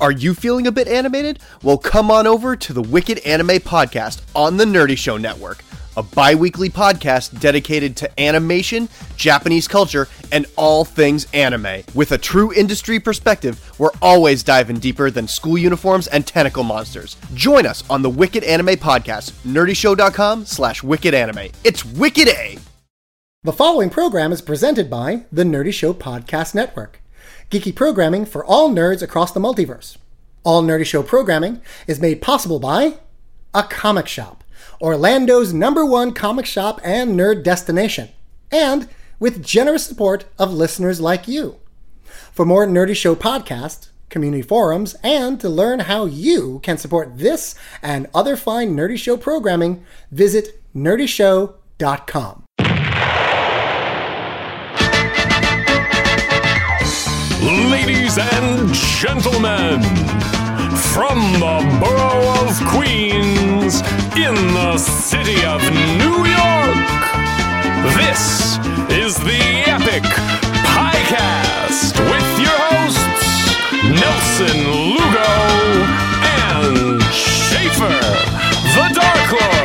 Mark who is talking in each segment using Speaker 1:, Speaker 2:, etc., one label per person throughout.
Speaker 1: Are you feeling a bit animated? Well, come on over to the Wicked Anime Podcast on the Nerdy Show Network, a bi weekly podcast dedicated to animation, Japanese culture, and all things anime. With a true industry perspective, we're always diving deeper than school uniforms and tentacle monsters. Join us on the Wicked Anime Podcast, nerdyshow.com slash wicked anime. It's Wicked A!
Speaker 2: The following program is presented by the Nerdy Show Podcast Network, geeky programming for all nerds across the multiverse. All Nerdy Show programming is made possible by a comic shop, Orlando's number one comic shop and nerd destination, and with generous support of listeners like you. For more Nerdy Show podcasts, community forums, and to learn how you can support this and other fine Nerdy Show programming, visit nerdyshow.com.
Speaker 3: Ladies and gentlemen, from the borough of Queens, in the city of New York, this is the Epic Podcast with your hosts, Nelson Lugo and Schaefer, the Dark Lord.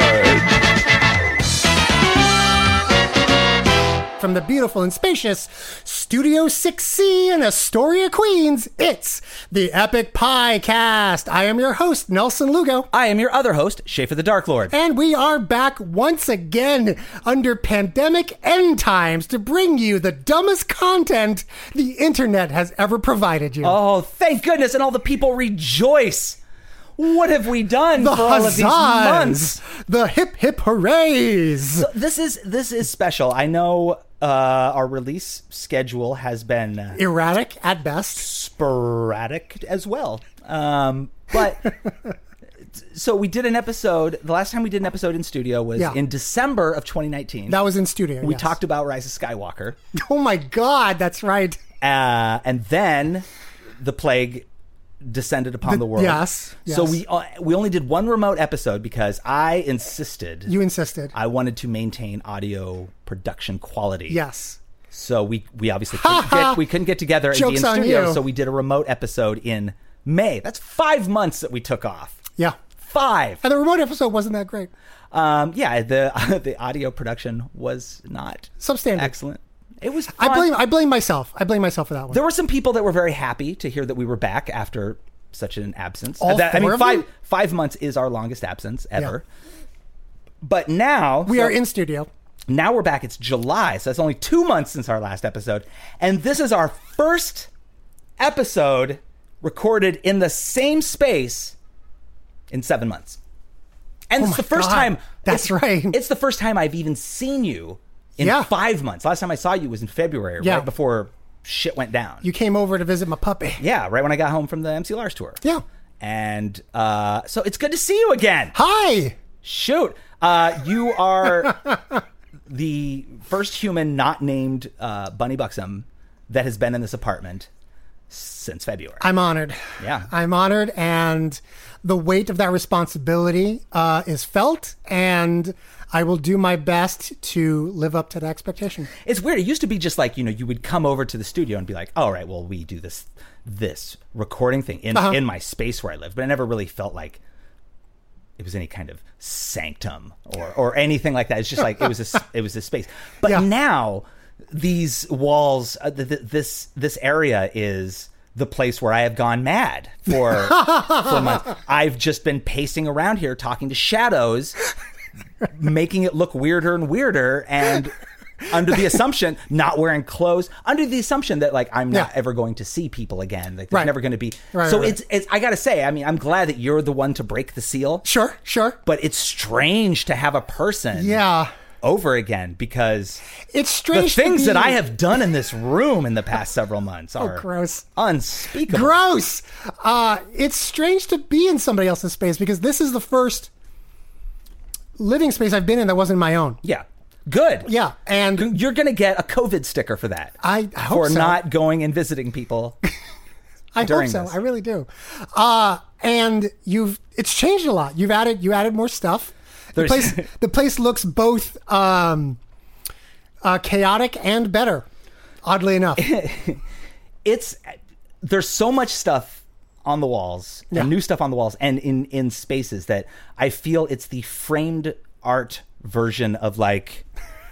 Speaker 2: From the beautiful and spacious Studio 6C in Astoria, Queens, it's the Epic Pie Cast. I am your host, Nelson Lugo,
Speaker 4: I am your other host, Schaefer the Dark Lord.
Speaker 2: and we are back once again under pandemic end times to bring you the dumbest content the internet has ever provided you.
Speaker 4: Oh, thank goodness, and all the people rejoice. What have we done
Speaker 2: the
Speaker 4: for all of these months?
Speaker 2: huzzas, the hip hip hoorays.
Speaker 4: This is this is special. I know uh, our release schedule has been
Speaker 2: Erratic at best.
Speaker 4: sporadic as well. Um, but so we did an episode. The last time we did an episode in studio was
Speaker 2: Yeah.
Speaker 4: in December of 2019.
Speaker 2: That was in studio.
Speaker 4: we
Speaker 2: yes.
Speaker 4: talked about Rise of Skywalker.
Speaker 2: Oh my God, that's right.
Speaker 4: uh, and then the plague descended upon the, world.
Speaker 2: yes,
Speaker 4: So
Speaker 2: yes.
Speaker 4: we uh, we only did one remote episode because I insisted.
Speaker 2: You insisted.
Speaker 4: I wanted to maintain audio production quality.
Speaker 2: yes.
Speaker 4: So we we obviously couldn't get, we couldn't get together and be in
Speaker 2: Joke's on
Speaker 4: studio.
Speaker 2: you.
Speaker 4: So we did a remote episode in May. That's five months that we took off.
Speaker 2: Yeah.
Speaker 4: Five.
Speaker 2: And the remote episode wasn't that great.
Speaker 4: Um, yeah. The the audio production was not
Speaker 2: Substandard.
Speaker 4: excellent. It was.
Speaker 2: I
Speaker 4: fun.
Speaker 2: blame I blame myself. I blame myself for that one.
Speaker 4: There were some people that were very happy to hear that we were back after such an absence.
Speaker 2: All
Speaker 4: That- I
Speaker 2: four
Speaker 4: mean,
Speaker 2: of
Speaker 4: five
Speaker 2: them?
Speaker 4: five months is our longest absence ever. But now
Speaker 2: we
Speaker 4: so
Speaker 2: are in studio.
Speaker 4: Now we're back. It's July, so that's only two months since our last episode, and this is our first episode recorded in the same space in seven months. And
Speaker 2: Oh
Speaker 4: it's
Speaker 2: my
Speaker 4: the first
Speaker 2: God.
Speaker 4: time.
Speaker 2: That's
Speaker 4: it's-
Speaker 2: right.
Speaker 4: It's the first time I've even seen you in
Speaker 2: Yeah.
Speaker 4: five months. Last time I saw you was in February,
Speaker 2: Yeah.
Speaker 4: right before shit went down.
Speaker 2: You came over to visit my puppy.
Speaker 4: Yeah, right when I got home from the MC Lars tour.
Speaker 2: Yeah.
Speaker 4: And uh, so it's good to see you again.
Speaker 2: Hi.
Speaker 4: Shoot. Uh, you are the first human not named uh, Bunny Buxom that has been in this apartment since February.
Speaker 2: I'm honored.
Speaker 4: Yeah.
Speaker 2: I'm honored and the weight of that responsibility uh, is felt and I will do my best to live up to that expectation.
Speaker 4: It's weird. It used to be just like, you know, you would come over to the studio and be like, all right, well, we do this this recording thing in,
Speaker 2: Uh-huh.
Speaker 4: in my space where I live. But I never really felt like it was any kind of sanctum or, or anything like that. It's just like it was a, s- it was a space. But
Speaker 2: Yeah.
Speaker 4: now these walls, uh, th- th- this this area is the place where I have gone mad for for months. I've just been pacing around here talking to shadows making it look weirder and weirder and under the assumption not wearing clothes under the assumption that like i'm not
Speaker 2: Yeah.
Speaker 4: ever going to see people again like there's
Speaker 2: Right.
Speaker 4: never going to be
Speaker 2: Right,
Speaker 4: so
Speaker 2: right,
Speaker 4: it's, it's i gotta say i mean i'm glad that you're the one to break the seal
Speaker 2: Sure, sure.
Speaker 4: but it's strange to have a person
Speaker 2: Yeah.
Speaker 4: over again because
Speaker 2: It's
Speaker 4: the
Speaker 2: strange. to
Speaker 4: things that
Speaker 2: be- Oh,
Speaker 4: I have done in this room in the past several months are
Speaker 2: gross.
Speaker 4: unspeakable.
Speaker 2: Gross. Uh, it's strange to be in somebody else's space because this is the first living space I've been in that wasn't my own.
Speaker 4: Yeah, good.
Speaker 2: Yeah, and
Speaker 4: You're gonna get a COVID sticker for that.
Speaker 2: I I hope
Speaker 4: for
Speaker 2: so.
Speaker 4: not going and visiting people.
Speaker 2: I hope
Speaker 4: during
Speaker 2: so.
Speaker 4: this.
Speaker 2: I really do. Uh, and you've it's changed a lot. You've added you added more stuff. The
Speaker 4: There's-
Speaker 2: place the place looks both um, uh, chaotic and better. Oddly enough,
Speaker 4: It's there's so much stuff on the walls
Speaker 2: Yeah.
Speaker 4: and new stuff on the walls and in in spaces that I feel it's the framed art version of like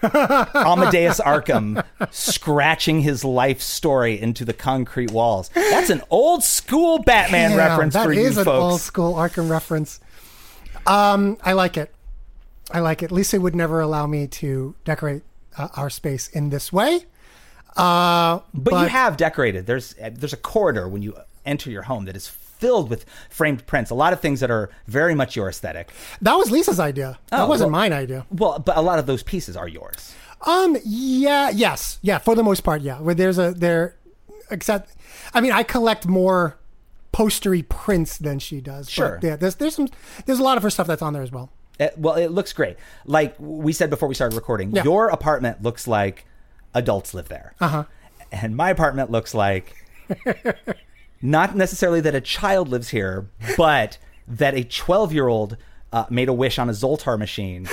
Speaker 4: Amadeus Arkham scratching his life story into the concrete walls. That's an old school Batman
Speaker 2: Yeah,
Speaker 4: reference
Speaker 2: that
Speaker 4: for you
Speaker 2: is an
Speaker 4: folks.
Speaker 2: old school Arkham reference. Um, I like it. I like it. Lisa would never allow me to decorate uh, our space in this way. Uh,
Speaker 4: But, you have decorated. There's uh, there's a corridor when you enter your home that is filled with framed prints. A lot of things that are very much your aesthetic.
Speaker 2: that was Lisa's idea. that
Speaker 4: Oh,
Speaker 2: wasn't
Speaker 4: well-
Speaker 2: mine idea.
Speaker 4: Well, but a lot of those pieces are yours.
Speaker 2: Um. Yeah. Yes. Yeah. For the most part. Yeah. Where there's a there, except, I mean, I collect more postery prints than she does.
Speaker 4: Sure.
Speaker 2: But yeah. There's there's some there's a lot of her stuff that's on there as well.
Speaker 4: Uh, well, it looks great. Like we said before we started recording,
Speaker 2: Yeah.
Speaker 4: your apartment looks like adults live there. Uh-huh. And my apartment looks like not necessarily that a child lives here, but that a 12-year-old uh, made a wish on a Zoltar machine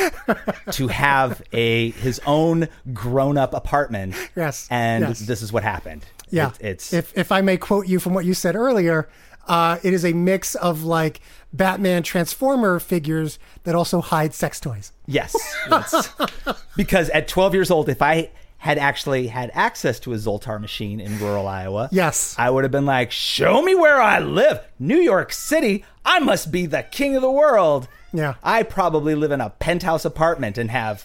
Speaker 4: to have a his own grown-up apartment.
Speaker 2: Yes,
Speaker 4: And
Speaker 2: yes.
Speaker 4: this is what happened.
Speaker 2: Yeah.
Speaker 4: It- it's
Speaker 2: if if I may quote you from what you said earlier, uh, it is a mix of like Batman Transformer figures that also hide sex toys.
Speaker 4: Yes. It's- because at 12 years old, if I had actually had access to a Zoltar machine in rural Iowa,
Speaker 2: Yes.
Speaker 4: I would have been like, show me where I live. New York City. I must be the king of the world.
Speaker 2: Yeah.
Speaker 4: I probably live in a penthouse apartment and have,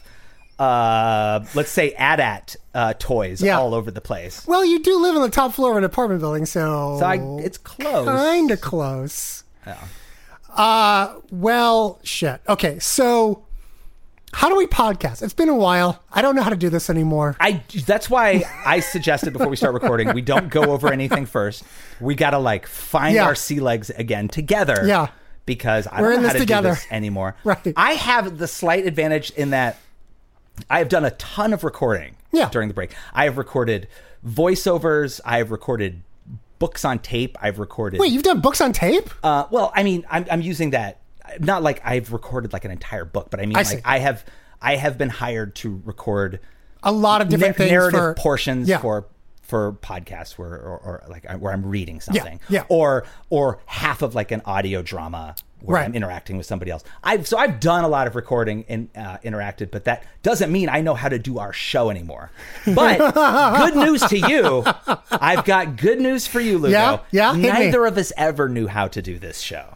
Speaker 4: uh, let's say, AT-AT uh, toys
Speaker 2: Yeah.
Speaker 4: all over the place.
Speaker 2: Well, you do live on the top floor of an apartment building, so
Speaker 4: So I, it's close.
Speaker 2: kind of close. Uh, well, shit. Okay, so how do we podcast? It's been a while. I don't know how to do this anymore.
Speaker 4: I that's why I suggested before we start recording we don't go over anything first. We gotta like find
Speaker 2: Yeah.
Speaker 4: our sea legs again together.
Speaker 2: Yeah.
Speaker 4: because I
Speaker 2: We're
Speaker 4: don't
Speaker 2: in
Speaker 4: know
Speaker 2: this
Speaker 4: how to
Speaker 2: together.
Speaker 4: do this anymore.
Speaker 2: Right.
Speaker 4: I have the slight advantage in that I have done a ton of recording.
Speaker 2: Yeah.
Speaker 4: during the break, I have recorded voiceovers. I have recorded books on tape. I've recorded.
Speaker 2: Wait, you've done books on tape?
Speaker 4: Uh, well, I mean, I'm, I'm using that not like I've recorded like an entire book, but I mean,
Speaker 2: I see.
Speaker 4: like I have I have been hired to record
Speaker 2: a lot of different
Speaker 4: na-
Speaker 2: things
Speaker 4: narrative
Speaker 2: for,
Speaker 4: portions
Speaker 2: Yeah.
Speaker 4: for for podcasts where or, or like I- where I'm reading something,
Speaker 2: yeah.
Speaker 4: or or half of like an audio drama where
Speaker 2: Right.
Speaker 4: I'm interacting with somebody else. I've so I've done a lot of recording and uh, interacted, but that doesn't mean I know how to do our show anymore. But good news to you, I've got good news for you, Lugo.
Speaker 2: Yeah, yeah, hit me.
Speaker 4: Neither of us ever knew how to do this show.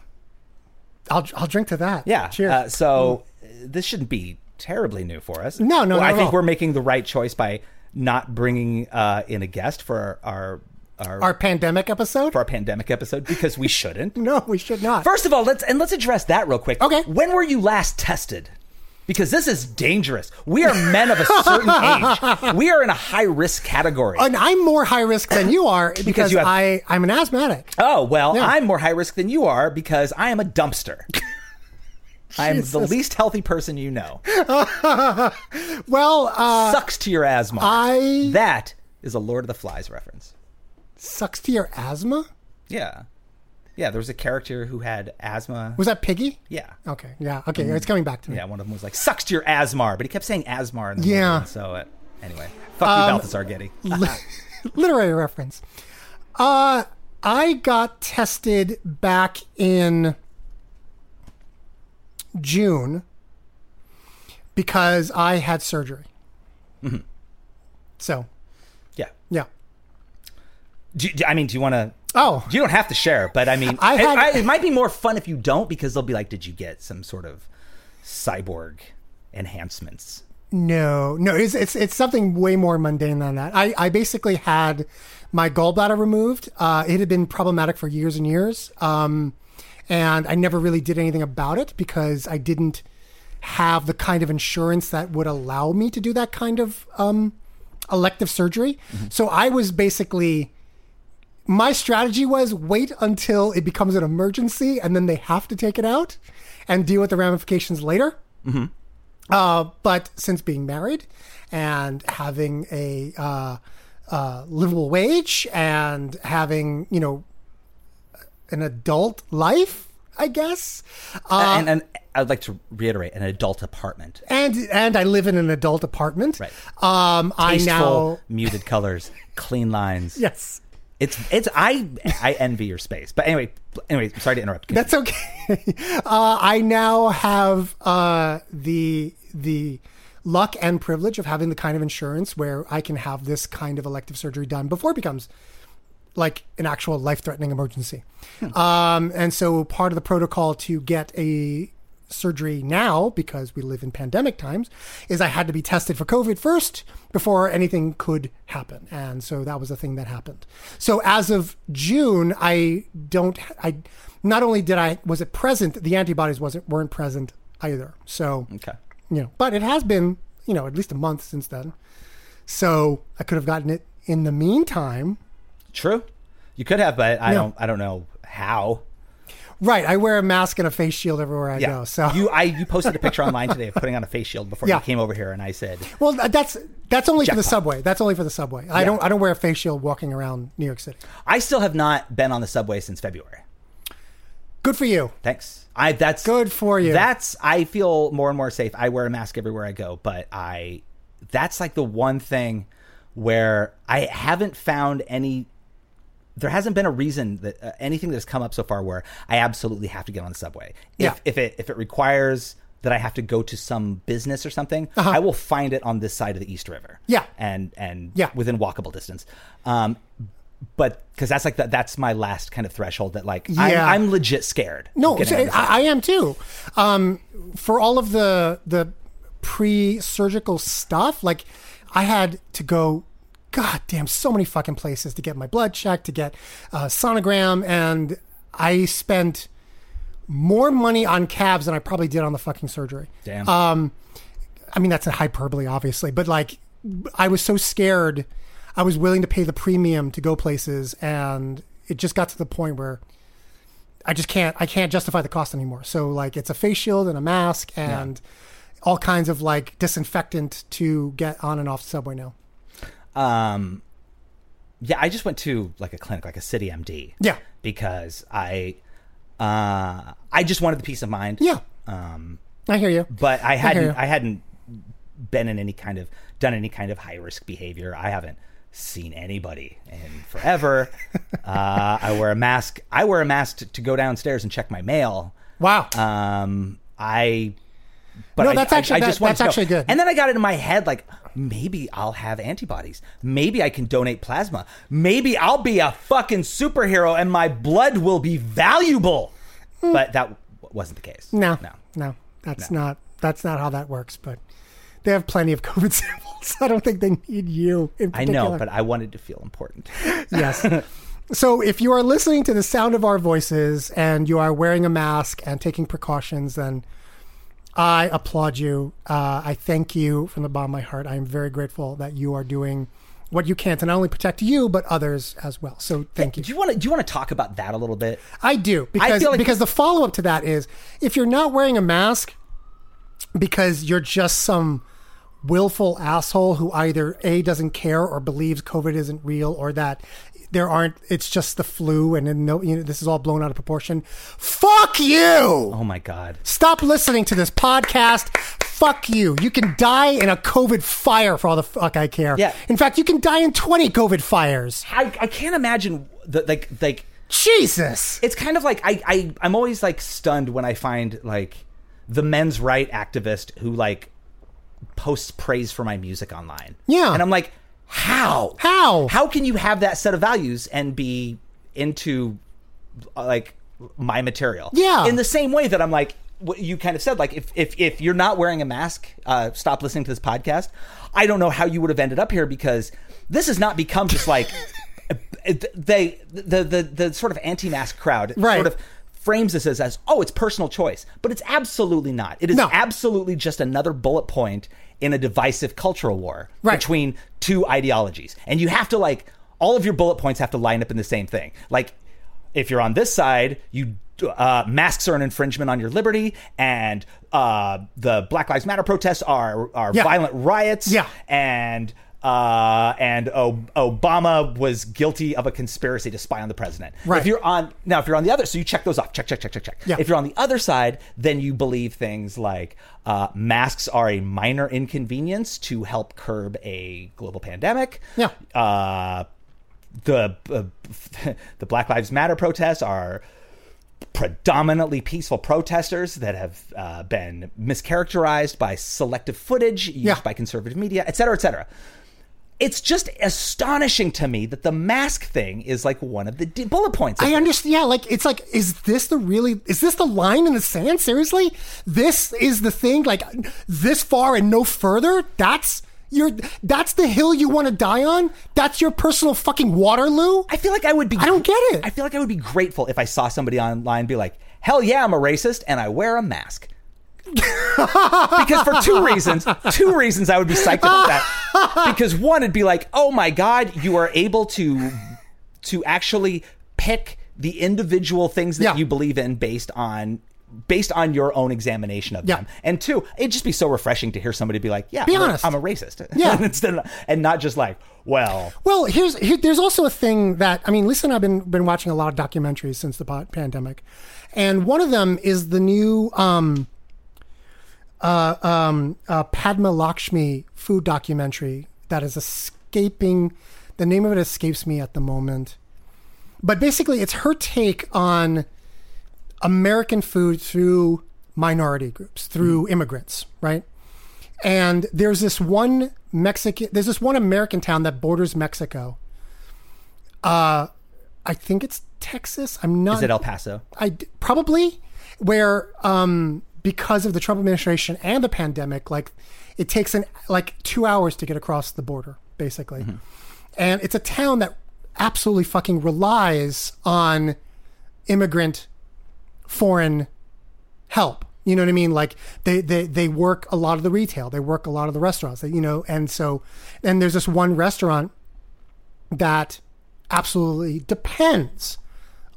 Speaker 2: I'll I'll drink to that.
Speaker 4: Yeah.
Speaker 2: cheers. Mm.
Speaker 4: Uh, so uh, this shouldn't be terribly new for us.
Speaker 2: No, no, not
Speaker 4: Well, I
Speaker 2: at
Speaker 4: think
Speaker 2: all.
Speaker 4: we're making the right choice by not bringing uh, in a guest for our our,
Speaker 2: Our pandemic episode?
Speaker 4: for our pandemic episode because we shouldn't.
Speaker 2: no, we should not.
Speaker 4: First of all, let's and let's address that real quick.
Speaker 2: Okay.
Speaker 4: When were you last tested? Because this is dangerous. We are men of a certain age. We are in a high risk category.
Speaker 2: and I'm more high risk than you are because,
Speaker 4: you have-
Speaker 2: I I'm an asthmatic.
Speaker 4: Oh, well,
Speaker 2: Yeah.
Speaker 4: I'm more high risk than you are because I am a dumpster. I'm the least healthy person you know.
Speaker 2: Well, uh,
Speaker 4: Sucks to your asthma.
Speaker 2: I
Speaker 4: That is a Lord of the Flies reference.
Speaker 2: sucks to your asthma.
Speaker 4: Yeah. Yeah, there was a character who had asthma.
Speaker 2: Was that Piggy?
Speaker 4: yeah.
Speaker 2: Okay. Yeah. Okay. It's coming back to me.
Speaker 4: Yeah, one of them was like, sucks to your asthma, but he kept saying asthma. In the
Speaker 2: Yeah. Um,
Speaker 4: movie, so, uh, anyway. Fuck you, Balthazar Getty.
Speaker 2: literary reference. Uh, I got tested back in June because I had surgery. So,
Speaker 4: yeah.
Speaker 2: yeah.
Speaker 4: Do, do- I mean, do you want to...
Speaker 2: Oh,
Speaker 4: You don't have to share, but I mean,
Speaker 2: I
Speaker 4: it-
Speaker 2: had-
Speaker 4: I- it might be more fun if you don't because they'll be like, did you get some sort of cyborg enhancements?
Speaker 2: no, no. It's, it's it's something way more mundane than that. I I basically had my gallbladder removed. Uh, it had been problematic for years and years. Um, and I never really did anything about it because I didn't have the kind of insurance that would allow me to do that kind of um, elective surgery. So I was basically my strategy was wait until it becomes an emergency and then they have to take it out and deal with the ramifications later. Uh, but since being married and having a uh, uh, livable wage and having you know an adult life, I guess, uh,
Speaker 4: and, and I'd like to reiterate an adult apartment.
Speaker 2: and and I live in an adult apartment.
Speaker 4: Right.
Speaker 2: Um, I now
Speaker 4: Tasteful, muted colors, clean lines.
Speaker 2: yes,
Speaker 4: It's it's I I envy your space. But anyway, anyway, sorry to interrupt.
Speaker 2: that's okay. uh, I now have uh, the the luck and privilege of having the kind of insurance where I can have this kind of elective surgery done before it becomes like an actual life threatening emergency. Um, and so part of the protocol to get a surgery now, because we live in pandemic times, is I had to be tested for COVID first before anything could happen. And so that was the thing that happened. So as of June, I don't, I, not only did I, was it present, the antibodies wasn't, weren't present either. So,
Speaker 4: Okay.
Speaker 2: you know, but it has been, you know, at least a month since then. So I could have gotten it in the meantime.
Speaker 4: True. You could have, but I
Speaker 2: No.
Speaker 4: don't I don't know how.
Speaker 2: Right. I wear a mask and a face shield everywhere I go. So
Speaker 4: you I you posted a picture online today of putting on a face shield before
Speaker 2: Yeah.
Speaker 4: you came over here and I said
Speaker 2: well, th- that's that's only for the
Speaker 4: Jackpot.
Speaker 2: subway. That's only for the subway. I don't I don't wear a face shield walking around New York City.
Speaker 4: I still have not been on the subway since February.
Speaker 2: Good for you.
Speaker 4: Thanks. I that's
Speaker 2: Good for you.
Speaker 4: That's I feel more and more safe. I wear a mask everywhere I go, but I that's like the one thing where I haven't found any there hasn't been a reason that uh, anything that's come up so far where I absolutely have to get on the subway. If
Speaker 2: Yeah.
Speaker 4: if it if it requires that I have to go to some business or something, I will find it on this side of the East River.
Speaker 2: Uh-huh. Yeah.
Speaker 4: And and
Speaker 2: Yeah.
Speaker 4: within walkable distance. Um but because that's like the, that's my last kind of threshold that like
Speaker 2: Yeah.
Speaker 4: I'm, I'm legit scared. of
Speaker 2: No,
Speaker 4: getting on
Speaker 2: so-
Speaker 4: the subway.
Speaker 2: I, I am too. Um, for all of the the pre-surgical stuff, like I had to go. God damn, so many fucking places to get my blood checked, to get uh, sonogram, and I spent more money on cabs than I probably did on the fucking surgery.
Speaker 4: Damn.
Speaker 2: uh, I mean, that's a hyperbole, obviously, but like, I was so scared, I was willing to pay the premium to go places, and it just got to the point where I just can't, I can't justify the cost anymore. So like, it's a face shield and a mask and all kinds of like disinfectant to get on and off the subway now.
Speaker 4: um, yeah, I just went to like a clinic, like a city MD.
Speaker 2: Yeah.
Speaker 4: Because I, uh, I just wanted the peace of mind.
Speaker 2: Yeah,
Speaker 4: Um,
Speaker 2: I hear you.
Speaker 4: but I
Speaker 2: hear
Speaker 4: hadn't,
Speaker 2: you.
Speaker 4: I hadn't been in any kind of done any kind of high risk behavior. I haven't seen anybody in forever. uh, I wear a mask. I wear a mask to, to go downstairs and check my mail.
Speaker 2: Wow.
Speaker 4: Um, I. But
Speaker 2: No,
Speaker 4: I-
Speaker 2: that's
Speaker 4: I-
Speaker 2: actually-
Speaker 4: I just
Speaker 2: that-
Speaker 4: wanted
Speaker 2: that's
Speaker 4: to know.
Speaker 2: actually good.
Speaker 4: And then I got it in my head like maybe I'll have antibodies. Maybe I can donate plasma. Maybe I'll be a fucking superhero and my blood will be valuable. But that w- wasn't the case.
Speaker 2: Hmm. no,
Speaker 4: no.
Speaker 2: no, no, that's not, that's not how that works. But they have plenty of COVID samples. I don't think they need you. In
Speaker 4: I
Speaker 2: particular.
Speaker 4: know, but I wanted to feel important.
Speaker 2: yes. So if you are listening to the sound of our voices and you are wearing a mask and taking precautions, then I applaud you. Uh, I thank you from the bottom of my heart. I am very grateful that you are doing what you can to not only protect you but others as well. So thank you.
Speaker 4: Do you want to? Do you want to talk about that a little bit?
Speaker 2: I do because
Speaker 4: feel like-
Speaker 2: because the follow up to that is if you're not wearing a mask because you're just some willful asshole who either a doesn't care or believes COVID isn't real or that there aren't it's just the flu and then no you know this is all blown out of proportion. Fuck you.
Speaker 4: Oh my god!
Speaker 2: Stop listening to this podcast. Fuck you. You can die in a COVID fire for all the fuck I care.
Speaker 4: Yeah.
Speaker 2: In fact, you can die in 20 COVID fires.
Speaker 4: I, I can't imagine the like like
Speaker 2: Jesus.
Speaker 4: it's kind of like I, I I'm always like stunned when I find like the men's right activist who like posts praise for my music online.
Speaker 2: Yeah.
Speaker 4: And I'm like, how?
Speaker 2: How?
Speaker 4: How can you have that set of values and be into uh, like my material?
Speaker 2: Yeah.
Speaker 4: In the same way that I'm like what you kind of said like if if if you're not wearing a mask, uh stop listening to this podcast. I don't know how you would have ended up here because this has not become uh, just like they the the the, the sort of anti-mask crowd
Speaker 2: Right.
Speaker 4: sort of frames this as, as oh, it's personal choice, but it's absolutely not. It is
Speaker 2: No.
Speaker 4: absolutely just another bullet point in a divisive cultural war
Speaker 2: Right.
Speaker 4: between two ideologies. And you have to like all of your bullet points have to line up in the same thing. Like if you're on this side, you uh, masks are an infringement on your liberty, and uh, the Black Lives Matter protests are are
Speaker 2: Yeah.
Speaker 4: violent riots.
Speaker 2: Yeah.
Speaker 4: and. Uh, and o- Obama was guilty of a conspiracy to spy on the president.
Speaker 2: Right.
Speaker 4: If you're on now, if you're on the other, so you check those off. Check, check, check, check, check.
Speaker 2: Yeah.
Speaker 4: If you're on the other side, then you believe things like uh, masks are a minor inconvenience to help curb a global pandemic.
Speaker 2: Yeah.
Speaker 4: Uh, the uh, the Black Lives Matter protests are predominantly peaceful protesters that have uh, been mischaracterized by selective footage used
Speaker 2: Yeah.
Speaker 4: by conservative media, et cetera, et cetera. It's just astonishing to me that the mask thing is like one of the d- bullet points.
Speaker 2: I understand. Yeah, like it's like, is this the really? Is this the line in the sand? Seriously, this is the thing. Like this far and no further. That's your. That's the hill you want to die on. That's your personal fucking Waterloo.
Speaker 4: I feel like I would be.
Speaker 2: I don't get it.
Speaker 4: I feel like I would be grateful if I saw somebody online be like, "Hell yeah, I'm a racist and I wear a mask." because for two reasons, two reasons I would be psyched about that. Because one, it'd be like, "Oh my god, you are able to to actually pick the individual things that
Speaker 2: Yeah.
Speaker 4: you believe in based on." Based on your own examination of
Speaker 2: Yeah.
Speaker 4: them, and two, it'd just be so refreshing to hear somebody be like, "Yeah,
Speaker 2: Be
Speaker 4: I'm a-
Speaker 2: honest.
Speaker 4: I'm a racist,"
Speaker 2: Yeah.
Speaker 4: instead of, and not just like, "Well,
Speaker 2: Well, here's here, there's also a thing that I mean, Lisa and I've been been watching a lot of documentaries since the po- pandemic, and one of them is the new um, uh, um, uh, Padma Lakshmi food documentary that is escaping. The name of it escapes me at the moment, but basically, it's her take on American food through minority groups, through
Speaker 4: Mm-hmm.
Speaker 2: immigrants, right? and there's this one Mexican, there's this one American town that borders Mexico. Uh, I think it's Texas. I'm not.
Speaker 4: is it El Paso?"
Speaker 2: I d- probably where um, because of the Trump administration and the pandemic, like it takes an like two hours to get across the border, basically, and it's a town that absolutely fucking relies on immigrant foreign help. You know what I mean? Like they they they work a lot of the retail, they work a lot of the restaurants, they, you know, and so and there's this one restaurant that absolutely depends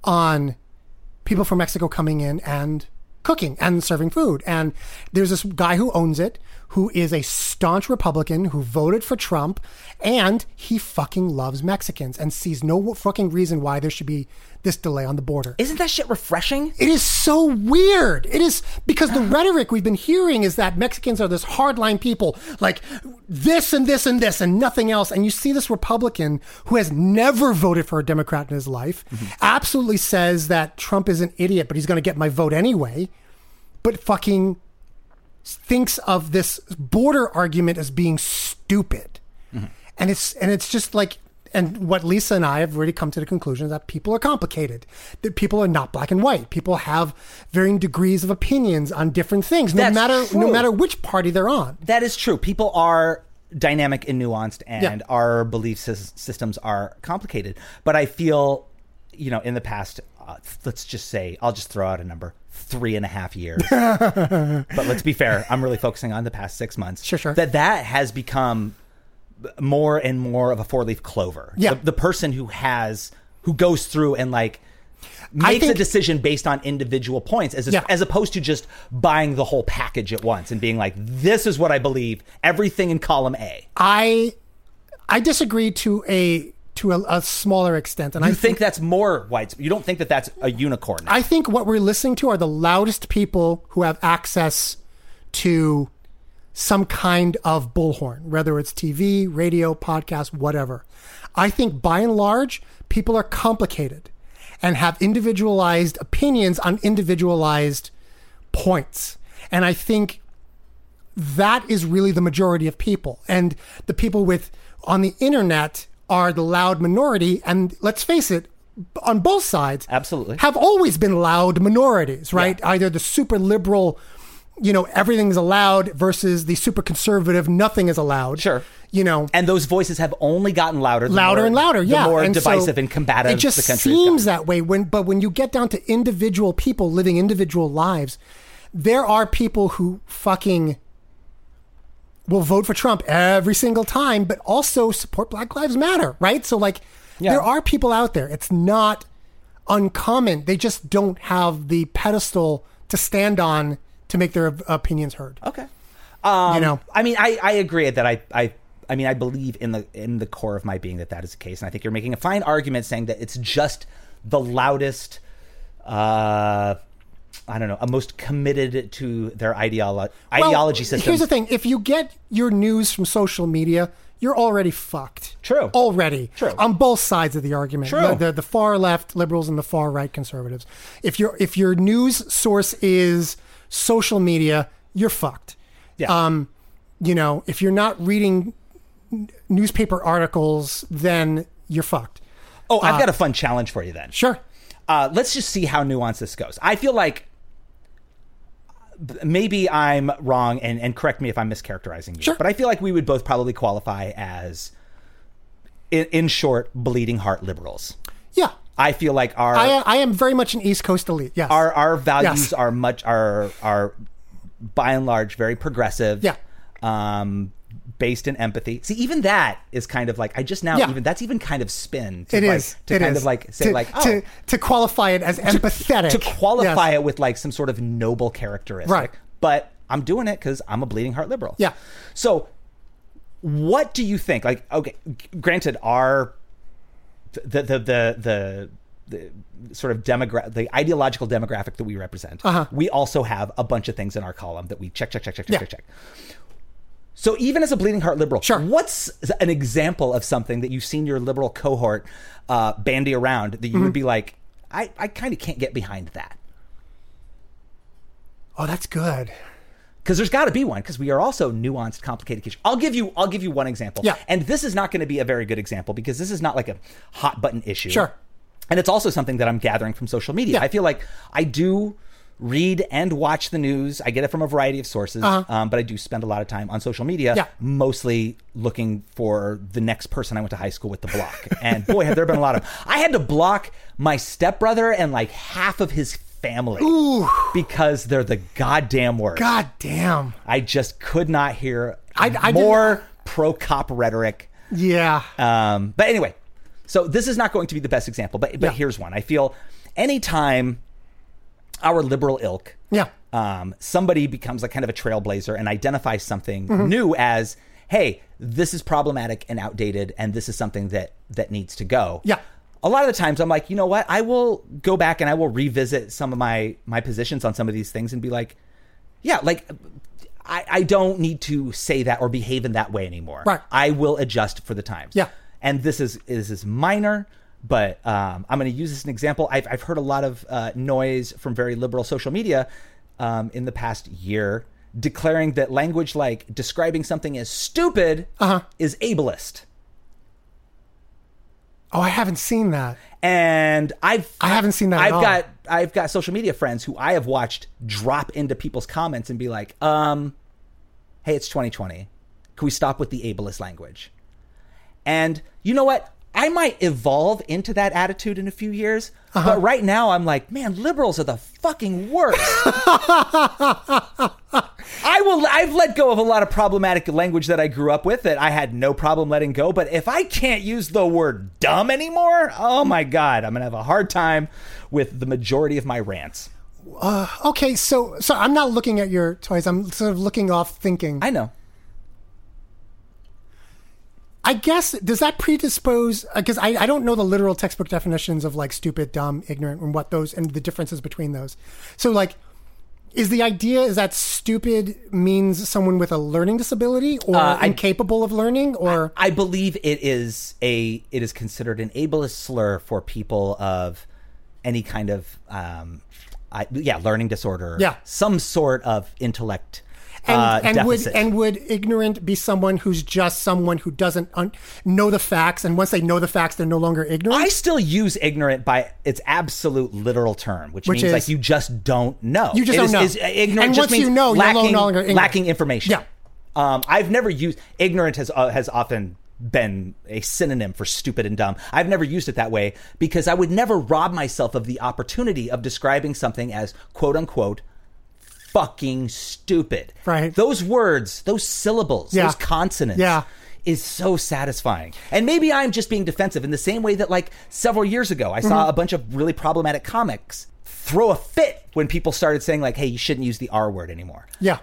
Speaker 2: on people from Mexico coming in and cooking and serving food. And there's this guy who owns it who is a staunch Republican who voted for Trump and he fucking loves Mexicans and sees no fucking reason why there should be this delay on the border.
Speaker 4: Isn't that shit refreshing?
Speaker 2: It is so weird. It is because the rhetoric we've been hearing is that Mexicans are this hardline people, like this and this and this and nothing else. And you see this Republican who has never voted for a Democrat in his life, absolutely says that Trump is an idiot, but he's going to get my vote anyway. But fucking thinks of this border argument as being stupid.
Speaker 4: Mm-hmm.
Speaker 2: And it's and it's just like and what Lisa and I have already come to the conclusion that people are complicated. That people are not black and white. People have varying degrees of opinions on different things, no
Speaker 4: That's
Speaker 2: matter no
Speaker 4: true.
Speaker 2: matter which party they're on.
Speaker 4: That is true. People are dynamic and nuanced, and
Speaker 2: Yeah.
Speaker 4: our belief sys- systems are complicated. But I feel, you know, in the past, uh, let's just say, I'll just throw out a number three and a half years. but let's be fair. I'm really focusing on the past six months.
Speaker 2: Sure, sure.
Speaker 4: That that has become more and more of a four leaf clover.
Speaker 2: Yeah.
Speaker 4: The, the person who has, who goes through and like, Makes a
Speaker 2: think-
Speaker 4: decision based on individual points as,
Speaker 2: Yeah.
Speaker 4: as opposed to just buying the whole package at once and being like, this is what I believe, everything in column A.
Speaker 2: I I disagree to a to a, a smaller extent, and I
Speaker 4: You think that's more widespread. You don't think that that's a unicorn.
Speaker 2: I think what we're listening to are the loudest people who have access to some kind of bullhorn, whether it's TV, radio, podcast, whatever. I think by and large, people are complicated and have individualized opinions on individualized points. And I think that is really the majority of people. And the people with on the internet are the loud minority. And let's face it, on both sides,
Speaker 4: Absolutely.
Speaker 2: have always been loud minorities, right? Either the super liberal, you know, everything's allowed versus the super conservative, nothing is allowed.
Speaker 4: Sure.
Speaker 2: you know,
Speaker 4: And those voices have only gotten louder, the
Speaker 2: louder
Speaker 4: more-
Speaker 2: and louder.
Speaker 4: the
Speaker 2: Yeah,
Speaker 4: more
Speaker 2: and so
Speaker 4: divisive and combative
Speaker 2: It just
Speaker 4: the country has
Speaker 2: seems
Speaker 4: gotten.
Speaker 2: that way. When but when you get down to individual people living individual lives, there are people who fucking will vote for Trump every single time, but also support Black Lives Matter, right? So like, there are people out there. It's not uncommon. They just don't have the pedestal to stand on to make their opinions heard.
Speaker 4: Okay. Um,
Speaker 2: know.
Speaker 4: I mean, I, I agree that I, I I mean, I believe in the in the core of my being that that is the case, and I think you're making a fine argument saying that it's just the loudest. Uh, I don't know, a most committed to their
Speaker 2: Well,
Speaker 4: ideolo- ideology system.
Speaker 2: Oh, Here's the thing: if you get your news from social media, you're already fucked.
Speaker 4: True.
Speaker 2: Already.
Speaker 4: True.
Speaker 2: On both sides of the argument.
Speaker 4: True.
Speaker 2: The, the, the far left liberals and the far right conservatives. If your if your news source is social media, you're fucked.
Speaker 4: Yeah.
Speaker 2: Um, you know, if you're not reading n- newspaper articles, then you're fucked.
Speaker 4: oh,
Speaker 2: Uh,
Speaker 4: I've got a fun challenge for you then.
Speaker 2: Sure.
Speaker 4: uh, let's just see how nuanced this goes. I feel like maybe I'm wrong, and, and correct me if I'm mischaracterizing you.
Speaker 2: Sure.
Speaker 4: But I feel like we would both probably qualify as, in, in short, bleeding heart liberals.
Speaker 2: Yeah.
Speaker 4: I feel like our
Speaker 2: I, I am very much an East Coast elite. Yes.
Speaker 4: Uh, our our values
Speaker 2: Yes.
Speaker 4: are much are are by and large very progressive.
Speaker 2: Yeah.
Speaker 4: Um, based in empathy. See, even that is kind of like I just now
Speaker 2: Yeah.
Speaker 4: even that's even kind of spin. To
Speaker 2: It is.
Speaker 4: like, To
Speaker 2: It
Speaker 4: kind
Speaker 2: is.
Speaker 4: of like say
Speaker 2: to,
Speaker 4: like oh,
Speaker 2: to, to qualify it as empathetic.
Speaker 4: to qualify
Speaker 2: Yes.
Speaker 4: it with like some sort of noble characteristic.
Speaker 2: Right.
Speaker 4: But I'm doing it because I'm a bleeding heart liberal.
Speaker 2: Yeah.
Speaker 4: So, what do you think? Like, okay, g- granted, our the the the the, the sort of demographic, the ideological demographic that we represent, uh-huh. we also have a bunch of things in our column that we check, check, check, check, check,
Speaker 2: Yeah.
Speaker 4: check, check. So even as a bleeding heart liberal,
Speaker 2: Sure.
Speaker 4: what's an example of something that you've seen your liberal cohort uh, bandy around that you
Speaker 2: Mm-hmm.
Speaker 4: would be like, I, I kind of can't get behind that
Speaker 2: Oh, that's good.
Speaker 4: because there's got to be one because we are also nuanced, complicated creatures. I'll give you I'll give you one example.
Speaker 2: Yeah.
Speaker 4: and this is not going to be a very good example because this is not like a hot button issue.
Speaker 2: Sure.
Speaker 4: and it's also something that I'm gathering from social media.
Speaker 2: Yeah.
Speaker 4: I feel like I do read and watch the news. I get it from a variety of sources, um, but I do spend a lot of time on social media,
Speaker 2: Uh-huh. Yeah.
Speaker 4: mostly looking for the next person I went to high school with to block. and boy, have there been a lot of. I had to block my stepbrother and like half of his family because they're the goddamn worst.
Speaker 2: God damn.
Speaker 4: I just could not hear
Speaker 2: I- I
Speaker 4: more pro cop rhetoric.
Speaker 2: Yeah.
Speaker 4: Um, but anyway, so this is not going to be the best example, but
Speaker 2: Yeah.
Speaker 4: but here's one. I feel anytime our liberal ilk,
Speaker 2: Yeah.
Speaker 4: um, somebody becomes like kind of a trailblazer and identifies something
Speaker 2: Mm-hmm.
Speaker 4: new as, hey, this is problematic and outdated, and this is something that that needs to go.
Speaker 2: Yeah.
Speaker 4: A lot of the times I'm like, you know what? I will go back and I will revisit some of my my positions on some of these things and be like, yeah, like I, I don't need to say that or behave in that way anymore.
Speaker 2: Right.
Speaker 4: I will adjust for the times.
Speaker 2: Yeah.
Speaker 4: And this is this is minor, but um, I'm going to use this as an example. I've, I've heard a lot of uh, noise from very liberal social media um, in the past year declaring that language like describing something as stupid is ableist.
Speaker 2: Oh, I haven't seen that.
Speaker 4: and I've
Speaker 2: I haven't seen that at
Speaker 4: I've
Speaker 2: all.
Speaker 4: got I've got social media friends who I have watched drop into people's comments and be like, um, "Hey, it's 2020. Can we stop with the ableist language?" And you know what? I might evolve into that attitude in a few years,
Speaker 2: Uh-huh.
Speaker 4: but right now I'm like, man, liberals are the fucking worst. I will. I've let go of a lot of problematic language that I grew up with that I had no problem letting go. But if I can't use the word dumb anymore, oh my god, I'm gonna have a hard time with the majority of my rants.
Speaker 2: Okay, so so I'm not looking at your toys. I'm sort of looking off thinking.
Speaker 4: I know.
Speaker 2: I guess does that predispose because I, I don't know the literal textbook definitions of like stupid, dumb, ignorant, and what those and the differences between those. So like, is the idea is that stupid means someone with a learning disability or incapable of learning or
Speaker 4: Uh, I believe it is a it is considered an ableist slur for people of any kind of um, I, yeah, learning disorder,
Speaker 2: Yeah.
Speaker 4: some sort of intellect
Speaker 2: and,
Speaker 4: uh,
Speaker 2: and would
Speaker 4: deficit.
Speaker 2: and would ignorant be someone who's just someone who doesn't un- know the facts and once they know the facts they're no longer ignorant.
Speaker 4: I still use ignorant by its absolute literal term, which,
Speaker 2: Which
Speaker 4: means
Speaker 2: is-
Speaker 4: like you just don't know.
Speaker 2: You just
Speaker 4: It
Speaker 2: don't
Speaker 4: is-
Speaker 2: know.
Speaker 4: is- uh, ignorant
Speaker 2: And
Speaker 4: just
Speaker 2: once you
Speaker 4: means
Speaker 2: know, you're no
Speaker 4: lacking,
Speaker 2: longer ignorant.
Speaker 4: lacking information.
Speaker 2: Yeah.
Speaker 4: Um, I've never used ignorant has uh, has often been a synonym for stupid and dumb. I've never used it that way because I would never rob myself of the opportunity of describing something as quote unquote fucking stupid.
Speaker 2: Right.
Speaker 4: Those words, those syllables,
Speaker 2: Yeah.
Speaker 4: those consonants
Speaker 2: Yeah.
Speaker 4: is so satisfying. And maybe I'm just being defensive in the same way that, like, several years ago, I
Speaker 2: Mm-hmm.
Speaker 4: saw a bunch of really problematic comics throw a fit when people started saying, like, hey, you shouldn't use the R word anymore.
Speaker 2: Yeah.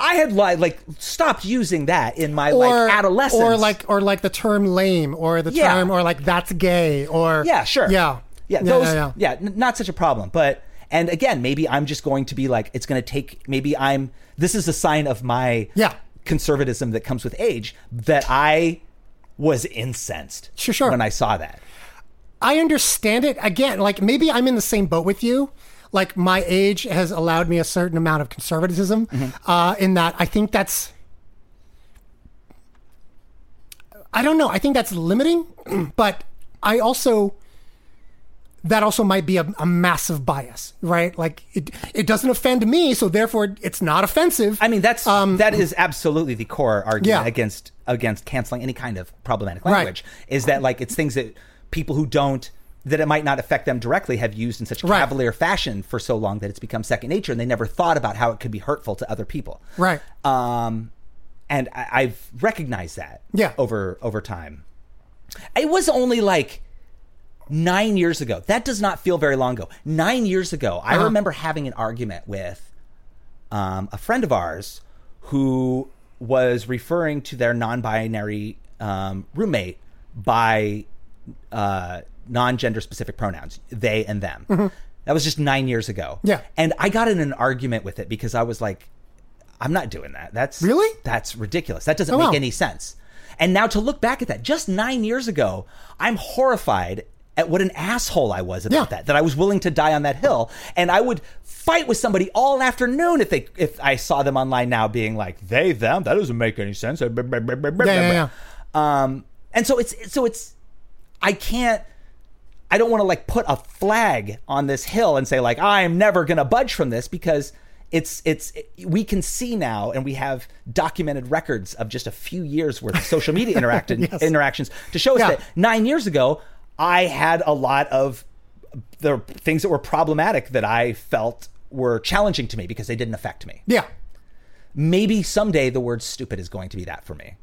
Speaker 4: I had, li- like, stopped using that in my, like, adolescence.
Speaker 2: or like or like the term lame or the
Speaker 4: Yeah.
Speaker 2: term or like that's gay or
Speaker 4: Yeah, sure.
Speaker 2: yeah
Speaker 4: Yeah,
Speaker 2: yeah
Speaker 4: those,
Speaker 2: yeah,
Speaker 4: yeah,
Speaker 2: yeah.
Speaker 4: n- not such a problem. But, and again, maybe I'm just going to be like, it's going to take, maybe I'm, this is a sign of my
Speaker 2: Yeah.
Speaker 4: conservatism that comes with age that I was incensed
Speaker 2: Sure, sure.
Speaker 4: when I saw that.
Speaker 2: I understand it again. Like maybe I'm in the same boat with you. Like my age has allowed me a certain amount of conservatism. Uh, in that, I think that's. I don't know. I think that's limiting, but I also. That also might be a, a massive bias, right? Like it, it doesn't offend me, so therefore it's not offensive.
Speaker 4: I mean, that's that is absolutely the core argument
Speaker 2: Um, Yeah.
Speaker 4: against against canceling any kind of problematic
Speaker 2: Right.
Speaker 4: language. Is that like it's things that people who don't that it might not affect them directly have used in such a
Speaker 2: Right.
Speaker 4: cavalier fashion for so long that it's become second nature, and they never thought about how it could be hurtful to other people.
Speaker 2: right?
Speaker 4: Um, and I, I've recognized that.
Speaker 2: Yeah.
Speaker 4: Over over time, it was only like nine years ago. That does not feel very long ago. Nine years ago,
Speaker 2: Uh-huh.
Speaker 4: I remember having an argument with um, a friend of ours who was referring to their non-binary um, roommate by uh, non-gender specific pronouns, they and them. That was just nine years ago.
Speaker 2: Mm-hmm. Yeah.
Speaker 4: and I got in an argument with it because I was like, "I'm not doing that. That's
Speaker 2: Really?
Speaker 4: that's ridiculous. That doesn't
Speaker 2: Oh,
Speaker 4: make
Speaker 2: wow.
Speaker 4: any sense. And now to look back at that, just nine years ago, I'm horrified at what an asshole I was about
Speaker 2: Yeah.
Speaker 4: that. That I was willing to die on that hill, and I would fight with somebody all afternoon if they if I saw them online now being like they them that doesn't make any sense.
Speaker 2: Yeah, yeah, yeah.
Speaker 4: Um, and so it's so it's I can't. I don't want to like put a flag on this hill and say like I'm never going to budge from this because it's it's we can see now and we have documented records of just a few years worth of social media interacted interactions to show us
Speaker 2: Yeah.
Speaker 4: that 9 years ago I had a lot of the things that were problematic that I felt were challenging to me because they didn't affect me.
Speaker 2: Yeah.
Speaker 4: Maybe someday the word stupid is going to be that for me.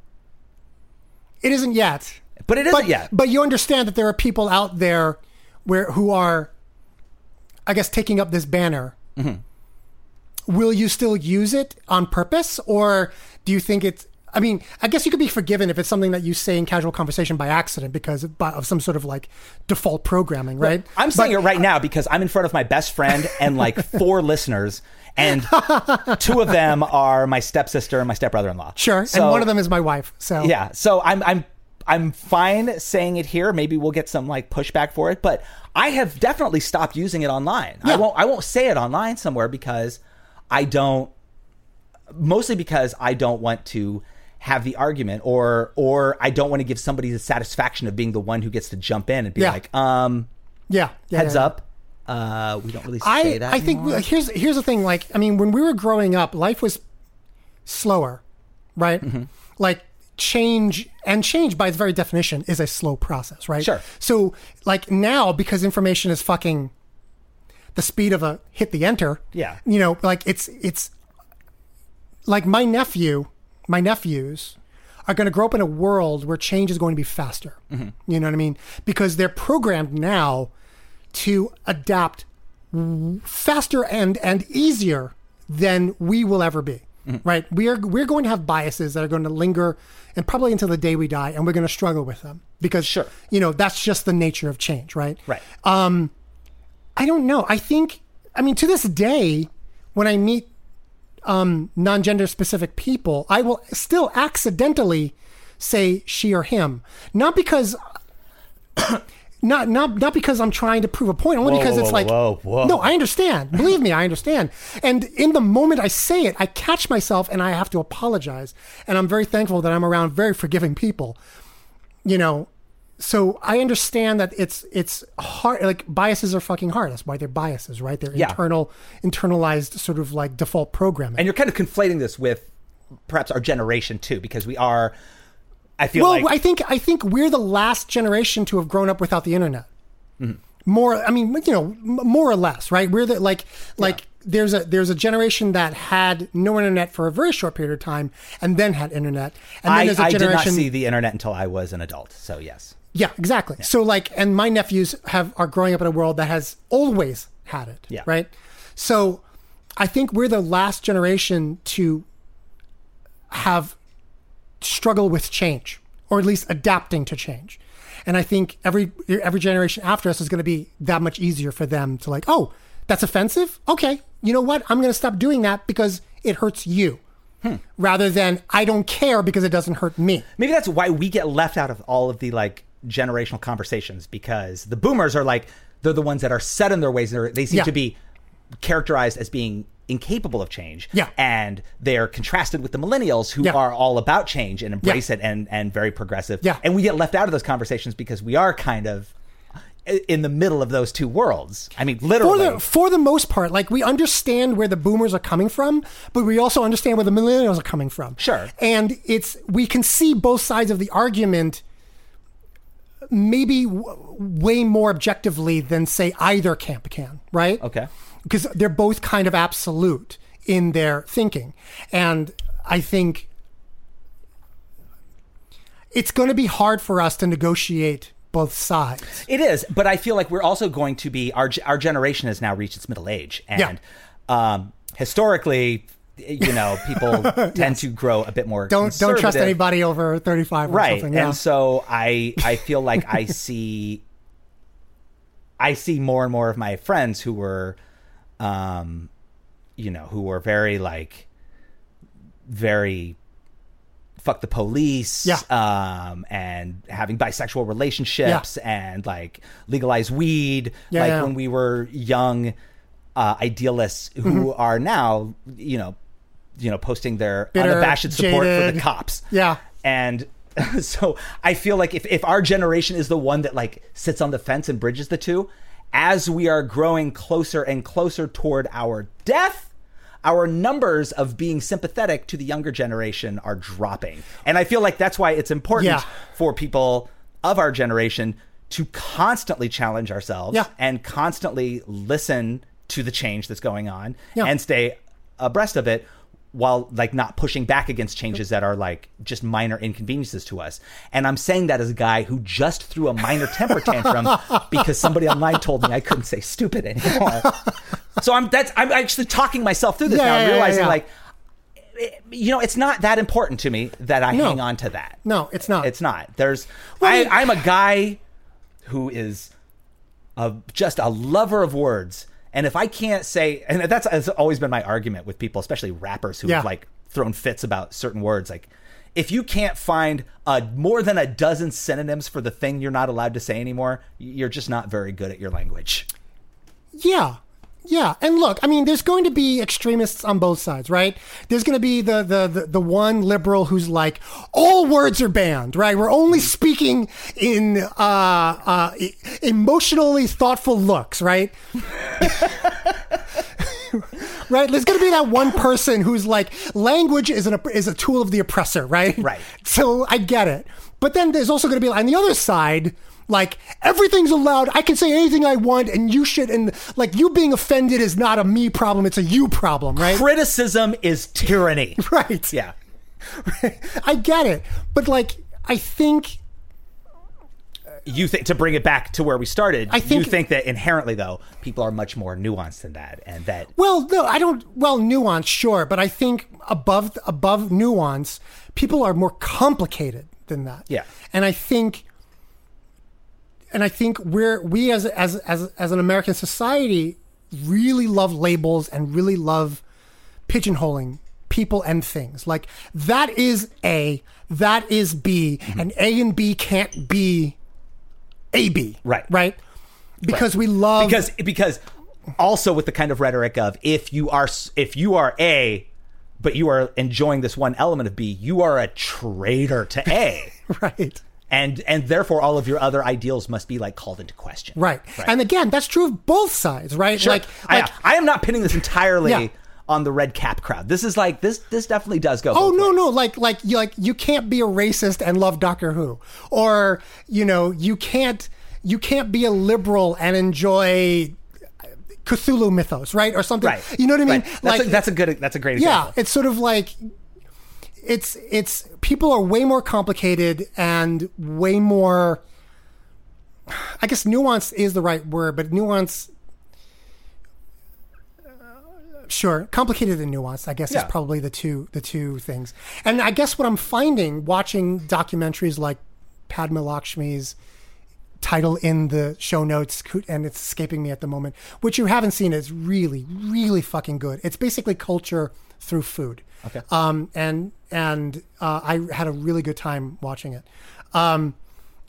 Speaker 2: It isn't yet.
Speaker 4: But it isn't
Speaker 2: but,
Speaker 4: yet.
Speaker 2: But you understand that there are people out there where who are, I guess, taking up this banner.
Speaker 4: Mm-hmm.
Speaker 2: Will you still use it on purpose, or do you think it's? I mean, I guess you could be forgiven if it's something that you say in casual conversation by accident because of, by, of some sort of like default programming, right?
Speaker 4: I'm saying
Speaker 2: But-
Speaker 4: it right now because I'm in front of my best friend and like four listeners, and two of them are my stepsister and my stepbrother-in-law.
Speaker 2: Sure,
Speaker 4: So-
Speaker 2: and one of them is my wife. So
Speaker 4: yeah. So I'm I'm I'm fine saying it here. Maybe we'll get some like pushback for it, but I have definitely stopped using it online. I won't I won't say it online somewhere because I don't mostly because I don't want to have the argument or or I don't want to give somebody the satisfaction of being the one who gets to jump in and be
Speaker 2: Yeah.
Speaker 4: like, um,
Speaker 2: yeah, yeah,
Speaker 4: heads
Speaker 2: yeah.
Speaker 4: up. Uh, we don't really say
Speaker 2: I
Speaker 4: that.
Speaker 2: I think
Speaker 4: anymore.
Speaker 2: like, here's here's the thing. Like I mean, when we were growing up, life was slower, right?
Speaker 4: Mm-hmm.
Speaker 2: Like change and change by its very definition is a slow process, right?
Speaker 4: Sure.
Speaker 2: So like now, because information is fucking the speed of a hit the enter.
Speaker 4: Yeah.
Speaker 2: You know, like it's it's like my nephew, my nephews are going to grow up in a world where change is going to be faster.
Speaker 4: Mm-hmm.
Speaker 2: You know what I mean? Because they're programmed now to adapt w- faster and and easier than we will ever be.
Speaker 4: Mm-hmm.
Speaker 2: Right? We are we're going to have biases that are going to linger and probably until the day we die and we're going to struggle with them because
Speaker 4: Sure.
Speaker 2: you know, that's just the nature of change, right?
Speaker 4: right.
Speaker 2: I don't know. I think I mean to this day, when I meet um, non-gender specific people, I will still accidentally say she or him, not because. Not, not not because I'm trying to prove a point, only
Speaker 4: Whoa,
Speaker 2: because
Speaker 4: whoa,
Speaker 2: it's
Speaker 4: whoa,
Speaker 2: like
Speaker 4: whoa, whoa.
Speaker 2: no, I understand. Believe me, I understand. And in the moment I say it, I catch myself and I have to apologize. And I'm very thankful that I'm around very forgiving people. You know, so I understand that it's it's hard. Like biases are fucking hard. That's why they're biases, right? They're
Speaker 4: Yeah.
Speaker 2: internal, internalized sort of like default programming.
Speaker 4: and you're kind of conflating this with perhaps our generation too, because we are. I feel
Speaker 2: Well,
Speaker 4: like
Speaker 2: I think I think we're the last generation to have grown up without the internet.
Speaker 4: Mm-hmm.
Speaker 2: More, I mean, you know, m- more or less, right? We're the like like there's a there's a generation that had no internet for a very short period of time, and then had internet, and then
Speaker 4: I,
Speaker 2: there's a
Speaker 4: I did
Speaker 2: generation.
Speaker 4: not see the internet until I was an adult. So yes,
Speaker 2: Yeah, exactly. So like, and my nephews have are growing up in a world that has always had it.
Speaker 4: Yeah.
Speaker 2: Right. So I think we're the last generation to have struggle with change, or at least adapting to change. And I think every every generation after us is going to be that much easier for them to like, oh, that's offensive. Okay, you know what? I'm going to stop doing that because it hurts you, rather than I don't care because it doesn't hurt me.
Speaker 4: maybe that's why we get left out of all of the like generational conversations because the boomers are like they're the ones that are set in their ways. They're, they seem
Speaker 2: Yeah.
Speaker 4: to be characterized as being incapable of change.
Speaker 2: Yeah.
Speaker 4: and they're contrasted with the millennials who
Speaker 2: Yeah.
Speaker 4: are all about change and embrace
Speaker 2: Yeah.
Speaker 4: it and and very progressive.
Speaker 2: Yeah.
Speaker 4: and we get left out of those conversations because we are kind of i- in the middle of those two worlds. I mean,
Speaker 2: for
Speaker 4: literally.
Speaker 2: the for the most part, like we understand where the boomers are coming from, but we also understand where the millennials are coming from.
Speaker 4: Sure.
Speaker 2: And it's we can see both sides of the argument maybe w- way more objectively than say either camp can, right?
Speaker 4: Okay.
Speaker 2: Because they're both kind of absolute in their thinking. And I think it's going to be hard for us to negotiate both sides.
Speaker 4: It is, but I feel like we're also going to be our our generation has now reached its middle age, and um, historically, you know, people tend to grow a bit more.
Speaker 2: Don't don't trust
Speaker 4: conservative.
Speaker 2: anybody over 35 or
Speaker 4: right?
Speaker 2: something. Yeah.
Speaker 4: And so I I feel like I see I see more and more of my friends who were, um, you know, who were very like very fuck the police
Speaker 2: Yeah.
Speaker 4: um and having bisexual relationships and like legalize weed
Speaker 2: Yeah,
Speaker 4: like
Speaker 2: yeah.
Speaker 4: when we were young uh idealists who
Speaker 2: Mm-hmm.
Speaker 4: are now you know you know posting their
Speaker 2: Bitter,
Speaker 4: unabashed support for the
Speaker 2: jaded.
Speaker 4: cops
Speaker 2: Yeah.
Speaker 4: and so I feel like if, if our generation is the one that like sits on the fence and bridges the two, as we are growing closer and closer toward our death, our numbers of being sympathetic to the younger generation are dropping. And I feel like that's why it's important
Speaker 2: Yeah.
Speaker 4: for people of our generation to constantly challenge ourselves
Speaker 2: Yeah.
Speaker 4: and constantly listen to the change that's going on
Speaker 2: Yeah.
Speaker 4: and stay abreast of it while like not pushing back against changes that are like just minor inconveniences to us. And I'm saying that as a guy who just threw a minor temper tantrum because somebody online told me I couldn't say stupid anymore. So I'm that's I'm actually talking myself through this
Speaker 2: Yeah,
Speaker 4: now.
Speaker 2: yeah,
Speaker 4: I'm
Speaker 2: yeah,
Speaker 4: realizing
Speaker 2: yeah.
Speaker 4: like it- you know, it's not that important to me that I
Speaker 2: No.
Speaker 4: hang on to that.
Speaker 2: No, it's not.
Speaker 4: It's not. There's
Speaker 2: Well,
Speaker 4: I,
Speaker 2: you-
Speaker 4: I'm a guy who is a, just a lover of words. And if I can't say, and that's has always been my argument with people, especially rappers who
Speaker 2: Yeah.
Speaker 4: have like thrown fits about certain words. Like, if you can't find a, more than a dozen synonyms for the thing you're not allowed to say anymore, you're just not very good at your language.
Speaker 2: Yeah. Yeah. And look, I mean, there's going to be extremists on both sides, right? There's going to be the, the, the, the one liberal who's like, all words are banned, right? We're only speaking in uh, uh, e- emotionally thoughtful looks, right? right? There's going to be that one person who's like, language is, an, opp- is a tool of the oppressor, right?
Speaker 4: Right.
Speaker 2: So I get it. But then there's also going to be on the other side, like everything's allowed. I can say anything I want, and you should. And like you being offended is not a me problem; it's a you problem, right?
Speaker 4: Criticism is tyranny.
Speaker 2: Right.
Speaker 4: Yeah.
Speaker 2: I get it. But like, I think
Speaker 4: You think to bring it back to where we started.
Speaker 2: I
Speaker 4: you
Speaker 2: think-
Speaker 4: think that inherently, though, people are much more nuanced than that, and that
Speaker 2: Well, no, I don't. Well, nuance, sure, but I think above above nuance, people are more complicated than that.
Speaker 4: Yeah.
Speaker 2: and I think, and I think we're we as as as as an American society really love labels and really love pigeonholing people and things. Like that is A, that is B,
Speaker 4: Mm-hmm.
Speaker 2: and A and B can't be A B.
Speaker 4: Right.
Speaker 2: Right. Because we love
Speaker 4: because because also with the kind of rhetoric of if you are if you are a but you are enjoying this one element of b you are a traitor to a
Speaker 2: right.
Speaker 4: and and therefore all of your other ideals must be like called into question
Speaker 2: Right. And again, that's true of both sides, right?
Speaker 4: Sure.
Speaker 2: Like,
Speaker 4: I-
Speaker 2: like
Speaker 4: I, am not pinning this entirely
Speaker 2: Yeah.
Speaker 4: on the red cap crowd. This is like this. This definitely does go.
Speaker 2: Oh
Speaker 4: both
Speaker 2: no
Speaker 4: ways.
Speaker 2: no like like you like you can't be a racist and love Doctor Who or you know you can't you can't be a liberal and enjoy Cthulhu mythos right or something
Speaker 4: Right.
Speaker 2: you know what I mean
Speaker 4: Right. That's, a, that's a good. That's a great.
Speaker 2: yeah
Speaker 4: Example.
Speaker 2: it's sort of like it's it's people are way more complicated and way more I guess nuance is the right word but nuance uh, sure complicated and nuanced i guess
Speaker 4: Yeah.
Speaker 2: is probably the two the two things and i guess what i'm finding watching documentaries like padma lakshmi's title in the show notes coo- and it's escaping me at the moment which you haven't seen is really really fucking good it's basically culture through food okay um and and uh, i had a really good time watching it um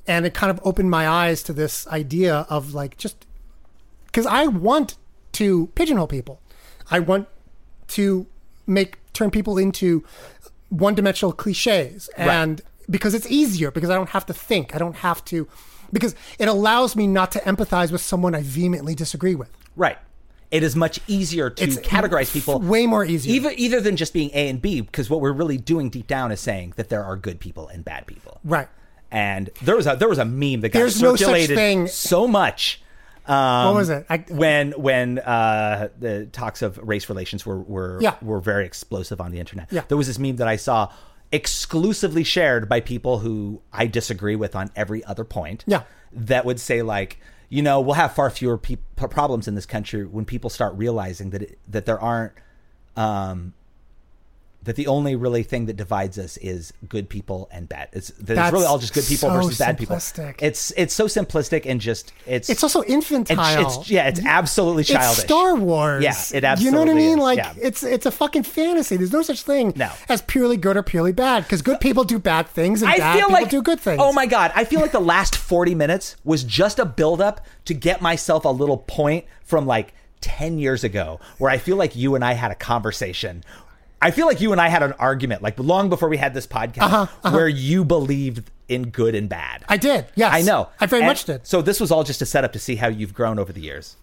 Speaker 2: and it kind of opened my eyes to this idea of like just because I want to pigeonhole people. I want to make turn people into one-dimensional cliches, and because it's easier, because I don't have to think, I don't have to, because it allows me not to empathize with someone I vehemently disagree with.
Speaker 4: Right. It is much easier to
Speaker 2: It's
Speaker 4: categorize people.
Speaker 2: way more easier.
Speaker 4: Either, either than just being A and B, because what we're really doing deep down is saying that there are good people and bad people.
Speaker 2: Right.
Speaker 4: And there was a there was a meme that got
Speaker 2: There's no such
Speaker 4: circulated
Speaker 2: thing-
Speaker 4: so much. Um,
Speaker 2: What was it? I-
Speaker 4: when when uh, the talks of race relations were were
Speaker 2: Yeah.
Speaker 4: were very explosive on the internet.
Speaker 2: Yeah.
Speaker 4: There was this meme that I saw exclusively shared by people who I disagree with on every other point.
Speaker 2: Yeah.
Speaker 4: That would say like, you know, we'll have far fewer peop p- problems in this country when people start realizing that it, that there aren't um that the only really thing that divides us is good people and bad. It's that it's
Speaker 2: That's
Speaker 4: really all just good people
Speaker 2: so
Speaker 4: versus bad people.
Speaker 2: simplistic.
Speaker 4: It's it's so simplistic and just it's
Speaker 2: It's also
Speaker 4: and
Speaker 2: infantile.
Speaker 4: sh- It's, yeah, it's absolutely childish.
Speaker 2: It's Star Wars.
Speaker 4: Yeah, it absolutely
Speaker 2: You know what I mean?
Speaker 4: is,
Speaker 2: Like
Speaker 4: yeah.
Speaker 2: it's it's a fucking fantasy. There's no such thing
Speaker 4: No.
Speaker 2: as purely good or purely bad because good people do bad things and bad
Speaker 4: I feel
Speaker 2: people
Speaker 4: like
Speaker 2: do good things.
Speaker 4: Oh my god, I feel like the last 40 minutes was just a build up to get myself a little point from like 10 years ago where I feel like you and I had a conversation. I feel like you and I had an argument like long before we had this podcast where you believed in good and bad.
Speaker 2: Uh-huh, I did. Yes,
Speaker 4: I know.
Speaker 2: I very
Speaker 4: And
Speaker 2: much did.
Speaker 4: So this was all just a setup to see how you've grown over the years.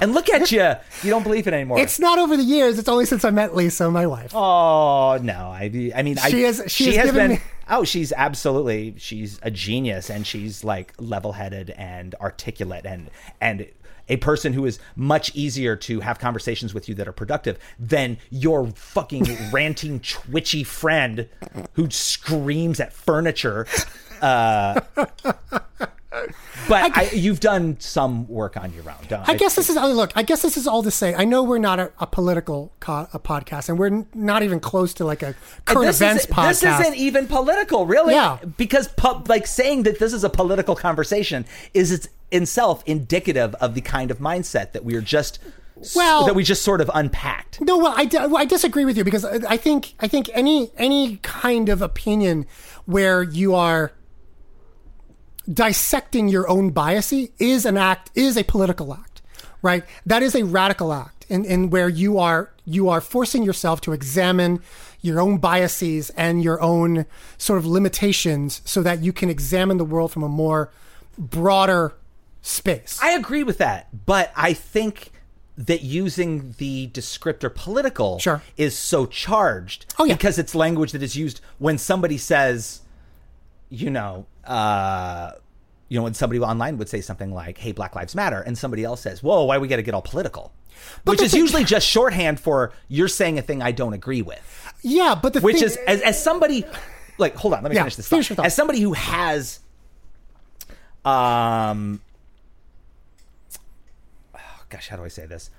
Speaker 4: and look at you. You don't believe it anymore.
Speaker 2: It's not over the years. It's only since I met Lisa, my wife.
Speaker 4: Oh no! I, I mean, I,
Speaker 2: She has- she has
Speaker 4: has
Speaker 2: given
Speaker 4: been.
Speaker 2: me-
Speaker 4: Oh, she's absolutely. She's a genius, and she's like level-headed and articulate, and and a person who is much easier to have conversations with you that are productive than your fucking ranting, twitchy friend who screams at furniture. Uh, but I, you've done some work on your own. Don't
Speaker 2: I guess this is oh, look. I guess this is all to say. I know we're not a, a political co- a podcast, and we're n- not even close to like a current
Speaker 4: this
Speaker 2: events
Speaker 4: isn't,
Speaker 2: podcast.
Speaker 4: This isn't even political, really.
Speaker 2: Yeah.
Speaker 4: Because pu- like saying that this is a political conversation is it's itself indicative of the kind of mindset that we are just
Speaker 2: Well-
Speaker 4: that we just sort of unpacked.
Speaker 2: No, well, I, di- well, I disagree with you because I I think I think any any kind of opinion where you are dissecting your own bias is an act is a political act, right? That is a radical act, in, in where you are you are forcing yourself to examine your own biases and your own sort of limitations, so that you can examine the world from a more broader space.
Speaker 4: I agree with that, but I think that using the descriptor political
Speaker 2: Sure.
Speaker 4: is so charged
Speaker 2: Oh, yeah.
Speaker 4: because it's language that is used when somebody says, you know, uh, you know, when somebody online would say something like, "Hey, Black Lives Matter," and somebody else says, "Whoa, why we got to get all political," which
Speaker 2: the
Speaker 4: is
Speaker 2: thing-
Speaker 4: usually just shorthand for you're saying a thing I don't agree with
Speaker 2: yeah, but the
Speaker 4: which
Speaker 2: thing,
Speaker 4: is as, as somebody like hold on let me
Speaker 2: Yeah,
Speaker 4: finish this
Speaker 2: finish
Speaker 4: thought.
Speaker 2: your thought.
Speaker 4: as somebody who has um oh, gosh how do i say this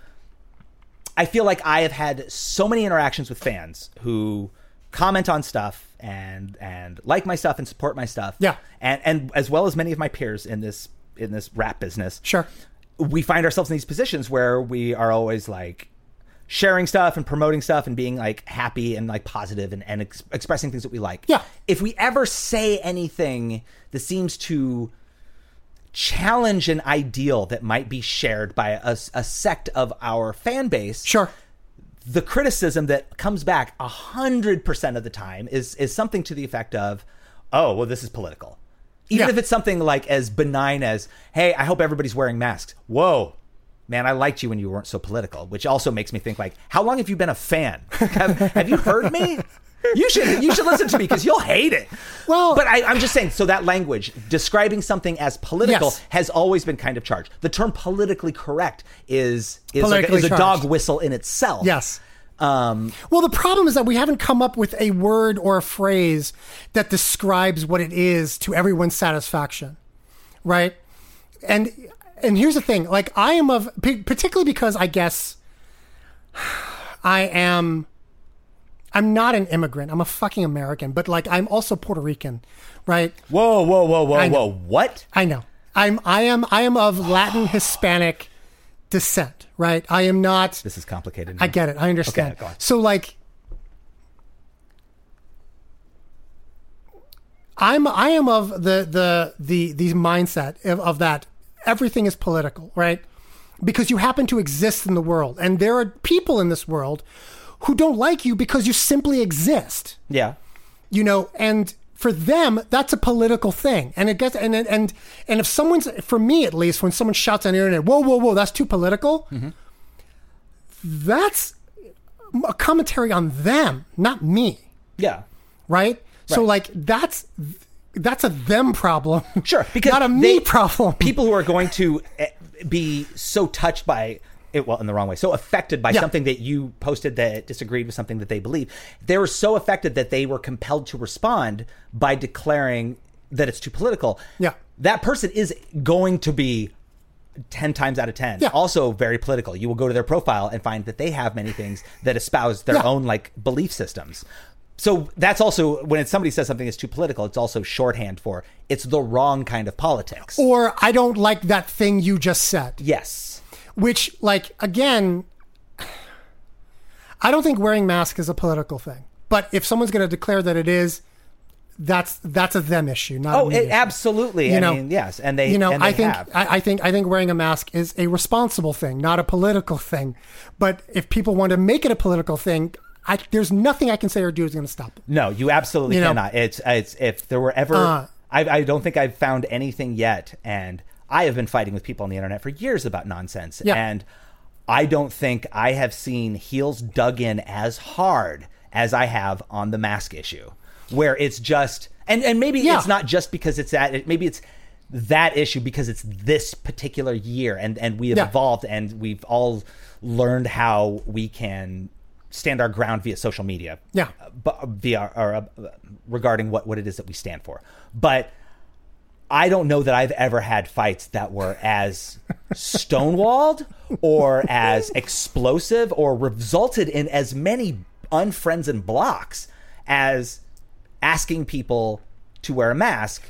Speaker 4: i feel like i have had so many interactions with fans who comment on stuff and and like my stuff and support my stuff
Speaker 2: Yeah.
Speaker 4: and and as well as many of my peers in this in this rap business
Speaker 2: Sure.
Speaker 4: we find ourselves in these positions where we are always like sharing stuff and promoting stuff and being like happy and like positive and, and ex- expressing things that we like.
Speaker 2: Yeah.
Speaker 4: If we ever say anything that seems to challenge an ideal that might be shared by a, a sect of our fan base,
Speaker 2: sure.
Speaker 4: the criticism that comes back a hundred percent of the time is is something to the effect of, "Oh, well, this is political." Even
Speaker 2: Yeah.
Speaker 4: if it's something like as benign as, "Hey, I hope everybody's wearing masks." Whoa, man, I liked you when you weren't so political, which also makes me think like, how long have you been a fan? have, have you heard me? You should you should listen to me because you'll hate it.
Speaker 2: Well-
Speaker 4: but I, I'm just saying. So that language describing something as political
Speaker 2: Yes.
Speaker 4: has always been kind of charged. The term politically correct is is, like,
Speaker 2: Politically
Speaker 4: is a dog
Speaker 2: charged.
Speaker 4: whistle in itself.
Speaker 2: Yes.
Speaker 4: Um,
Speaker 2: Well, the problem is that we haven't come up with a word or a phrase that describes what it is to everyone's satisfaction, right? And and here's the thing: like I am of p- particularly because I guess I am. I'm not an immigrant. I'm a fucking American, but like I'm also Puerto Rican, right?
Speaker 4: whoa, whoa, whoa, whoa,
Speaker 2: know.
Speaker 4: whoa! What?
Speaker 2: I know. I'm I am I am of Latin Hispanic descent, right? I am not
Speaker 4: This is complicated.
Speaker 2: I get it. I understand.
Speaker 4: Okay, go on.
Speaker 2: So like I'm I am of the the the these mindset of, of that everything is political, right? Because you happen to exist in the world and there are people in this world who don't like you because you simply exist
Speaker 4: Yeah.
Speaker 2: you know and for them that's a political thing and it gets and and and, and if someone's for me at least when someone shouts on the internet whoa whoa whoa that's too political that's a commentary on them not me
Speaker 4: Yeah.
Speaker 2: right, so
Speaker 4: Right.
Speaker 2: like that's that's a them problem
Speaker 4: Sure, because
Speaker 2: not a me
Speaker 4: they-
Speaker 2: problem
Speaker 4: People who are going to eh, be so touched by it, well, in the wrong way, so affected by
Speaker 2: Yeah.
Speaker 4: something that you posted that disagreed with something that they believe, they were so affected that they were compelled to respond by declaring that it's too political.
Speaker 2: Yeah.
Speaker 4: that person is going to be. 10 times out of 10
Speaker 2: Yeah.
Speaker 4: also very political you will go to their profile and find that they have many things that espouse their
Speaker 2: Yeah.
Speaker 4: own like belief systems so that's also when it's, somebody says something is too political it's also shorthand for it's the wrong kind of politics
Speaker 2: or i don't like that thing you just said
Speaker 4: Yes.
Speaker 2: which like again i don't think wearing masks is a political thing but if someone's going to declare that it is that's that's a them issue not
Speaker 4: Oh,
Speaker 2: a me
Speaker 4: it,
Speaker 2: issue.
Speaker 4: absolutely.
Speaker 2: You
Speaker 4: I
Speaker 2: know,
Speaker 4: mean, yes, and they.
Speaker 2: you know
Speaker 4: and they
Speaker 2: i think
Speaker 4: have.
Speaker 2: I, I think i think wearing a mask is a responsible thing not a political thing but if people want to make it a political thing I, there's nothing i can say or do is going to stop it
Speaker 4: no, you absolutely
Speaker 2: You know.
Speaker 4: cannot. It's it's if there were ever,
Speaker 2: Uh.
Speaker 4: I I don't think I've found anything yet, and I have been fighting with people on the internet for years about nonsense,
Speaker 2: Yeah.
Speaker 4: and I don't think I have seen heels dug in as hard as I have on the mask issue, where it's just and and maybe
Speaker 2: Yeah.
Speaker 4: it's not just because it's that it, maybe it's that issue because it's this particular year and and we have
Speaker 2: Yeah.
Speaker 4: evolved and we've all learned how we can stand our ground via social media
Speaker 2: Yeah.
Speaker 4: uh, bu- via or uh, regarding what what it is that we stand for but I don't know that I've ever had fights that were as stonewalled or as explosive or resulted in as many unfriends and blocks as asking people to wear a mask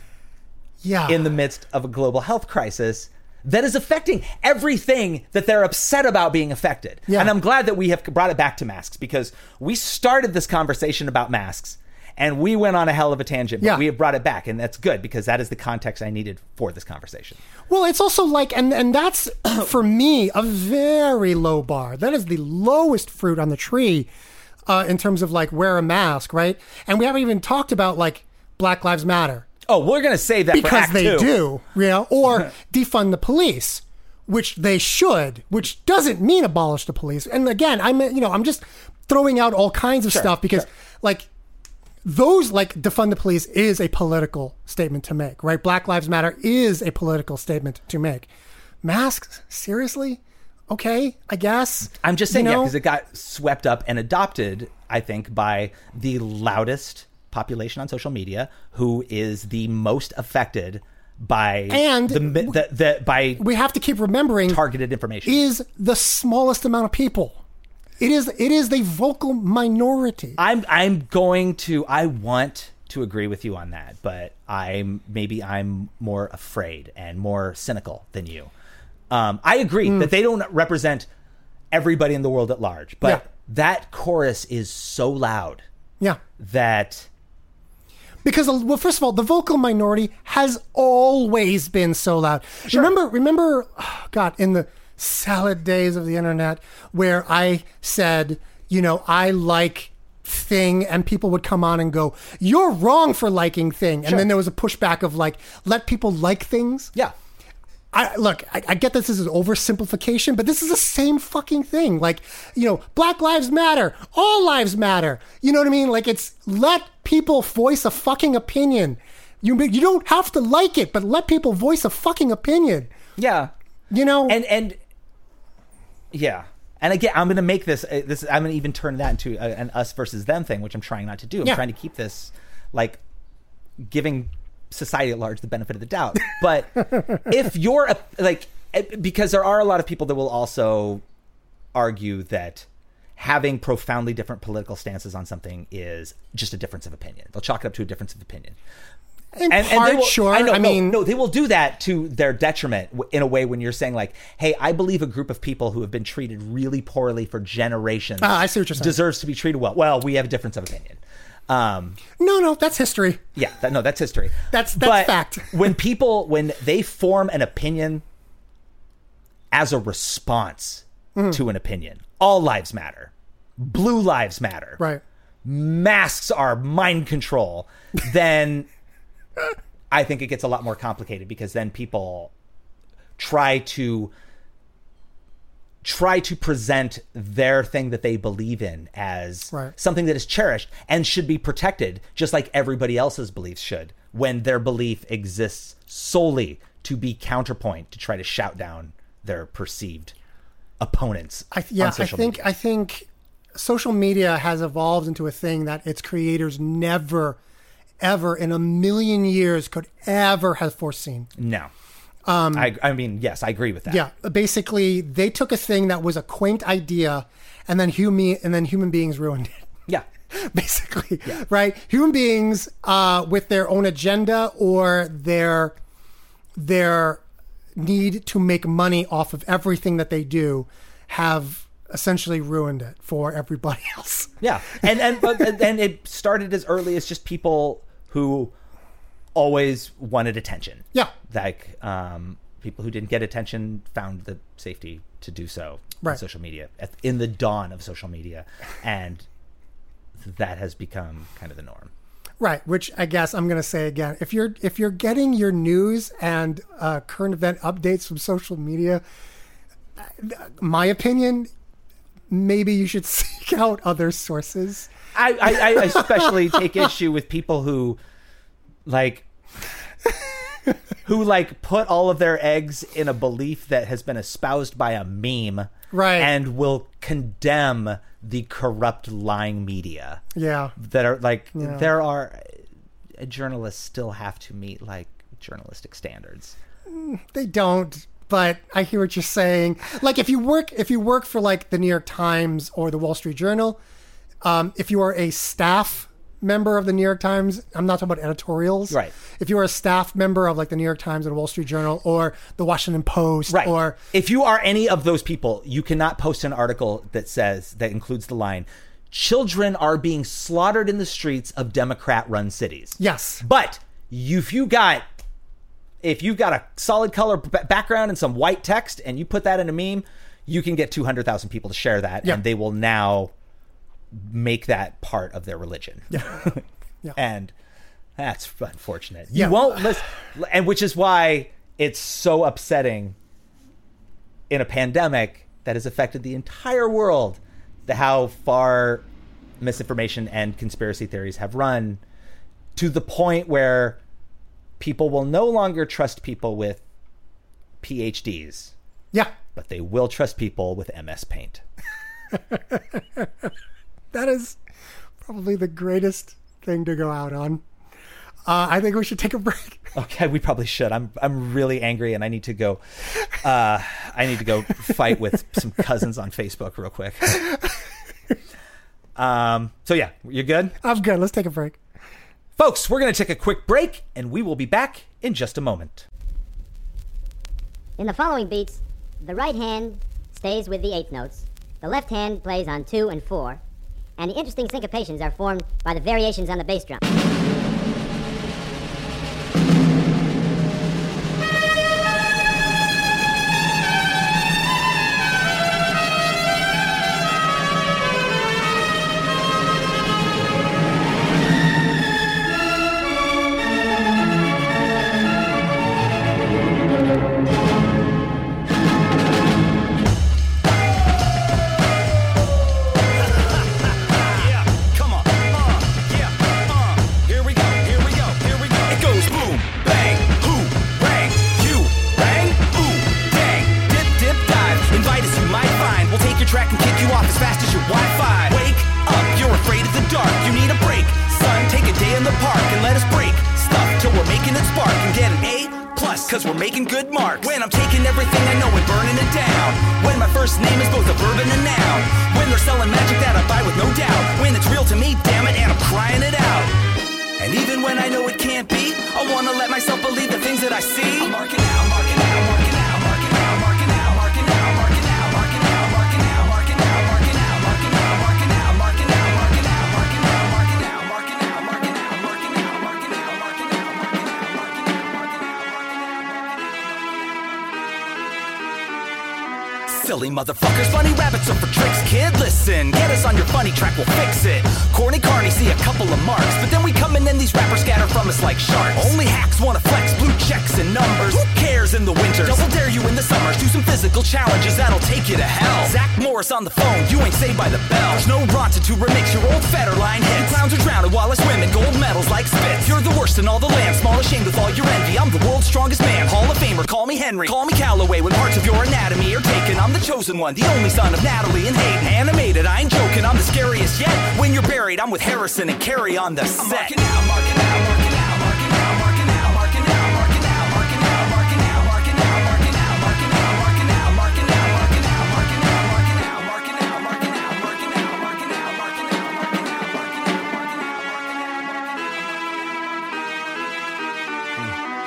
Speaker 2: yeah
Speaker 4: in the midst of a global health crisis that is affecting everything that they're upset about being affected.
Speaker 2: Yeah.
Speaker 4: And I'm glad that we have brought it back to masks because we started this conversation about masks and we went on a hell of a tangent, but
Speaker 2: Yeah.
Speaker 4: we have brought it back. And that's good because that is the context I needed for this conversation.
Speaker 2: Well, it's also like, and and that's for me a very low bar. That is the lowest fruit on the tree uh, in terms of like wear a mask, right? And we haven't even talked about like Black Lives Matter
Speaker 4: Oh, we're going to save that for
Speaker 2: because
Speaker 4: Act
Speaker 2: they
Speaker 4: Two.
Speaker 2: do, you know, or defund the police, which they should, which doesn't mean abolish the police. And again, I'm you know I'm just throwing out all kinds of stuff because like those like defund the police is a political statement to make, right? Black Lives Matter is a political statement to make. Masks, seriously? Okay, I guess.
Speaker 4: I'm just saying,
Speaker 2: you
Speaker 4: yeah,
Speaker 2: know?
Speaker 4: because it got swept up and adopted, I think, by the loudest population on social media, who is the most affected by
Speaker 2: And
Speaker 4: the, mi- the, the by
Speaker 2: we have to keep remembering
Speaker 4: targeted information.
Speaker 2: is the smallest amount of people. It is it is the vocal minority.
Speaker 4: I'm I'm going to I want to agree with you on that, but I'm maybe I'm more afraid and more cynical than you. Um, I agree
Speaker 2: Mm.
Speaker 4: that they don't represent everybody in the world at large, but
Speaker 2: Yeah.
Speaker 4: that chorus is so loud
Speaker 2: yeah.
Speaker 4: that
Speaker 2: because well first of all the vocal minority has always been so loud remember remember oh, god in the salad days of the internet where i said you know i like thing and people would come on and go you're wrong for liking thing and then there was a pushback of like let people like things
Speaker 4: yeah.
Speaker 2: I look, I, I get this is an oversimplification, but this is the same fucking thing. Like, you know, Black Lives Matter, all lives matter. You know what I mean? Like, it's let people voice a fucking opinion. You you don't have to like it, but let people voice a fucking opinion.
Speaker 4: Yeah.
Speaker 2: You know,
Speaker 4: And and yeah. And again, I'm going to make this uh, this I'm going to even turn that into a, an us versus them thing, which I'm trying not to do. I'm
Speaker 2: Yeah.
Speaker 4: trying to keep this like giving society at large the benefit of the doubt. But if you're a, like eh, because there are a lot of people that will also argue that having profoundly different political stances on something is just a difference of opinion. They'll chalk it up to a difference of opinion
Speaker 2: in
Speaker 4: and, and
Speaker 2: part,
Speaker 4: they will,
Speaker 2: sure.
Speaker 4: I, know,
Speaker 2: I
Speaker 4: no,
Speaker 2: mean,
Speaker 4: no, they will do that to their detriment w- in a way when you're saying like, "Hey, I believe a group of people who have been treated really poorly for generations
Speaker 2: Ah, I see what you're saying.
Speaker 4: deserves to be treated well." Well, we have a difference of opinion. Um,
Speaker 2: no, no, that's history.
Speaker 4: yeah, that, no, that's history.
Speaker 2: That's- that's
Speaker 4: But
Speaker 2: fact.
Speaker 4: when people when they form an opinion as a response
Speaker 2: Mm.
Speaker 4: to an opinion, all lives matter. Blue lives matter
Speaker 2: Right.
Speaker 4: masks are mind control, then I think it gets a lot more complicated because then people try to try to present their thing that they believe in as
Speaker 2: Right.
Speaker 4: something that is cherished and should be protected just like everybody else's beliefs should when their belief exists solely to be counterpoint to try to shout down their perceived opponents
Speaker 2: I th- yeah,
Speaker 4: on
Speaker 2: I
Speaker 4: social
Speaker 2: think
Speaker 4: media.
Speaker 2: I think social media has evolved into a thing that its creators never, ever in a million years could ever have foreseen.
Speaker 4: No. I, I mean, yes, I agree with that.
Speaker 2: um, Yeah, basically they took a thing that was a quaint idea, and then human and then human beings ruined it.
Speaker 4: Yeah.
Speaker 2: basically, right? Human beings uh, with their own agenda or their their need to make money off of everything that they do have essentially ruined it for everybody else.
Speaker 4: Yeah. And and but and it started as early as just people who always wanted attention.
Speaker 2: Yeah.
Speaker 4: Like um people who didn't get attention found the safety to do so on
Speaker 2: Right.
Speaker 4: social media at, in the dawn of social media and that has become kind of the norm.
Speaker 2: Right, which I guess I'm going to say again, if you're if you're getting your news and uh, current event updates from social media, my opinion maybe you should seek out other sources.
Speaker 4: I, I, I especially take issue with people who like who like put all of their eggs in a belief that has been espoused by a meme
Speaker 2: Right.
Speaker 4: and will condemn the corrupt lying media
Speaker 2: Yeah.
Speaker 4: that are like there are uh, journalists still have to meet like journalistic standards
Speaker 2: They don't, but I hear what you're saying. Like if you work if you work for like the New York Times or the Wall Street Journal, um, if you are a staff member of the New York Times, I'm not talking about editorials.
Speaker 4: Right.
Speaker 2: If you are a staff member of like the New York Times and Wall Street Journal or the Washington Post
Speaker 4: Right.
Speaker 2: or
Speaker 4: if you are any of those people, you cannot post an article that says that includes the line children are being slaughtered in the streets of Democrat run cities.
Speaker 2: Yes.
Speaker 4: But you- if you got if you got a solid color b- background and some white text and you put that in a meme, you can get 200,000 people to share that
Speaker 2: Yeah.
Speaker 4: and they will now make that part of their religion. Yeah. And that's unfortunate.
Speaker 2: Yeah.
Speaker 4: You won't listen, and which is why it's so upsetting in a pandemic that has affected the entire world. The how far misinformation and conspiracy theories have run to the point where people will no longer trust people with PhDs,
Speaker 2: Yeah.
Speaker 4: but they will trust people with MS Paint.
Speaker 2: That is probably the greatest thing to go out on. Uh, I think we should take a break.
Speaker 4: Okay, we probably should. I'm I'm really angry, and I need to go. Uh, I need to go fight with some cousins on Facebook real quick. Um. So yeah, you're good,
Speaker 2: I'm good. Let's take a break.
Speaker 4: folks. We're gonna take a quick break, and we will be back in just a moment.
Speaker 5: In the following beats, the right hand stays with the eighth notes, the left hand plays on two and four, and the interesting syncopations are formed by the variations on the bass drum.
Speaker 6: uh, invite us, you might find. We'll take your track and kick you off as fast as your Wi Fi. Wake up, you're afraid of the dark. You need a break. Son, take a day in the park and let us break stuff till we're making it spark and get an A. Plus, cause we're making good marks. When I'm taking everything I know and burning it down. When my first name is both a verb and a noun. When they're selling magic that I buy with no doubt. When it's real to me, damn it, and I'm crying it out. And even when I know it can't be, I wanna let myself believe the things that I see. I'm marking out, marking out, marking out, marking out, marking out, marking out, marking out, marking out, marking out, marking out, marking out, marking out, marking out, marking out, marking out, marking out, marking out, marking out, marking out, marking out, marking out, marking out, marking out, marking out, marking out, marking out. Silly motherfuckers, funny rabbits are for tricks, kid. Listen, get us on your funny track, we'll fix it. Corny Carney see a couple of marks, but then we come and then these rappers scatter from us like sharks. Only hacks wanna flex, blue checks and numbers. Who cares in the winters? Double dare you in the summers, do some physical challenges that'll take you to hell. Zach Morris on the phone, you ain't saved by the bell. There's no Ronta to remix your old Federline hits. You clowns are drowning while I swim in gold medals like spits. You're the worst in all the land, small ashamed with all your envy. I'm the world's strongest man, Hall of Famer, call me Henry. Call me Calloway when parts of your anatomy are taken. I'm the chosen one, the only son of Natalie and Hayden. Animated, I ain't joking, I'm the scariest yet. When you're buried, I'm with Harrison and Carrie on the set.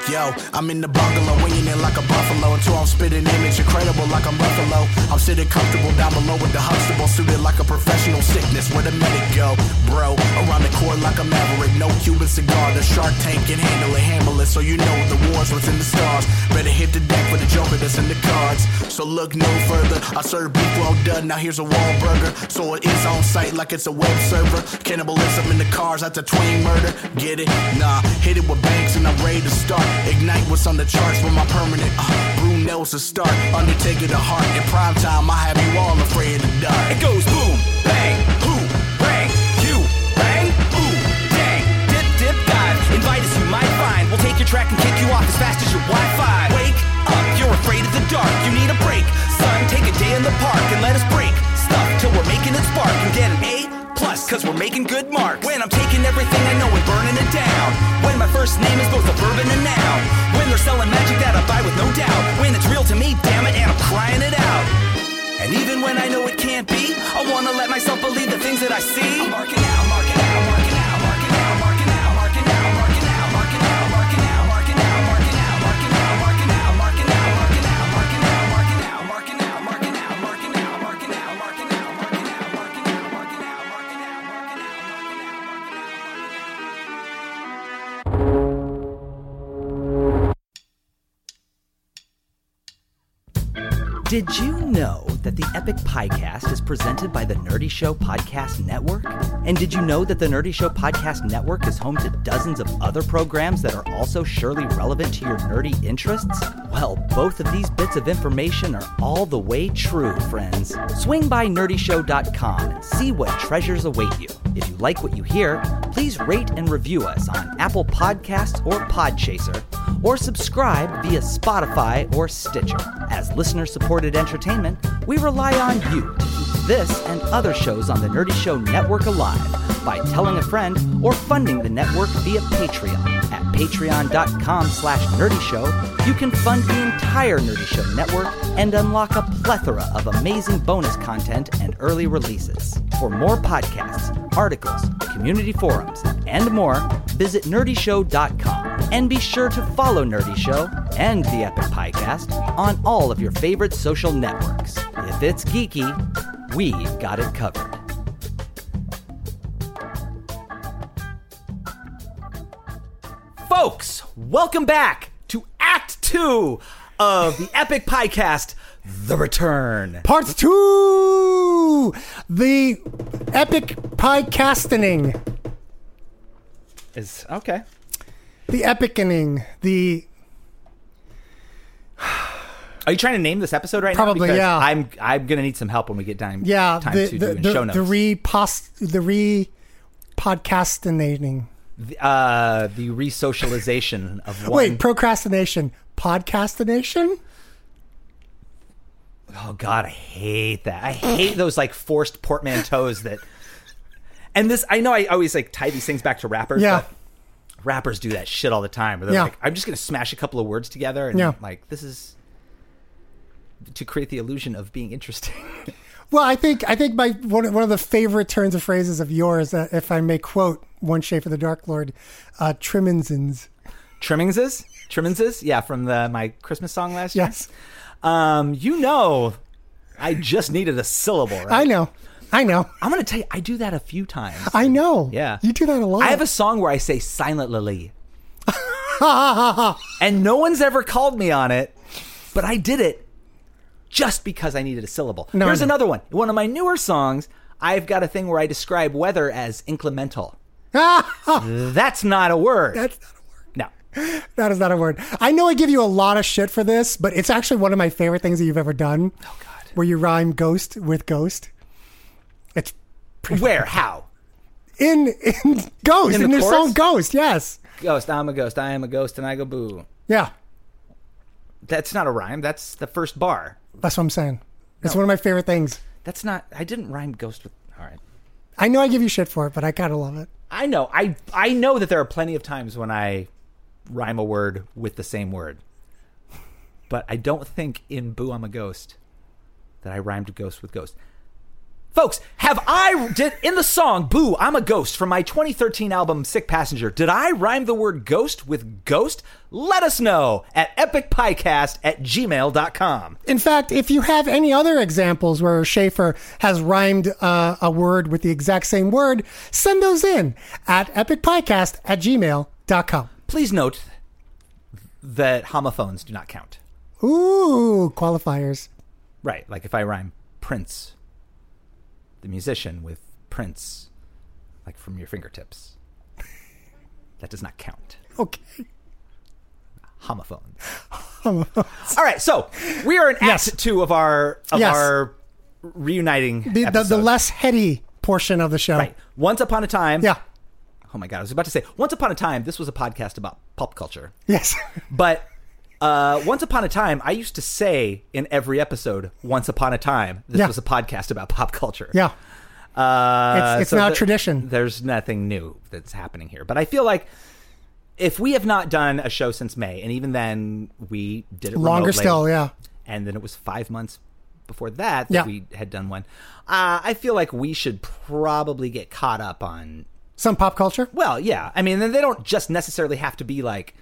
Speaker 6: Yo, I'm in the bungalow, winging it like a buffalo. Until I'm spitting image, incredible like I'm Ruffalo. I'm sitting comfortable down below with the Huxtable, suited like a professional sickness. Where the medic go, bro? Around the court like a maverick. No Cuban cigar, the shark tank can handle it, handle it. So you know the war's what's in the stars. Better hit the deck for the joker that's in the cards. So look no further. I serve beef well done. Now here's a Wahlburger. So it is on site like it's a web server. Cannibalism in the cars after twin murder. Get it? Nah, hit it with banks and I'm ready to start. Ignite what's on the charts with my permanent. Uh, Brunel's a start. Undertaker the heart. In prime time, I have you all afraid to die. It goes boom, bang, who, bang, you, bang, ooh, dang, dip, dip, dive. Invite us, you might find. We'll take your track and kick you off as fast as your Wi-Fi. Wake up, you're afraid of the dark. You need a break, son. Take a day in the park and let us break stuff till we're making it spark and get an A plus. Cause we're making good marks. When I'm taking everything I know and burning it down. When my first name is both a verb and a noun. When they're selling magic that I buy with no doubt. When it's real to me, damn it, and I'm crying it out. And even when I know it can't be, I wanna let myself believe the things that I see. I'm marking out, marking out, marking out, marking out, marking out, marking out, marking out, marking out, marking out, marking out, marking out, marking out, marking out, marking out, marking out, marking out, marking out, marking out, marking out, marking out, marking out, marking out, marking out, marking out, marking out, marking out, marking out, marking out, marking out.
Speaker 4: Did you know that the Epic Podcast is presented by the Nerdy Show Podcast Network? And did you know that the Nerdy Show Podcast Network is home to dozens of other programs that are also surely relevant to your nerdy interests? Well, both of these bits of information are all the way true, friends. Swing by nerdyshow.com and see what treasures await you. If you like what you hear, please rate and review us on Apple Podcasts or Podchaser or subscribe via Spotify or Stitcher. As listener supported entertainment, we rely on you to keep this and other shows on the Nerdy Show Network alive by telling a friend or funding the network via Patreon. At patreon.com slash nerdy show, you can fund the entire Nerdy Show Network and unlock a plethora of amazing bonus content and early releases. For more podcasts, articles, community forums, and more, visit nerdyshow.com. And be sure to follow Nerdy Show and the Epic Podcast on all of your favorite social networks. If it's geeky, we've got it covered. Folks, welcome back to Act Two of the Epic Podcast The Return.
Speaker 2: Part two, the epic podcastining,
Speaker 4: Is okay.
Speaker 2: the epicening, the
Speaker 4: Are you trying to name this episode right
Speaker 2: Probably,
Speaker 4: now? Because
Speaker 2: yeah.
Speaker 4: I'm I'm gonna need some help when we get time.
Speaker 2: yeah,
Speaker 4: time
Speaker 2: the
Speaker 4: to
Speaker 2: the
Speaker 4: do
Speaker 2: the,
Speaker 4: show notes.
Speaker 2: the re the re podcastinating.
Speaker 4: uh, the re-socialization of one.
Speaker 2: Wait, procrastination, podcastination.
Speaker 4: Oh God, I hate that. I hate those like forced portmanteaus that. And this, I know, I always like tie these things back to rappers.
Speaker 2: Yeah.
Speaker 4: but rappers do that shit all the time. Where they're
Speaker 2: Yeah.
Speaker 4: like, I'm just gonna smash a couple of words together, and
Speaker 2: Yeah.
Speaker 4: like this is to create the illusion of being interesting.
Speaker 2: Well, I think I think my one one of the favorite turns of phrases of yours, uh, if I may quote one shape of the Dark Lord, uh, Trimmensons.
Speaker 4: Trimmingses, Trimmingses, yeah, from the my Christmas song last year.
Speaker 2: Yes,
Speaker 4: Um, you know, I just needed a syllable. Right?
Speaker 2: I know, I know,
Speaker 4: I'm gonna tell you, I do that a few times.
Speaker 2: I know.
Speaker 4: Yeah.
Speaker 2: you do that a lot.
Speaker 4: I have a song where I say Silent Lily. and no one's ever called me on it, but I did it just because I needed a syllable.
Speaker 2: No,
Speaker 4: Here's
Speaker 2: I know.
Speaker 4: another one. One of my newer songs, I've got a thing where I describe weather as incremental. That's not a word.
Speaker 2: That's
Speaker 4: no.
Speaker 2: That is not a word. I know I give you a lot of shit for this, but it's actually one of my favorite things that you've ever done. Oh God! Where you rhyme ghost with ghost. It's
Speaker 4: Where? How?
Speaker 2: in in ghost
Speaker 4: In
Speaker 2: in,
Speaker 4: the
Speaker 2: their
Speaker 4: chorus?
Speaker 2: song Ghost. Yes.
Speaker 4: Ghost, I'm a ghost, I am a ghost, and I go boo.
Speaker 2: Yeah.
Speaker 4: That's not a rhyme. That's the first bar.
Speaker 2: That's what I'm saying. It's one of my favorite things.
Speaker 4: That's not, I didn't rhyme ghost with, all right.
Speaker 2: I know I give you shit for it, but I gotta love it.
Speaker 4: I know. I I know that there are plenty of times when I rhyme a word with the same word. But I don't think in Boo I'm a Ghost that I rhymed ghost with ghost. Folks, have I did in the song Boo I'm a Ghost from my 2013 album Sick Passenger, did I rhyme the word ghost with ghost? Let us know at epicpiecast at gmail.com.
Speaker 2: In fact, if you have any other examples where Schaefer has rhymed uh, a word with the exact same word, send those in at epicpodcast at gmail.com.
Speaker 4: Please note that homophones do not count.
Speaker 2: Ooh, qualifiers.
Speaker 4: Right. Like if I rhyme Prince, the musician, with Prince, like from your fingertips, that does not count.
Speaker 2: Okay.
Speaker 4: Homophone. All right. So we are in
Speaker 2: Yes.
Speaker 4: act two of our of
Speaker 2: Yes.
Speaker 4: our reuniting
Speaker 2: the, the, the
Speaker 4: episode.
Speaker 2: less heady portion of the show.
Speaker 4: Right. Once upon a time.
Speaker 2: Yeah.
Speaker 4: Oh my god! I was about to say once upon a time. This was a podcast about pop culture.
Speaker 2: Yes.
Speaker 4: But uh, once upon a time, I used to say in every episode, "Once upon a time, this
Speaker 2: Yeah.
Speaker 4: was a podcast about pop culture."
Speaker 2: Yeah.
Speaker 4: Uh,
Speaker 2: It's- it's now a tradition.
Speaker 4: There's nothing new that's happening here, but I feel like if we have not done a show since May, and even then we did it
Speaker 2: Longer
Speaker 4: remotely,
Speaker 2: still, yeah.
Speaker 4: and then it was five months before that that
Speaker 2: Yeah.
Speaker 4: we had done one. Uh, I feel like we should probably get caught up on
Speaker 2: Some pop culture.
Speaker 4: well, yeah. I mean, they don't just necessarily have to be like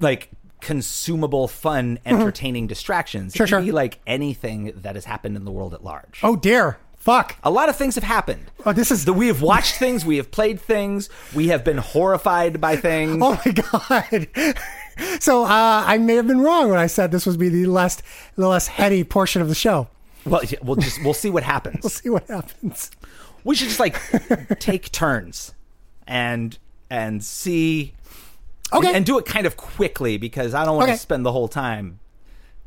Speaker 4: like consumable, fun, entertaining distractions.
Speaker 2: Mm-hmm. Sure,
Speaker 4: it can
Speaker 2: sure.
Speaker 4: be like anything that has happened in the world at large.
Speaker 2: Oh dear. Fuck.
Speaker 4: A lot of things have happened.
Speaker 2: Oh, this is
Speaker 4: The, we have watched things, we have played things, we have been horrified by things.
Speaker 2: Oh my god. so uh, I may have been wrong when I said this would be the less the less heady portion of the show.
Speaker 4: Well, yeah, we'll just we'll see what happens.
Speaker 2: We'll see what happens.
Speaker 4: we should just like take turns and and see
Speaker 2: Okay.
Speaker 4: and, and do it kind of quickly because I don't want
Speaker 2: Okay.
Speaker 4: to spend the whole time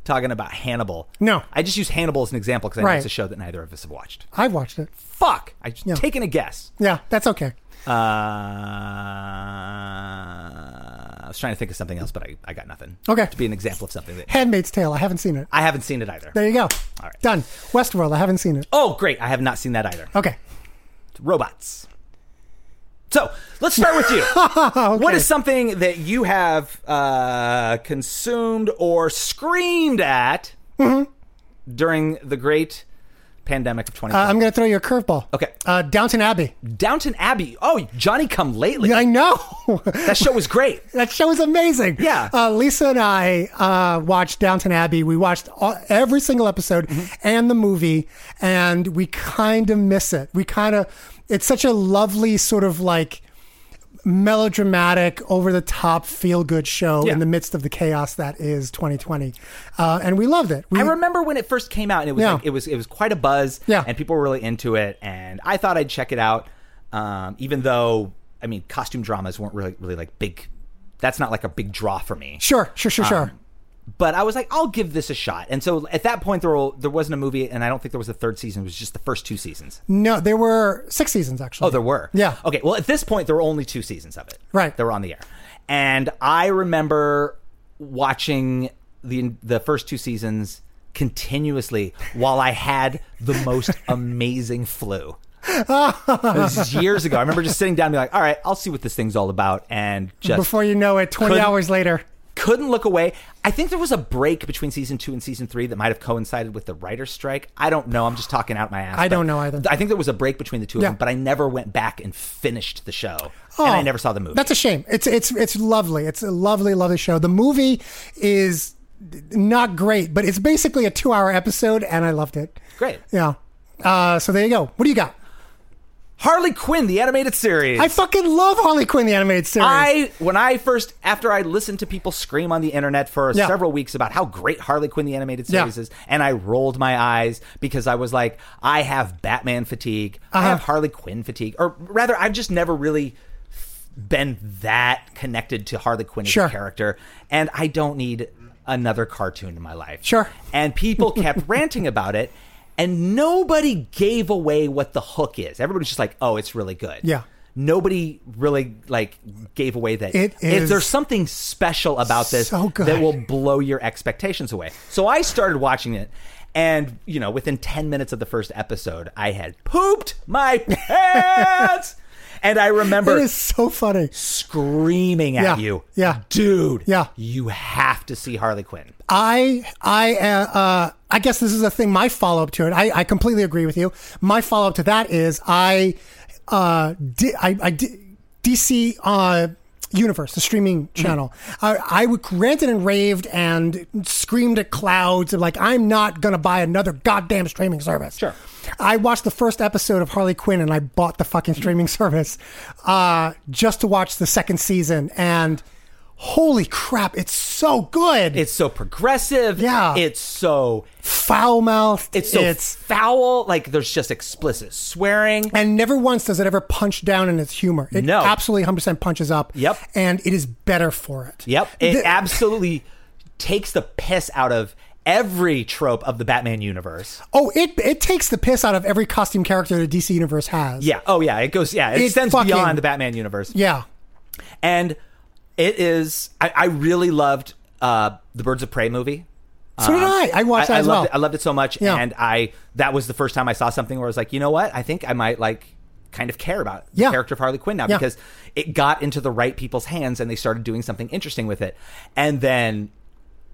Speaker 4: talking about Hannibal.
Speaker 2: No.
Speaker 4: I just use Hannibal as an example because I know
Speaker 2: Right.
Speaker 4: it's a show that neither of us have watched.
Speaker 2: I watched it.
Speaker 4: Fuck! I just
Speaker 2: Yeah.
Speaker 4: taking a guess.
Speaker 2: Yeah, that's okay.
Speaker 4: Uh, I was trying to think of something else, but I, I got nothing.
Speaker 2: Okay.
Speaker 4: to be an example of something that
Speaker 2: Handmaid's Tale. I haven't seen it.
Speaker 4: I haven't seen it either.
Speaker 2: There you go.
Speaker 4: All right.
Speaker 2: Done. Westworld. I haven't seen it.
Speaker 4: Oh, great! I have not seen that either.
Speaker 2: Okay.
Speaker 4: robots. So let's start with you. What is something that you have uh, consumed or screamed at during the great pandemic of 2020?
Speaker 2: Mm-hmm. Uh, I'm going to throw you a curveball.
Speaker 4: Okay.
Speaker 2: Uh, Downton Abbey.
Speaker 4: Downton Abbey. Oh, Johnny Come Lately.
Speaker 2: I know.
Speaker 4: that show was great.
Speaker 2: That show is amazing.
Speaker 4: Yeah.
Speaker 2: Uh, Lisa and I uh, watched Downton Abbey. We watched all, every single episode
Speaker 4: Mm-hmm.
Speaker 2: and the movie, and we kind of miss it. We kind of, it's such a lovely sort of like melodramatic, over the top, feel good show
Speaker 4: Yeah.
Speaker 2: in the midst of the chaos that is 2020. Uh, and we loved it. We,
Speaker 4: I remember when it first came out, and it was
Speaker 2: Yeah.
Speaker 4: like, it was it was quite a buzz,
Speaker 2: Yeah.
Speaker 4: and people were really into it. And I thought I'd check it out, um, even though I mean, costume dramas weren't really really like big. That's not like a big draw for me.
Speaker 2: Sure, sure,
Speaker 4: Ah.
Speaker 2: sure, sure.
Speaker 4: but I was like, I'll give this a shot. And so at that point, there were, there wasn't a movie, and I don't think there was a third season. It was just the first two seasons.
Speaker 2: No, there were six seasons actually.
Speaker 4: Oh, there were.
Speaker 2: Yeah.
Speaker 4: Okay. Well, at this point, there were only two seasons of it.
Speaker 2: Right.
Speaker 4: They were on the air, and I remember watching the the first two seasons continuously while I had the most amazing flu. this is years ago. I remember just sitting down and be like, all right, I'll see what this thing's all about. And just
Speaker 2: Before you know it, 20
Speaker 4: Couldn't-
Speaker 2: hours later.
Speaker 4: couldn't look away. I think there was a break between season two and season three that might have coincided with the writer's strike. I don't know. I'm just talking out my ass.
Speaker 2: I don't
Speaker 4: but
Speaker 2: know either.
Speaker 4: I think there was a break between the two of
Speaker 2: Yeah. Oh,
Speaker 4: them, but I never went back and finished the show. and I never saw the movie.
Speaker 2: That's a shame. It's it's it's lovely. It's a lovely, lovely show. The movie is not great, but it's basically a two-hour episode, and I loved it.
Speaker 4: Great.
Speaker 2: Yeah. Uh, so there you go. What do you got?
Speaker 4: Harley Quinn, the animated series.
Speaker 2: I fucking love Harley Quinn the animated series.
Speaker 4: I when I first after I listened to people scream on the internet for
Speaker 2: Yeah.
Speaker 4: several weeks about how great Harley Quinn the animated
Speaker 2: Yeah.
Speaker 4: series is, and I rolled my eyes because I was like, I have Batman fatigue,
Speaker 2: Uh-huh.
Speaker 4: I have Harley Quinn fatigue, or rather, I've just never really been that connected to Harley Quinn as
Speaker 2: Sure.
Speaker 4: a character, and I don't need another cartoon in my life.
Speaker 2: Sure.
Speaker 4: And people kept ranting about it. And nobody gave away what the hook is. Everybody's just like, "Oh, it's really good."
Speaker 2: Yeah.
Speaker 4: Nobody really like gave away that
Speaker 2: It
Speaker 4: if
Speaker 2: is
Speaker 4: there's something special about this
Speaker 2: so good.
Speaker 4: that will blow your expectations away. So I started watching it and you know within 10 minutes of the first episode I had pooped my pants. and I remember
Speaker 2: it is so funny.
Speaker 4: screaming at
Speaker 2: Yeah,
Speaker 4: you.
Speaker 2: yeah.
Speaker 4: Dude,
Speaker 2: Yeah.
Speaker 4: you have to see Harley Quinn.
Speaker 2: I I uh, uh, I guess this is a thing. My follow up to it, I, I completely agree with you. My follow up to that is I uh di- I, I di- DC uh universe, the streaming channel. I I would- ranted and raved and screamed at clouds and like I'm not gonna buy another goddamn streaming service. Sure. I watched the first episode of Harley Quinn and I bought the fucking streaming service uh just to watch the second season and. Holy crap! It's so good.
Speaker 4: It's so progressive.
Speaker 2: Yeah.
Speaker 4: It's so
Speaker 2: foul mouthed.
Speaker 4: it's so foul. Like there's just explicit swearing.
Speaker 2: and never once does it ever punch down in its humor. It
Speaker 4: No.
Speaker 2: absolutely 100% punches up.
Speaker 4: Yep.
Speaker 2: And it is better for it.
Speaker 4: Yep. It
Speaker 2: The-
Speaker 4: absolutely takes the piss out of every trope of the Batman universe.
Speaker 2: oh, it it takes the piss out of every costume character the DC universe has.
Speaker 4: Yeah. Oh yeah. It goes yeah, it,
Speaker 2: It
Speaker 4: extends
Speaker 2: fucking-
Speaker 4: beyond the Batman universe.
Speaker 2: Yeah.
Speaker 4: And it is I, I really loved uh the Birds of Prey movie.
Speaker 2: So did I. I watched that
Speaker 4: Uh-huh. I
Speaker 2: as
Speaker 4: loved
Speaker 2: well.
Speaker 4: it. I loved it so much,
Speaker 2: Yeah.
Speaker 4: and I that was the first time I saw something where I was like, you know what? I think I might like kind of care about the
Speaker 2: Yeah.
Speaker 4: character of Harley Quinn now
Speaker 2: Yeah.
Speaker 4: because it got into the right people's hands and they started doing something interesting with it. And then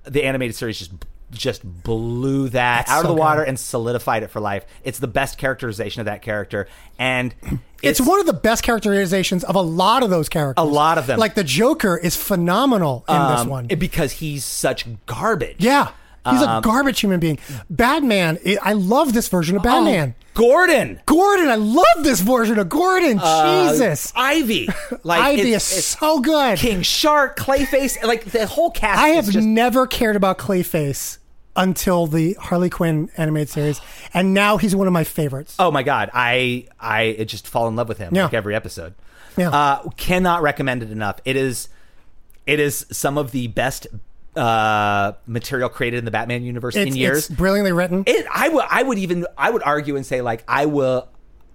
Speaker 4: the animated series just just blew that out of
Speaker 2: so
Speaker 4: the water
Speaker 2: good.
Speaker 4: and solidified it for life. It's the best characterization of that character, and
Speaker 2: It's, one of the best characterizations of a lot of those characters.
Speaker 4: A lot of them.
Speaker 2: Like the Joker is phenomenal in this
Speaker 4: um,
Speaker 2: one.
Speaker 4: because he's such garbage.
Speaker 2: yeah. He's
Speaker 4: Um,
Speaker 2: a garbage human being. Batman, it, I love this version
Speaker 4: Oh.
Speaker 2: of Batman.
Speaker 4: Gordon.
Speaker 2: Gordon, I love this version of Gordon.
Speaker 4: Uh,
Speaker 2: Jesus.
Speaker 4: Ivy, like
Speaker 2: Ivy
Speaker 4: it's-
Speaker 2: is
Speaker 4: it's-
Speaker 2: so good.
Speaker 4: King Shark, Clayface, like the whole cast.
Speaker 2: I
Speaker 4: is
Speaker 2: have
Speaker 4: just,
Speaker 2: never cared about Clayface until the Harley Quinn animated series, and now he's one of my favorites.
Speaker 4: oh my god, I I just fall in love with him
Speaker 2: Yeah.
Speaker 4: like every episode.
Speaker 2: Yeah.
Speaker 4: uh, cannot recommend it enough. It is it is some of the best uh material created in the Batman universe
Speaker 2: it's,
Speaker 4: in years.
Speaker 2: it's brilliantly written.
Speaker 4: it I would I would even I would argue and say like I will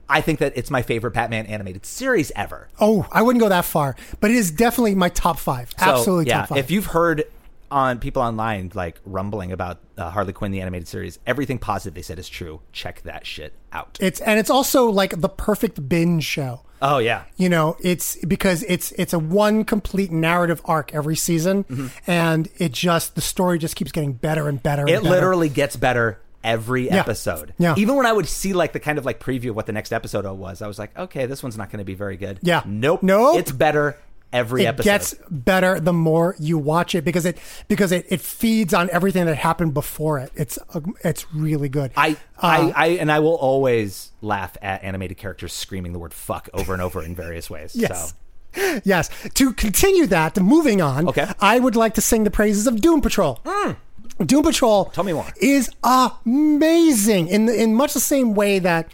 Speaker 4: I think that it's my favorite Batman animated series ever.
Speaker 2: oh, I wouldn't go that far, but it is definitely my top five.
Speaker 4: So,
Speaker 2: Absolutely
Speaker 4: yeah.
Speaker 2: top five.
Speaker 4: If you've heard on people online like rumbling about uh, Harley Quinn the animated series, everything positive they said is true. Check that shit out.
Speaker 2: it's and it's also like the perfect binge show.
Speaker 4: oh yeah.
Speaker 2: you know it's because it's it's a one complete narrative arc every season and it just the story just keeps getting better and better and
Speaker 4: Mm-hmm. It
Speaker 2: better.
Speaker 4: literally gets better every episode.
Speaker 2: Yeah.
Speaker 4: Even when I would see like the kind of like preview of what the next episode was, I was like, okay, this one's not going to be very good.
Speaker 2: Yeah.
Speaker 4: Nope.
Speaker 2: Nope.
Speaker 4: It's better every
Speaker 2: it
Speaker 4: episode.
Speaker 2: gets better the more you watch it because it because it, it feeds on everything that happened before it. It's uh, it's really good.
Speaker 4: I, I, I, and I will always laugh at animated characters screaming the word "fuck" over and over in various ways.
Speaker 2: Yes.
Speaker 4: So
Speaker 2: yes. To continue that, moving on.
Speaker 4: Okay. Hmm.
Speaker 2: I would like to sing the praises of Doom Patrol. Doom Patrol.
Speaker 4: Tell me more.
Speaker 2: Is amazing in the, in much the same way that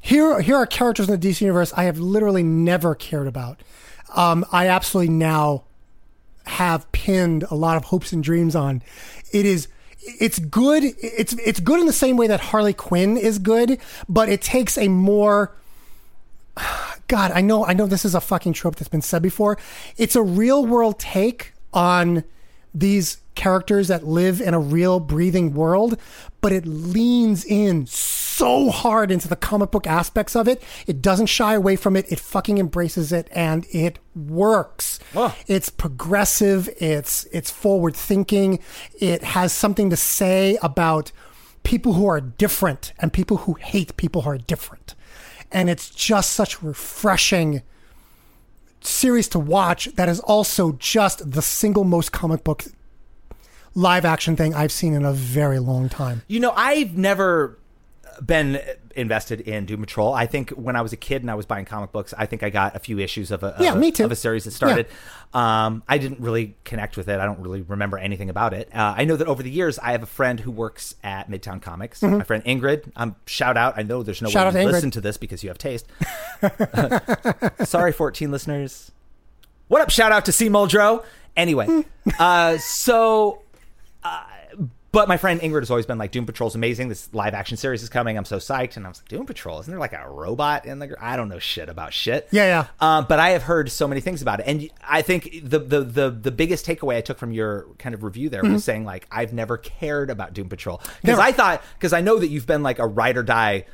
Speaker 2: here here are characters in the DC universe I have literally never cared about. Um, I absolutely now have pinned a lot of hopes and dreams on. It is it's good it's it's good in the same way that Harley Quinn is good, but it takes a more God, I know I know this is a fucking trope that's been said before. It's a real world take on these characters that live in a real breathing world, but it leans in so hard into the comic book aspects of it. It doesn't shy away from it. It fucking embraces it and it works. It's progressive, it's it's forward thinking. It has something to say about people who are different and people who hate people who are different. And it's just such refreshing series to watch that is also just the single most comic book live action thing I've seen in a very long time.
Speaker 4: You know, I've never been invested in Doom Patrol. I think when I was a kid and I was buying comic books, I think I got a few issues of a, of
Speaker 2: Yeah,
Speaker 4: a-
Speaker 2: me too.
Speaker 4: of a series that started. Um, I didn't really connect with it. I don't really remember anything about it. Uh, I know that over the years, I have a friend who works at Midtown Comics. My friend Ingrid. Um, shout out. I know there's no
Speaker 2: Mm-hmm. Shout out
Speaker 4: way
Speaker 2: to
Speaker 4: you
Speaker 2: Ingrid.
Speaker 4: listen to this because you have taste. Sorry, 14 listeners. What up? Shout out to C. Muldrow.
Speaker 2: Hmm.
Speaker 4: Anyway, uh, so uh, but my friend Ingrid has always been like, Doom Patrol's amazing. This live action series is coming. I'm so psyched. And I was like, Doom Patrol, isn't there like a robot in the. gr- I don't know shit about shit.
Speaker 2: Yeah, yeah.
Speaker 4: Um, but I have heard so many things about it. And I think the, the, the, the biggest takeaway I took from your kind of review there was saying, like, I've never cared about Doom Patrol. Because
Speaker 2: Mm-hmm. Never.
Speaker 4: I thought, because I know that you've been like a ride or die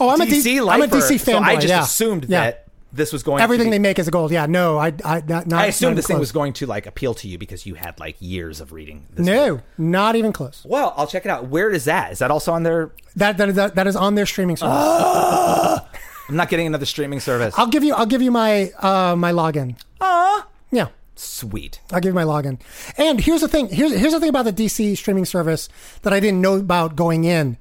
Speaker 2: Oh, I'm
Speaker 4: DC
Speaker 2: a D- I'm
Speaker 4: lifer.
Speaker 2: a DC
Speaker 4: So
Speaker 2: fan.
Speaker 4: I just
Speaker 2: yeah.
Speaker 4: assumed
Speaker 2: Yeah.
Speaker 4: that this was going
Speaker 2: everything
Speaker 4: to be,
Speaker 2: they make is gold. Yeah, no, I, I not, not
Speaker 4: I assumed
Speaker 2: not even
Speaker 4: this thing was
Speaker 2: close.
Speaker 4: going to like appeal to you because you had like years of reading this.
Speaker 2: No, not even close.
Speaker 4: Well, I'll check it out. Where is that? Is that also on there?
Speaker 2: That that, that, that is on their streaming service.
Speaker 4: I'm not getting another streaming service.
Speaker 2: I'll give you I'll give you my uh my login. Ah. Yeah.
Speaker 4: Sweet.
Speaker 2: I'll give you my login. And here's the thing. Here's here's the thing about the DC streaming service that I didn't know about going in.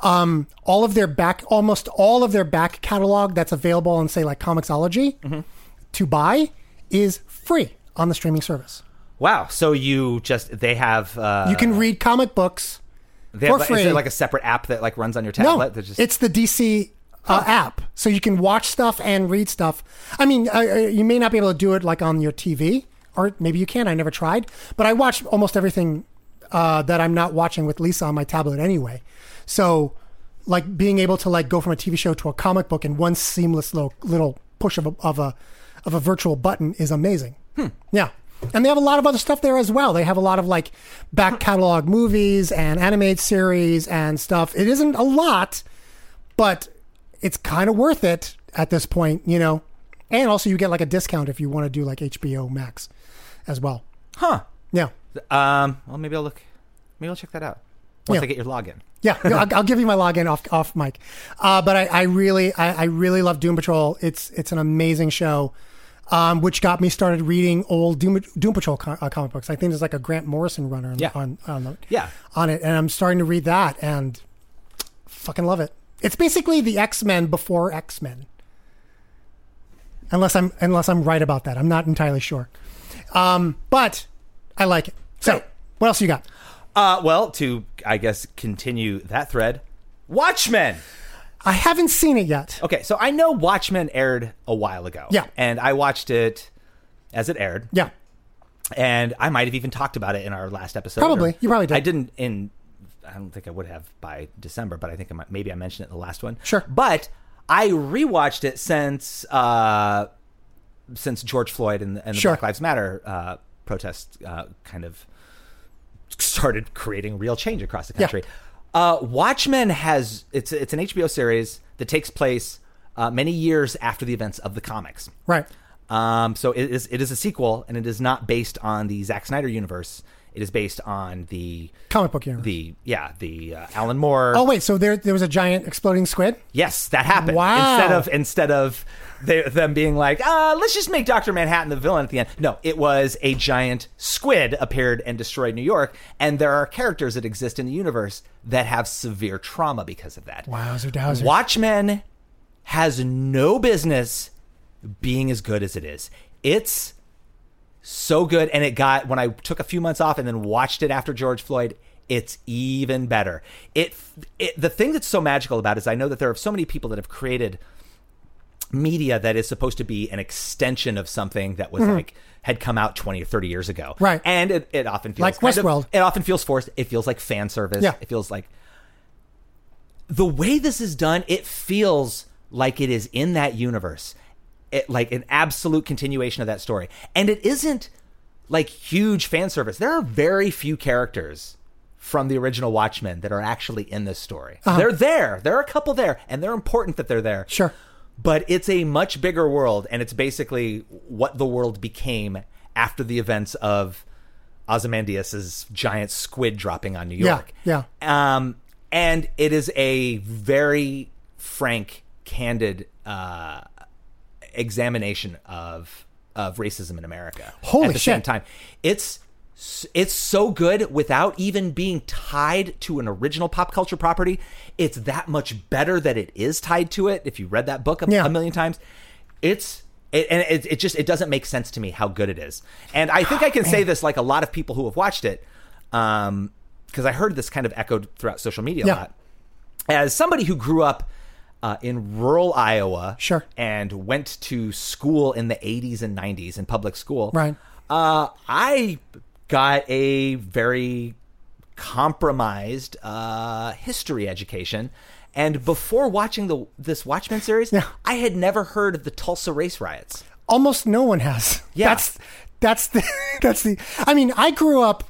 Speaker 2: Um, all of their back, almost all of their back catalog that's available on, say, like Comixology to buy is free on the streaming service.
Speaker 4: Wow. So you just they have uh,
Speaker 2: You can read comic books.
Speaker 4: they
Speaker 2: for
Speaker 4: have, Is
Speaker 2: free.
Speaker 4: there like a separate app that like runs on your
Speaker 2: No,
Speaker 4: tablet? that just,
Speaker 2: it's the DC uh, app, so you can watch stuff and read stuff. I mean, uh, uh, you may not be able to do it like on your TV, or maybe you can. I never tried, but I watch almost everything uh, that I'm not watching with Lisa on my tablet anyway. So, like being able to like go from a TV show to a comic book in one seamless little little push of a of a, of a virtual button is amazing. Yeah. And they have a lot of other stuff there as well. They have a lot of like back catalog movies and animated series and stuff. It isn't a lot, but it's kind of worth it at this point, you know. And also, you get like a discount if you want to do like HBO Max as well.
Speaker 4: huh.
Speaker 2: Yeah.
Speaker 4: Um. Well, maybe I'll look. Maybe I'll check that out once
Speaker 2: Yeah.
Speaker 4: I get your login.
Speaker 2: Yeah, no, I'll, I'll give you my login off off mic. Uh, but I, I really I, I really love Doom Patrol. It's it's an amazing show, um, which got me started reading old Doom, Doom Patrol co- uh, comic books. I think there's like a Grant Morrison runner on,
Speaker 4: Yeah.
Speaker 2: on on the,
Speaker 4: Yeah.
Speaker 2: on it, and I'm starting to read that and fucking love it. It's basically the X Men before X Men. Unless I'm unless I'm right about that, I'm not entirely sure. Um, but I like it. So what else you got?
Speaker 4: Uh. Well, to I guess continue that thread. Watchmen.
Speaker 2: I haven't seen it yet.
Speaker 4: Okay. So I know Watchmen aired a while ago.
Speaker 2: Yeah.
Speaker 4: And I watched it as it aired.
Speaker 2: Yeah.
Speaker 4: and I might have even talked about it in our last episode.
Speaker 2: Probably.
Speaker 4: or-
Speaker 2: You probably did.
Speaker 4: I didn't in. I don't think I would have by December, but I think I might, maybe I mentioned it in the last one.
Speaker 2: Sure.
Speaker 4: But I rewatched it since uh, since George Floyd and, the- and the
Speaker 2: Sure.
Speaker 4: Black Lives Matter uh, protest uh, kind of started creating real change across the
Speaker 2: Yeah.
Speaker 4: country. Uh, Watchmen has it's it's an HBO series that takes place uh, many years after the events of the comics.
Speaker 2: Right.
Speaker 4: Um, so it is it is a sequel, and it is not based on the Zack Snyder universe. It is based on the
Speaker 2: Comic book universe.
Speaker 4: the yeah the uh, Alan Moore.
Speaker 2: Oh wait, so there there was a giant exploding squid.
Speaker 4: yes, that happened.
Speaker 2: Wow.
Speaker 4: Instead of instead of they, them being like, uh, let's just make Doctor Manhattan the villain at the end. No, it was a giant squid appeared and destroyed New York, and there are characters that exist in the universe that have severe trauma because of that.
Speaker 2: Wowzer dowser.
Speaker 4: Watchmen has no business being as good as it is. It's so good and it got when I took a few months off and then watched it after George Floyd, it's even better. It, it the thing that's so magical about it is I know that there are so many people that have created media that is supposed to be an extension of something that was like had come out 20 or 30 years ago.
Speaker 2: Mm-hmm. Right.
Speaker 4: And it, it often feels
Speaker 2: Like
Speaker 4: kind of-
Speaker 2: Westworld.
Speaker 4: it often feels forced. It feels like fan service.
Speaker 2: Yeah.
Speaker 4: It feels like the way this is done, it feels like it is in that universe, it, like an absolute continuation of that story. And it isn't like huge fan service. There are very few characters from the original Watchmen that are actually in this story. They're there. There are a couple there, and they're important that they're there.
Speaker 2: Uh-huh. Sure.
Speaker 4: But it's a much bigger world, and it's basically what the world became after the events of Ozymandias's giant squid dropping on New
Speaker 2: Yeah,
Speaker 4: York.
Speaker 2: yeah.
Speaker 4: Um, and it is a very frank, candid uh, examination of of racism in America.
Speaker 2: Holy
Speaker 4: at the Same
Speaker 2: shit.
Speaker 4: time, it's s- it's so good without even being tied to an original pop culture property. It's that much better that it is tied to it. If you read that book a,
Speaker 2: Yeah.
Speaker 4: a million times, it's. It, and it, it just it doesn't make sense to me how good it is, and I think I can say this like a lot of people who have watched it, because I heard this kind of echoed throughout social media a
Speaker 2: Yeah.
Speaker 4: lot as somebody who grew up uh, in rural Iowa,
Speaker 2: Sure.
Speaker 4: and went to school in the '80s and '90s in public school,
Speaker 2: Right.
Speaker 4: Uh, I got a very compromised uh, history education, and before watching the this Watchmen series,
Speaker 2: Yeah.
Speaker 4: I had never heard of the Tulsa race riots.
Speaker 2: almost no one has.
Speaker 4: Yeah.
Speaker 2: That's that's the that's the I mean, I grew up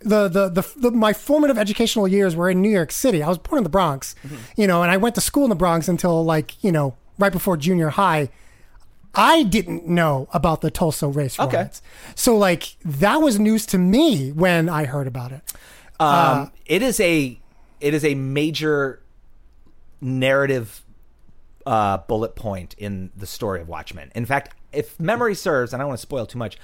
Speaker 2: the, the the the my formative educational years were in New York City. I was born in the Bronx. You know, and I went to school in the Bronx until like, you know, right before junior high. I didn't know about the Tulsa race
Speaker 4: Okay.
Speaker 2: riots. So like that was news to me when I heard about it.
Speaker 4: Um, it is a it is a major narrative uh, bullet point in the story of Watchmen. In fact, if memory serves, and I don't want to spoil too much,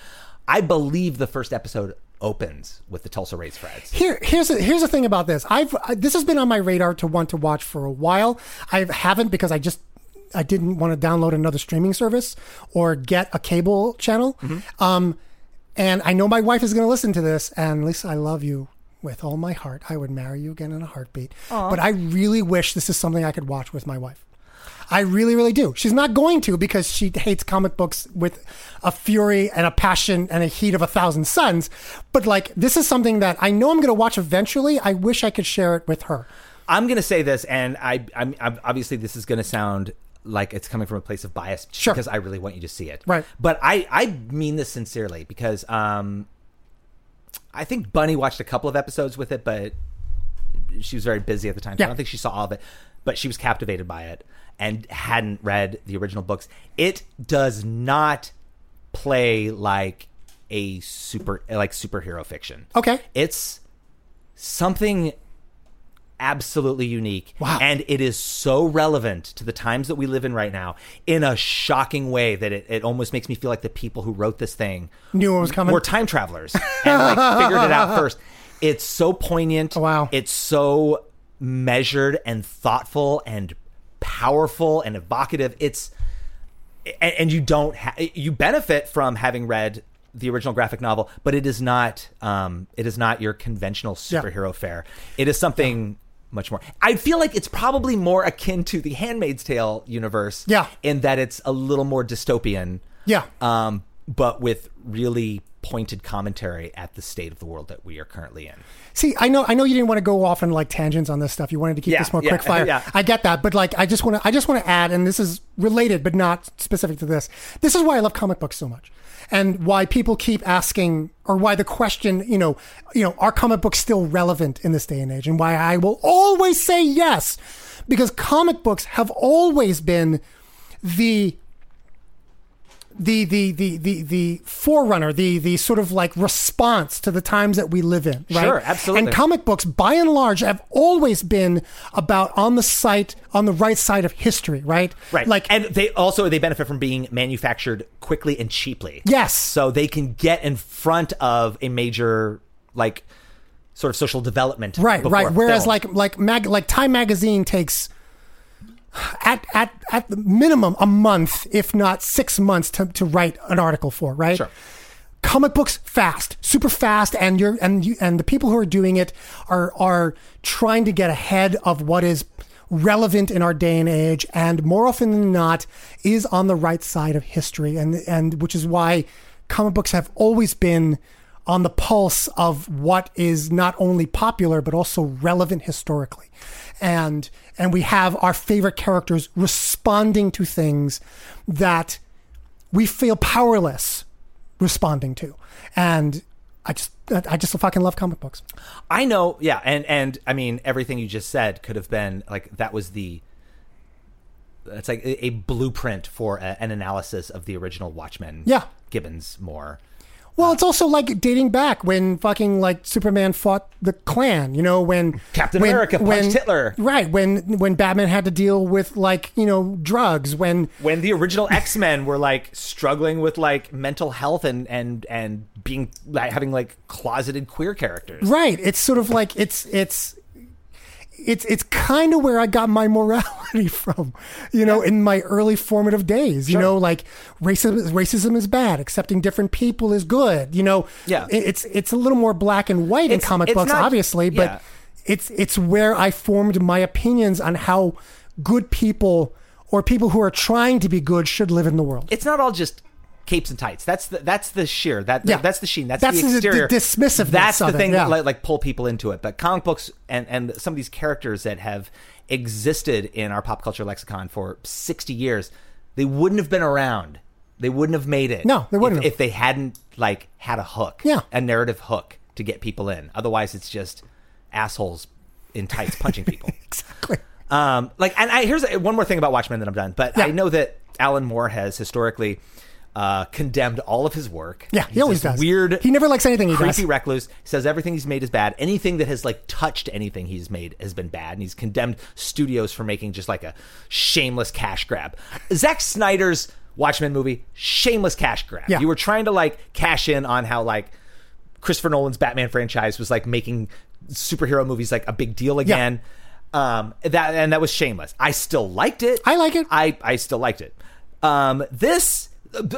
Speaker 4: I believe the first episode opens with the Tulsa Race Riots.
Speaker 2: Here, here's the, here's the thing about this. I've I, this has been on my radar to want to watch for a while. I haven't because I just I didn't want to download another streaming service or get a cable channel. Um, and I know my wife is going to listen to this. And Lisa, I love you with all my heart. I would marry you again in a heartbeat. But I really wish this is something I could watch with my wife. I really, really do. She's not going to because she hates comic books with a fury and a passion and a heat of a thousand suns. But like, this is something that I know I'm going to watch eventually. I wish I could share it with her.
Speaker 4: I'm going to say this, and I, I'm, I'm obviously this is going to sound like it's coming from a place of bias just
Speaker 2: Sure.
Speaker 4: because I really want you to see it.
Speaker 2: Right.
Speaker 4: But I, I mean this sincerely because um, I think Bunny watched a couple of episodes with it, but she was very busy at the time. So I
Speaker 2: Yeah.
Speaker 4: don't think she saw all of it, but she was captivated by it and hadn't read the original books. It does not play like a super like superhero fiction.
Speaker 2: Okay.
Speaker 4: It's something absolutely unique.
Speaker 2: Wow.
Speaker 4: And it is so relevant to the times that we live in right now in a shocking way that it, it almost makes me feel like the people who wrote this thing
Speaker 2: Knew it was coming.
Speaker 4: were time travelers and like figured it out first. It's so poignant.
Speaker 2: Oh, Wow.
Speaker 4: It's so measured and thoughtful and powerful and evocative. It's and, and you don't ha- you benefit from having read the original graphic novel, but it is not um, it is not your conventional
Speaker 2: Yeah.
Speaker 4: superhero fare. It is something much more. I feel like it's probably more akin to the Handmaid's Tale universe,
Speaker 2: Yeah.
Speaker 4: in that it's a little more dystopian,
Speaker 2: Yeah.
Speaker 4: um, but with really pointed commentary at the state of the world that we are currently in.
Speaker 2: See, I know, I know you didn't want to go off on like tangents on this stuff. You wanted to keep
Speaker 4: Yeah,
Speaker 2: this more
Speaker 4: yeah,
Speaker 2: quick fire.
Speaker 4: yeah.
Speaker 2: I get that, but like, I just want to, I just want to add, and this is related but not specific to this. This is why I love comic books so much, and why people keep asking, or why the question, you know, you know, are comic books still relevant in this day and age, and why I will always say yes, because comic books have always been the the the the the the forerunner, the the sort of like response to the times that we live in, right?
Speaker 4: Sure, absolutely.
Speaker 2: And comic books, by and large, have always been about on the site, on the right side of history, right?
Speaker 4: Right.
Speaker 2: Like,
Speaker 4: and they also they benefit from being manufactured quickly and cheaply.
Speaker 2: Yes.
Speaker 4: So they can get in front of a major like sort of social development.
Speaker 2: right,
Speaker 4: before
Speaker 2: right.
Speaker 4: a
Speaker 2: Whereas
Speaker 4: film.
Speaker 2: like like mag like Time Magazine takes at at at the minimum a month, if not six months, to to write an article for, right?
Speaker 4: Sure.
Speaker 2: comic books fast, super fast, and you're and you and the people who are doing it are are trying to get ahead of what is relevant in our day and age, and more often than not is on the right side of history, and and which is why comic books have always been on the pulse of what is not only popular but also relevant historically. And and we have our favorite characters responding to things that we feel powerless responding to. And I just I just fucking love comic books.
Speaker 4: I know, yeah, and and I mean everything you just said could have been like that was the it's like a, a blueprint for a, an analysis of the original Watchmen.
Speaker 2: Yeah.
Speaker 4: Gibbons Moore.
Speaker 2: Well, it's also like dating back when fucking like Superman fought the Klan, you know, when
Speaker 4: Captain
Speaker 2: when-
Speaker 4: America punched
Speaker 2: when-
Speaker 4: Hitler.
Speaker 2: Right, when when Batman had to deal with like, you know, drugs, when
Speaker 4: When the original X Men were like struggling with like mental health and and and being like having like closeted queer characters.
Speaker 2: right, it's sort of like it's it's it's it's kind of where I got my morality from, you know, in my early formative days. You know, like racism racism is bad, accepting different people is good. You know,
Speaker 4: Yeah.
Speaker 2: it- it's it's a little more black and white in
Speaker 4: It's-
Speaker 2: comic
Speaker 4: it's
Speaker 2: books,
Speaker 4: not-
Speaker 2: obviously, but
Speaker 4: yeah.
Speaker 2: it's it's where I formed my opinions on how good people or people who are trying to be good should live in the world.
Speaker 4: It's not all just capes and tights. That's the that's the sheer that
Speaker 2: Yeah.
Speaker 4: that's the sheen. That's,
Speaker 2: That's
Speaker 4: the
Speaker 2: the- the
Speaker 4: exterior.
Speaker 2: dismissiveness
Speaker 4: That's the
Speaker 2: of it,
Speaker 4: thing
Speaker 2: yeah.
Speaker 4: that like, like pull people into it. But comic books and and some of these characters that have existed in our pop culture lexicon for sixty years, they wouldn't have been around. They wouldn't have made it.
Speaker 2: No, they wouldn't
Speaker 4: if,
Speaker 2: have.
Speaker 4: if they hadn't like had a hook.
Speaker 2: Yeah.
Speaker 4: a narrative hook to get people in. Otherwise, it's just assholes in tights punching people.
Speaker 2: exactly.
Speaker 4: Um, like, and I, here's one more thing about Watchmen that I'm done. But I
Speaker 2: Yeah.
Speaker 4: know that Alan Moore has historically uh, condemned all of his work.
Speaker 2: Yeah, he
Speaker 4: He's
Speaker 2: always
Speaker 4: this
Speaker 2: does.
Speaker 4: Weird.
Speaker 2: He never likes anything he
Speaker 4: creepy
Speaker 2: does.
Speaker 4: recluse. Says everything he's made is bad. Anything that has like touched anything he's made has been bad, and he's condemned studios for making just like a shameless cash grab. Zack Snyder's Watchmen movie, shameless cash grab.
Speaker 2: Yeah.
Speaker 4: You were trying to like cash in on how like Christopher Nolan's Batman franchise was like making superhero movies like a big deal again. Um, that and that was shameless. I still liked it.
Speaker 2: I like it.
Speaker 4: I I still liked it. Um, this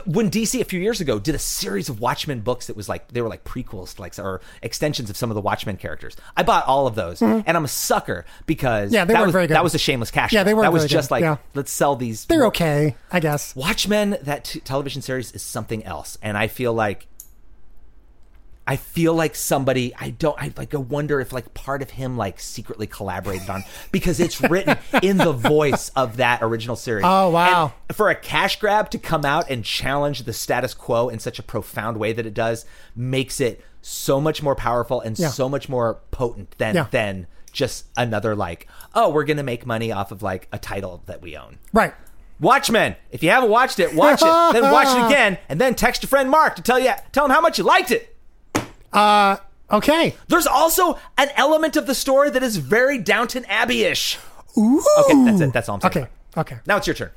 Speaker 4: when DC a few years ago did a series of Watchmen books that was like they were like prequels to like or extensions of some of the Watchmen characters. I bought all of those, and I'm a sucker because
Speaker 2: Mm-hmm. Yeah, they
Speaker 4: that
Speaker 2: weren't
Speaker 4: was
Speaker 2: very good.
Speaker 4: that was a shameless cash.
Speaker 2: Yeah, they
Speaker 4: grab.
Speaker 2: weren't
Speaker 4: That was
Speaker 2: very
Speaker 4: just
Speaker 2: good.
Speaker 4: like
Speaker 2: Yeah.
Speaker 4: let's sell these.
Speaker 2: They're okay, I guess.
Speaker 4: Watchmen, that t- television series is something else, and I feel like I feel like somebody I don't I like I wonder if like part of him like secretly collaborated on because it's written in the voice of that original series.
Speaker 2: Oh, wow.
Speaker 4: And for a cash grab to come out and challenge the status quo in such a profound way that it does makes it so much more powerful and
Speaker 2: Yeah.
Speaker 4: so much more potent than
Speaker 2: Yeah.
Speaker 4: than just another like oh we're going to make money off of like a title that we own.
Speaker 2: Right.
Speaker 4: Watchmen. If you haven't watched it, watch it. then watch it again, and then text your friend Mark to tell you tell him how much you liked it.
Speaker 2: Okay.
Speaker 4: There's also an element of the story that is very Downton Abbey-ish.
Speaker 2: Ooh.
Speaker 4: Okay, that's it. That's all I'm saying.
Speaker 2: Okay.
Speaker 4: about it.
Speaker 2: Okay.
Speaker 4: Now it's your turn.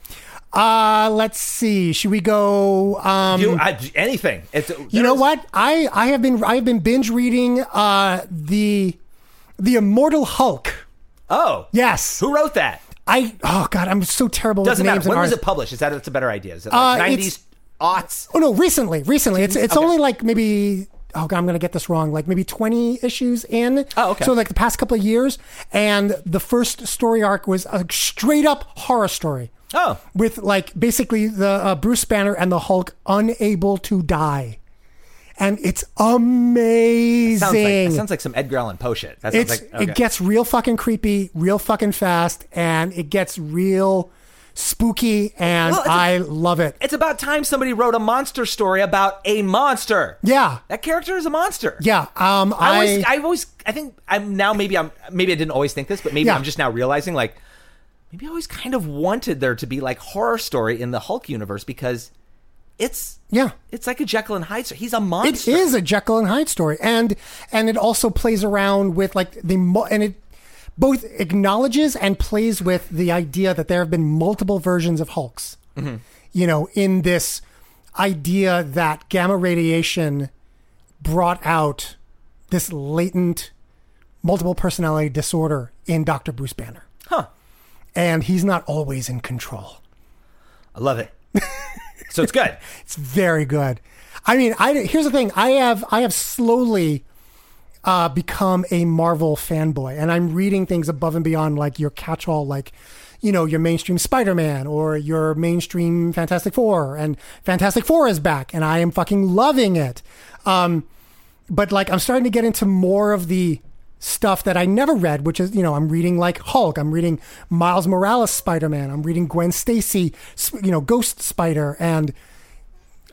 Speaker 2: Uh, let's see. Should we go? Um,
Speaker 4: You I, anything? It's,
Speaker 2: you know what? I I have been I have been binge reading uh the the Immortal Hulk.
Speaker 4: Oh,
Speaker 2: Yes.
Speaker 4: Who wrote that?
Speaker 2: I oh god, I'm so terrible
Speaker 4: Doesn't
Speaker 2: with
Speaker 4: matter.
Speaker 2: names
Speaker 4: When
Speaker 2: and
Speaker 4: was
Speaker 2: artists.
Speaker 4: it published? Is that that's a better idea? Is it
Speaker 2: Uh,
Speaker 4: like
Speaker 2: it's-
Speaker 4: 90s, aughts?
Speaker 2: Oh no, recently, recently. It's it's
Speaker 4: Okay.
Speaker 2: only like maybe oh god, I'm gonna get this wrong. Like maybe 20 issues in.
Speaker 4: Oh, okay.
Speaker 2: So like the past couple of years, and the first story arc was a straight up horror story.
Speaker 4: Oh.
Speaker 2: with like basically the uh, Bruce Banner and the Hulk unable to die, and it's amazing.
Speaker 4: Sounds like, that sounds like some Edgar Allan Poe shit. That sounds
Speaker 2: it's
Speaker 4: like okay.
Speaker 2: it gets real fucking creepy, real fucking fast, and it gets real spooky, and
Speaker 4: Well, it's a-
Speaker 2: I love it.
Speaker 4: It's about time somebody wrote a monster story about a monster.
Speaker 2: Yeah,
Speaker 4: That character is a monster.
Speaker 2: yeah. Um,
Speaker 4: I
Speaker 2: I,
Speaker 4: always, I always, I think I'm now maybe I'm maybe I didn't always think this, but maybe
Speaker 2: Yeah.
Speaker 4: I'm just now realizing like maybe I always kind of wanted there to be like horror story in the Hulk universe because it's
Speaker 2: Yeah.
Speaker 4: it's like a Jekyll and Hyde story. He's a monster.
Speaker 2: It is a Jekyll and Hyde story, and and it also plays around with like the mo- and it both acknowledges and plays with the idea that there have been multiple versions of Hulks. You know, in this idea that gamma radiation brought out this latent multiple personality disorder in Doctor Bruce Banner,
Speaker 4: Huh.
Speaker 2: and he's not always in control.
Speaker 4: I love it. so it's good.
Speaker 2: It's very good. I mean, I here's the thing. I have I have slowly uh, become a Marvel fanboy, and I'm reading things above and beyond like your catch-all, like you know your mainstream Spider-Man or your mainstream Fantastic Four, and Fantastic Four is back, and I am fucking loving it. Um, but like I'm starting to get into more of the stuff that I never read, which is you know I'm reading like Hulk, I'm reading Miles Morales Spider-Man, I'm reading Gwen Stacy, sp- you know Ghost Spider, and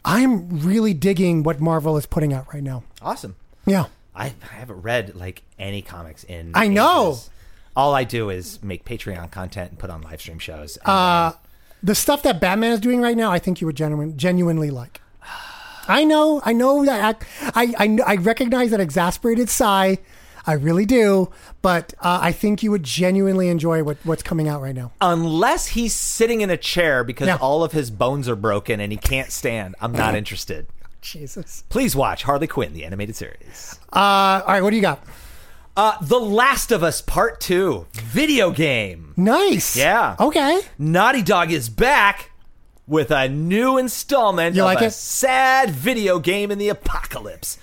Speaker 2: I'm really digging what Marvel is putting out right now.
Speaker 4: Awesome.
Speaker 2: Yeah.
Speaker 4: I, I haven't read like any comics in.
Speaker 2: I know.
Speaker 4: ages. All I do is make Patreon content and put on live stream shows. Um, And,
Speaker 2: Uh, The stuff that Batman is doing right now, I think you would genuine, genuinely like. I know, I know that I, I, kn- I recognize that exasperated sigh. I really do, but uh, I think you would genuinely enjoy what, what's coming out right now.
Speaker 4: unless he's sitting in a chair because
Speaker 2: Yeah.
Speaker 4: all of his bones are broken and he can't stand, I'm not interested.
Speaker 2: Jesus.
Speaker 4: Please watch Harley Quinn, the animated series.
Speaker 2: Uh, all right, what do you got?
Speaker 4: Uh, the Last of Us Part 2, video game.
Speaker 2: Nice.
Speaker 4: Yeah.
Speaker 2: Okay.
Speaker 4: Naughty Dog is back with a new installment
Speaker 2: You
Speaker 4: of
Speaker 2: like
Speaker 4: a
Speaker 2: it?
Speaker 4: sad video game in the apocalypse.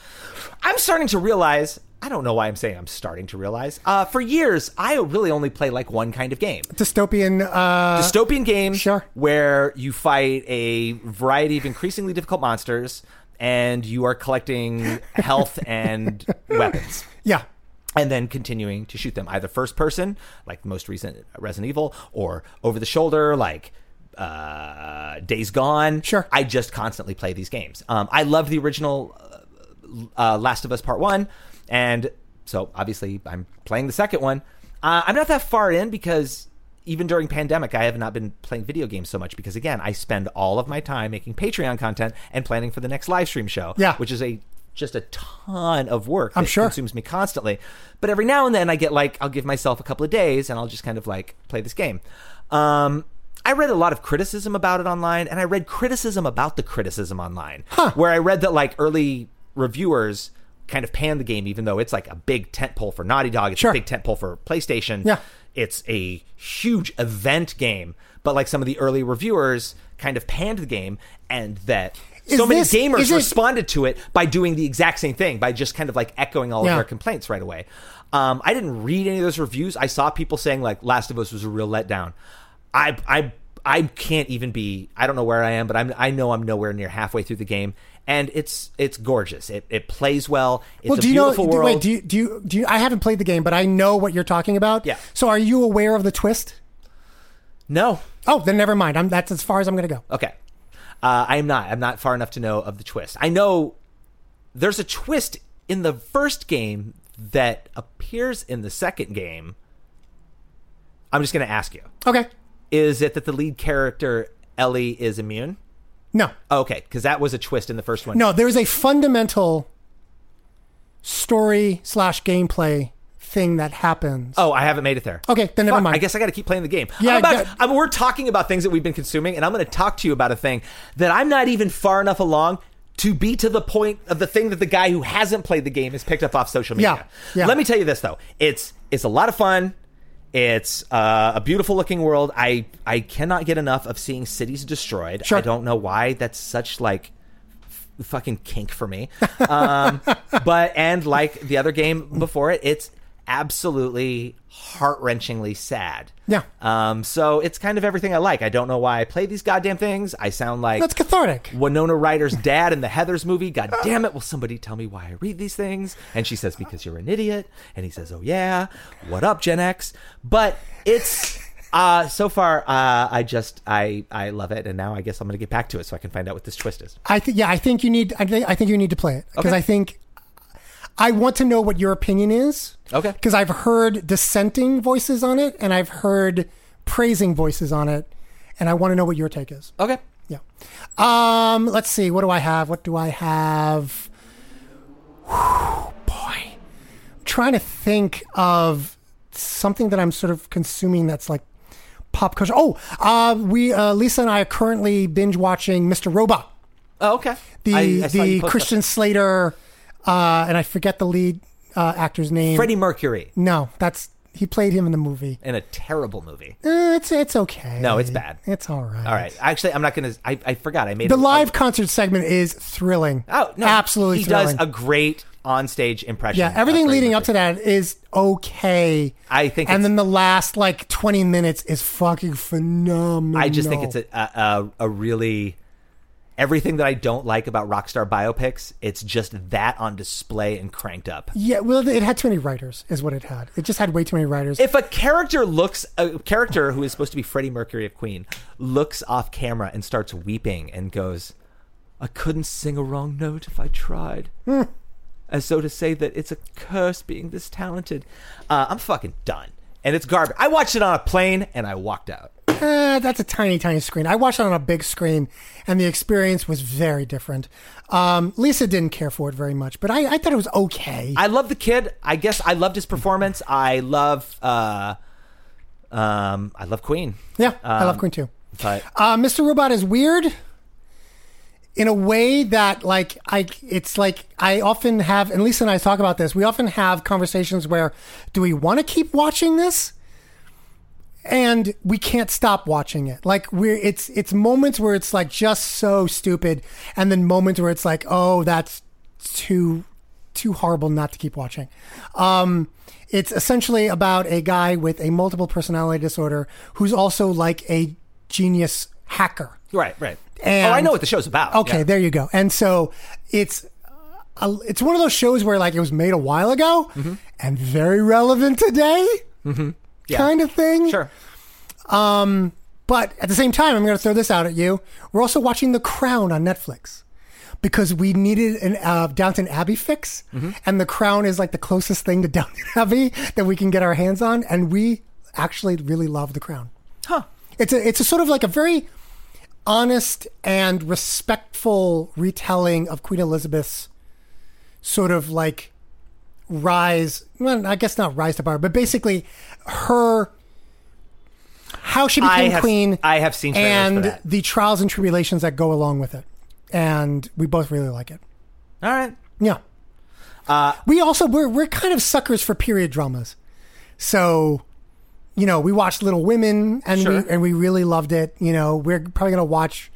Speaker 4: I'm starting to realize. I don't know why I'm saying I'm starting to realize. Uh, for years, I really only play like one kind of game
Speaker 2: Dystopian. Uh,
Speaker 4: dystopian game
Speaker 2: sure.
Speaker 4: where you fight a variety of increasingly difficult monsters and you are collecting health and weapons
Speaker 2: yeah.
Speaker 4: and then continuing to shoot them either first person like the most recent resident evil or over the shoulder like uh days gone
Speaker 2: Sure.
Speaker 4: i just constantly play these games um i love the original uh, Last of Us Part One, and so obviously I'm playing the second one. Uh, I'm not that far in because even during pandemic, I have not been playing video games so much because again, I spend all of my time making Patreon content and planning for the next live stream show.
Speaker 2: Yeah.
Speaker 4: which is a just a ton of work.
Speaker 2: I'm
Speaker 4: that
Speaker 2: sure.
Speaker 4: consumes me constantly. But every now and then, I get like I'll give myself a couple of days and I'll just kind of like play this game. Um, I read a lot of criticism about it online, and I read criticism about the criticism online, where I read that like early reviewers kind of panned the game, even though it's like a big tentpole for Naughty Dog, it's
Speaker 2: Sure.
Speaker 4: a big tentpole for PlayStation,
Speaker 2: Yeah.
Speaker 4: it's a huge event game. But like some of the early reviewers kind of panned the game, and that
Speaker 2: Is
Speaker 4: so many
Speaker 2: this- is
Speaker 4: gamers
Speaker 2: it-
Speaker 4: responded to it by doing the exact same thing, by just kind of like echoing all
Speaker 2: Yeah.
Speaker 4: of their complaints right away. Um, I didn't read any of those reviews. I saw people saying like Last of Us was a real letdown. I I I can't even be. I don't know where I am, but I'm. I know I'm nowhere near halfway through the game, and it's it's gorgeous. It it plays well. It's
Speaker 2: Well,
Speaker 4: a
Speaker 2: do you know?
Speaker 4: beautiful
Speaker 2: do-
Speaker 4: world.
Speaker 2: Wait, do you, do you do you? I haven't played the game, but I know what you're talking about.
Speaker 4: Yeah.
Speaker 2: So, are you aware of the twist?
Speaker 4: no.
Speaker 2: Oh, then never mind. I'm that's as far as I'm gonna go.
Speaker 4: Okay. Uh, I am not. I'm not far enough to know of the twist. I know there's a twist in the first game that appears in the second game. I'm just going to ask you.
Speaker 2: Okay.
Speaker 4: Is it that the lead character, Ellie, is immune? Oh,
Speaker 2: No.
Speaker 4: Okay, because that was a twist in the first one.
Speaker 2: No. There is a fundamental story slash gameplay thing that happens.
Speaker 4: Oh, I haven't made it there.
Speaker 2: Okay, then never
Speaker 4: Fuck,
Speaker 2: mind.
Speaker 4: I guess I got to keep playing the game.
Speaker 2: Yeah,
Speaker 4: I'm about-
Speaker 2: that-
Speaker 4: I'm- we're talking about things that we've been consuming, and I'm going to talk to you about a thing that I'm not even far enough along to be to the point of the thing that the guy who hasn't played the game has picked up off social media.
Speaker 2: Yeah, yeah.
Speaker 4: Let me tell you this though, it's it's a lot of fun. It's uh, a beautiful looking world. I I cannot get enough of seeing cities destroyed.
Speaker 2: Sure.
Speaker 4: I don't know why that's such like f- fucking kink for me. Um, but and like the other game before it, it's absolutely heart wrenchingly sad.
Speaker 2: Yeah.
Speaker 4: Um, so it's kind of everything I like. I don't know why I play these goddamn things. I sound like
Speaker 2: That's cathartic.
Speaker 4: Winona Ryder's dad in the Heather's movie. God damn it! Will somebody tell me why I read these things? And she says because you're an idiot. And he says, Oh yeah, what up, Gen X? But it's. Uh, so far, uh, I just I I love it, and now I guess I'm gonna get back to it so I can find out what this twist is.
Speaker 2: I think yeah, I think you need I think I think you need to play it because I think I want to know what your opinion is.
Speaker 4: Okay.
Speaker 2: Because I've heard dissenting voices on it and I've heard praising voices on it and I want to know what your take is.
Speaker 4: Okay,
Speaker 2: Yeah. Um, let's see. What do I have? What do I have? Whew, boy. I'm trying to think of something that I'm sort of consuming that's like pop culture. Oh, uh, we uh, Lisa and I are currently binge watching Mr. Robot
Speaker 4: oh, okay.
Speaker 2: the
Speaker 4: I- I saw you
Speaker 2: the
Speaker 4: post
Speaker 2: Christian Slater, uh, and I forget the lead uh, actor's name.
Speaker 4: that. Freddie Mercury
Speaker 2: No, that's he played him in the movie.
Speaker 4: in a terrible movie.
Speaker 2: Eh, it's it's okay.
Speaker 4: No, it's bad.
Speaker 2: It's all right.
Speaker 4: All right, actually, I'm not gonna. I, I forgot. I made
Speaker 2: The
Speaker 4: a-
Speaker 2: live concert segment is thrilling.
Speaker 4: Oh no,
Speaker 2: absolutely
Speaker 4: He
Speaker 2: thrilling.
Speaker 4: does a great onstage impression.
Speaker 2: yeah,
Speaker 4: of
Speaker 2: everything
Speaker 4: Freddie
Speaker 2: leading up
Speaker 4: Mercury.
Speaker 2: to that is okay.
Speaker 4: I think
Speaker 2: and
Speaker 4: it's-
Speaker 2: then the last like 20 minutes is fucking phenomenal.
Speaker 4: I just think it's a, a a a really everything that I don't like about rockstar biopics. It's just that on display and cranked up.
Speaker 2: yeah. Well, it had too many writers, is what it had. It just had way too many writers.
Speaker 4: If a character looks a character who is supposed to be Freddie Mercury of Queen looks off camera and starts weeping and goes,
Speaker 7: I couldn't sing a wrong note if I tried.
Speaker 2: Hmm.
Speaker 7: As though to say that it's a curse being this talented.
Speaker 4: Uh, I'm fucking done. And it's garbage. I watched it on a plane and I walked out.
Speaker 2: Eh, that's a tiny, tiny screen. I watched it on a big screen, and the experience was very different. Um, Lisa didn't care for it very much, but I, I thought it was okay.
Speaker 4: I love the kid. I guess I loved his performance. I love, uh, um, I love Queen.
Speaker 2: yeah, I
Speaker 4: Um,
Speaker 2: love Queen too.
Speaker 4: But
Speaker 2: Uh, Mr. Robot is weird in a way that, like, I it's like I often have, and Lisa and I talk about this. We often have conversations where, do we want to keep watching this? And we can't stop watching it. Like we're it's it's moments where it's like just so stupid, and then moments where it's like, oh, that's too too horrible not to keep watching. Um, it's essentially about a guy with a multiple personality disorder who's also like a genius hacker.
Speaker 4: right, right.
Speaker 2: And-
Speaker 4: oh, I know what the show's about.
Speaker 2: Okay,
Speaker 4: Yeah.
Speaker 2: there you go. And so it's uh, a, it's one of those shows where like it was made a while ago
Speaker 4: Mm-hmm.
Speaker 2: and very relevant today, kind of thing.
Speaker 4: Sure.
Speaker 2: But at the same time, I'm going to throw this out at you. We're also watching The Crown on Netflix because we needed an uh, Downton Abbey fix,
Speaker 4: Mm-hmm.
Speaker 2: and The Crown is like the closest thing to Downton Abbey that we can get our hands on, and we actually really love The Crown.
Speaker 4: Huh.
Speaker 2: It's a it's a sort of like a very honest and respectful retelling of Queen Elizabeth's sort of like rise. Well, I guess not rise to power, but basically her how she
Speaker 4: I
Speaker 2: became
Speaker 4: have-
Speaker 2: queen.
Speaker 4: I have seen trailers for
Speaker 2: and
Speaker 4: that.
Speaker 2: the trials and tribulations that go along with it, and we both really like it.
Speaker 4: All right.
Speaker 2: Yeah.
Speaker 4: Uh,
Speaker 2: we also we're we're kind of suckers for period dramas, so you know we watched Little Women and
Speaker 4: Sure.
Speaker 2: we and we really loved it. You know we're probably gonna watch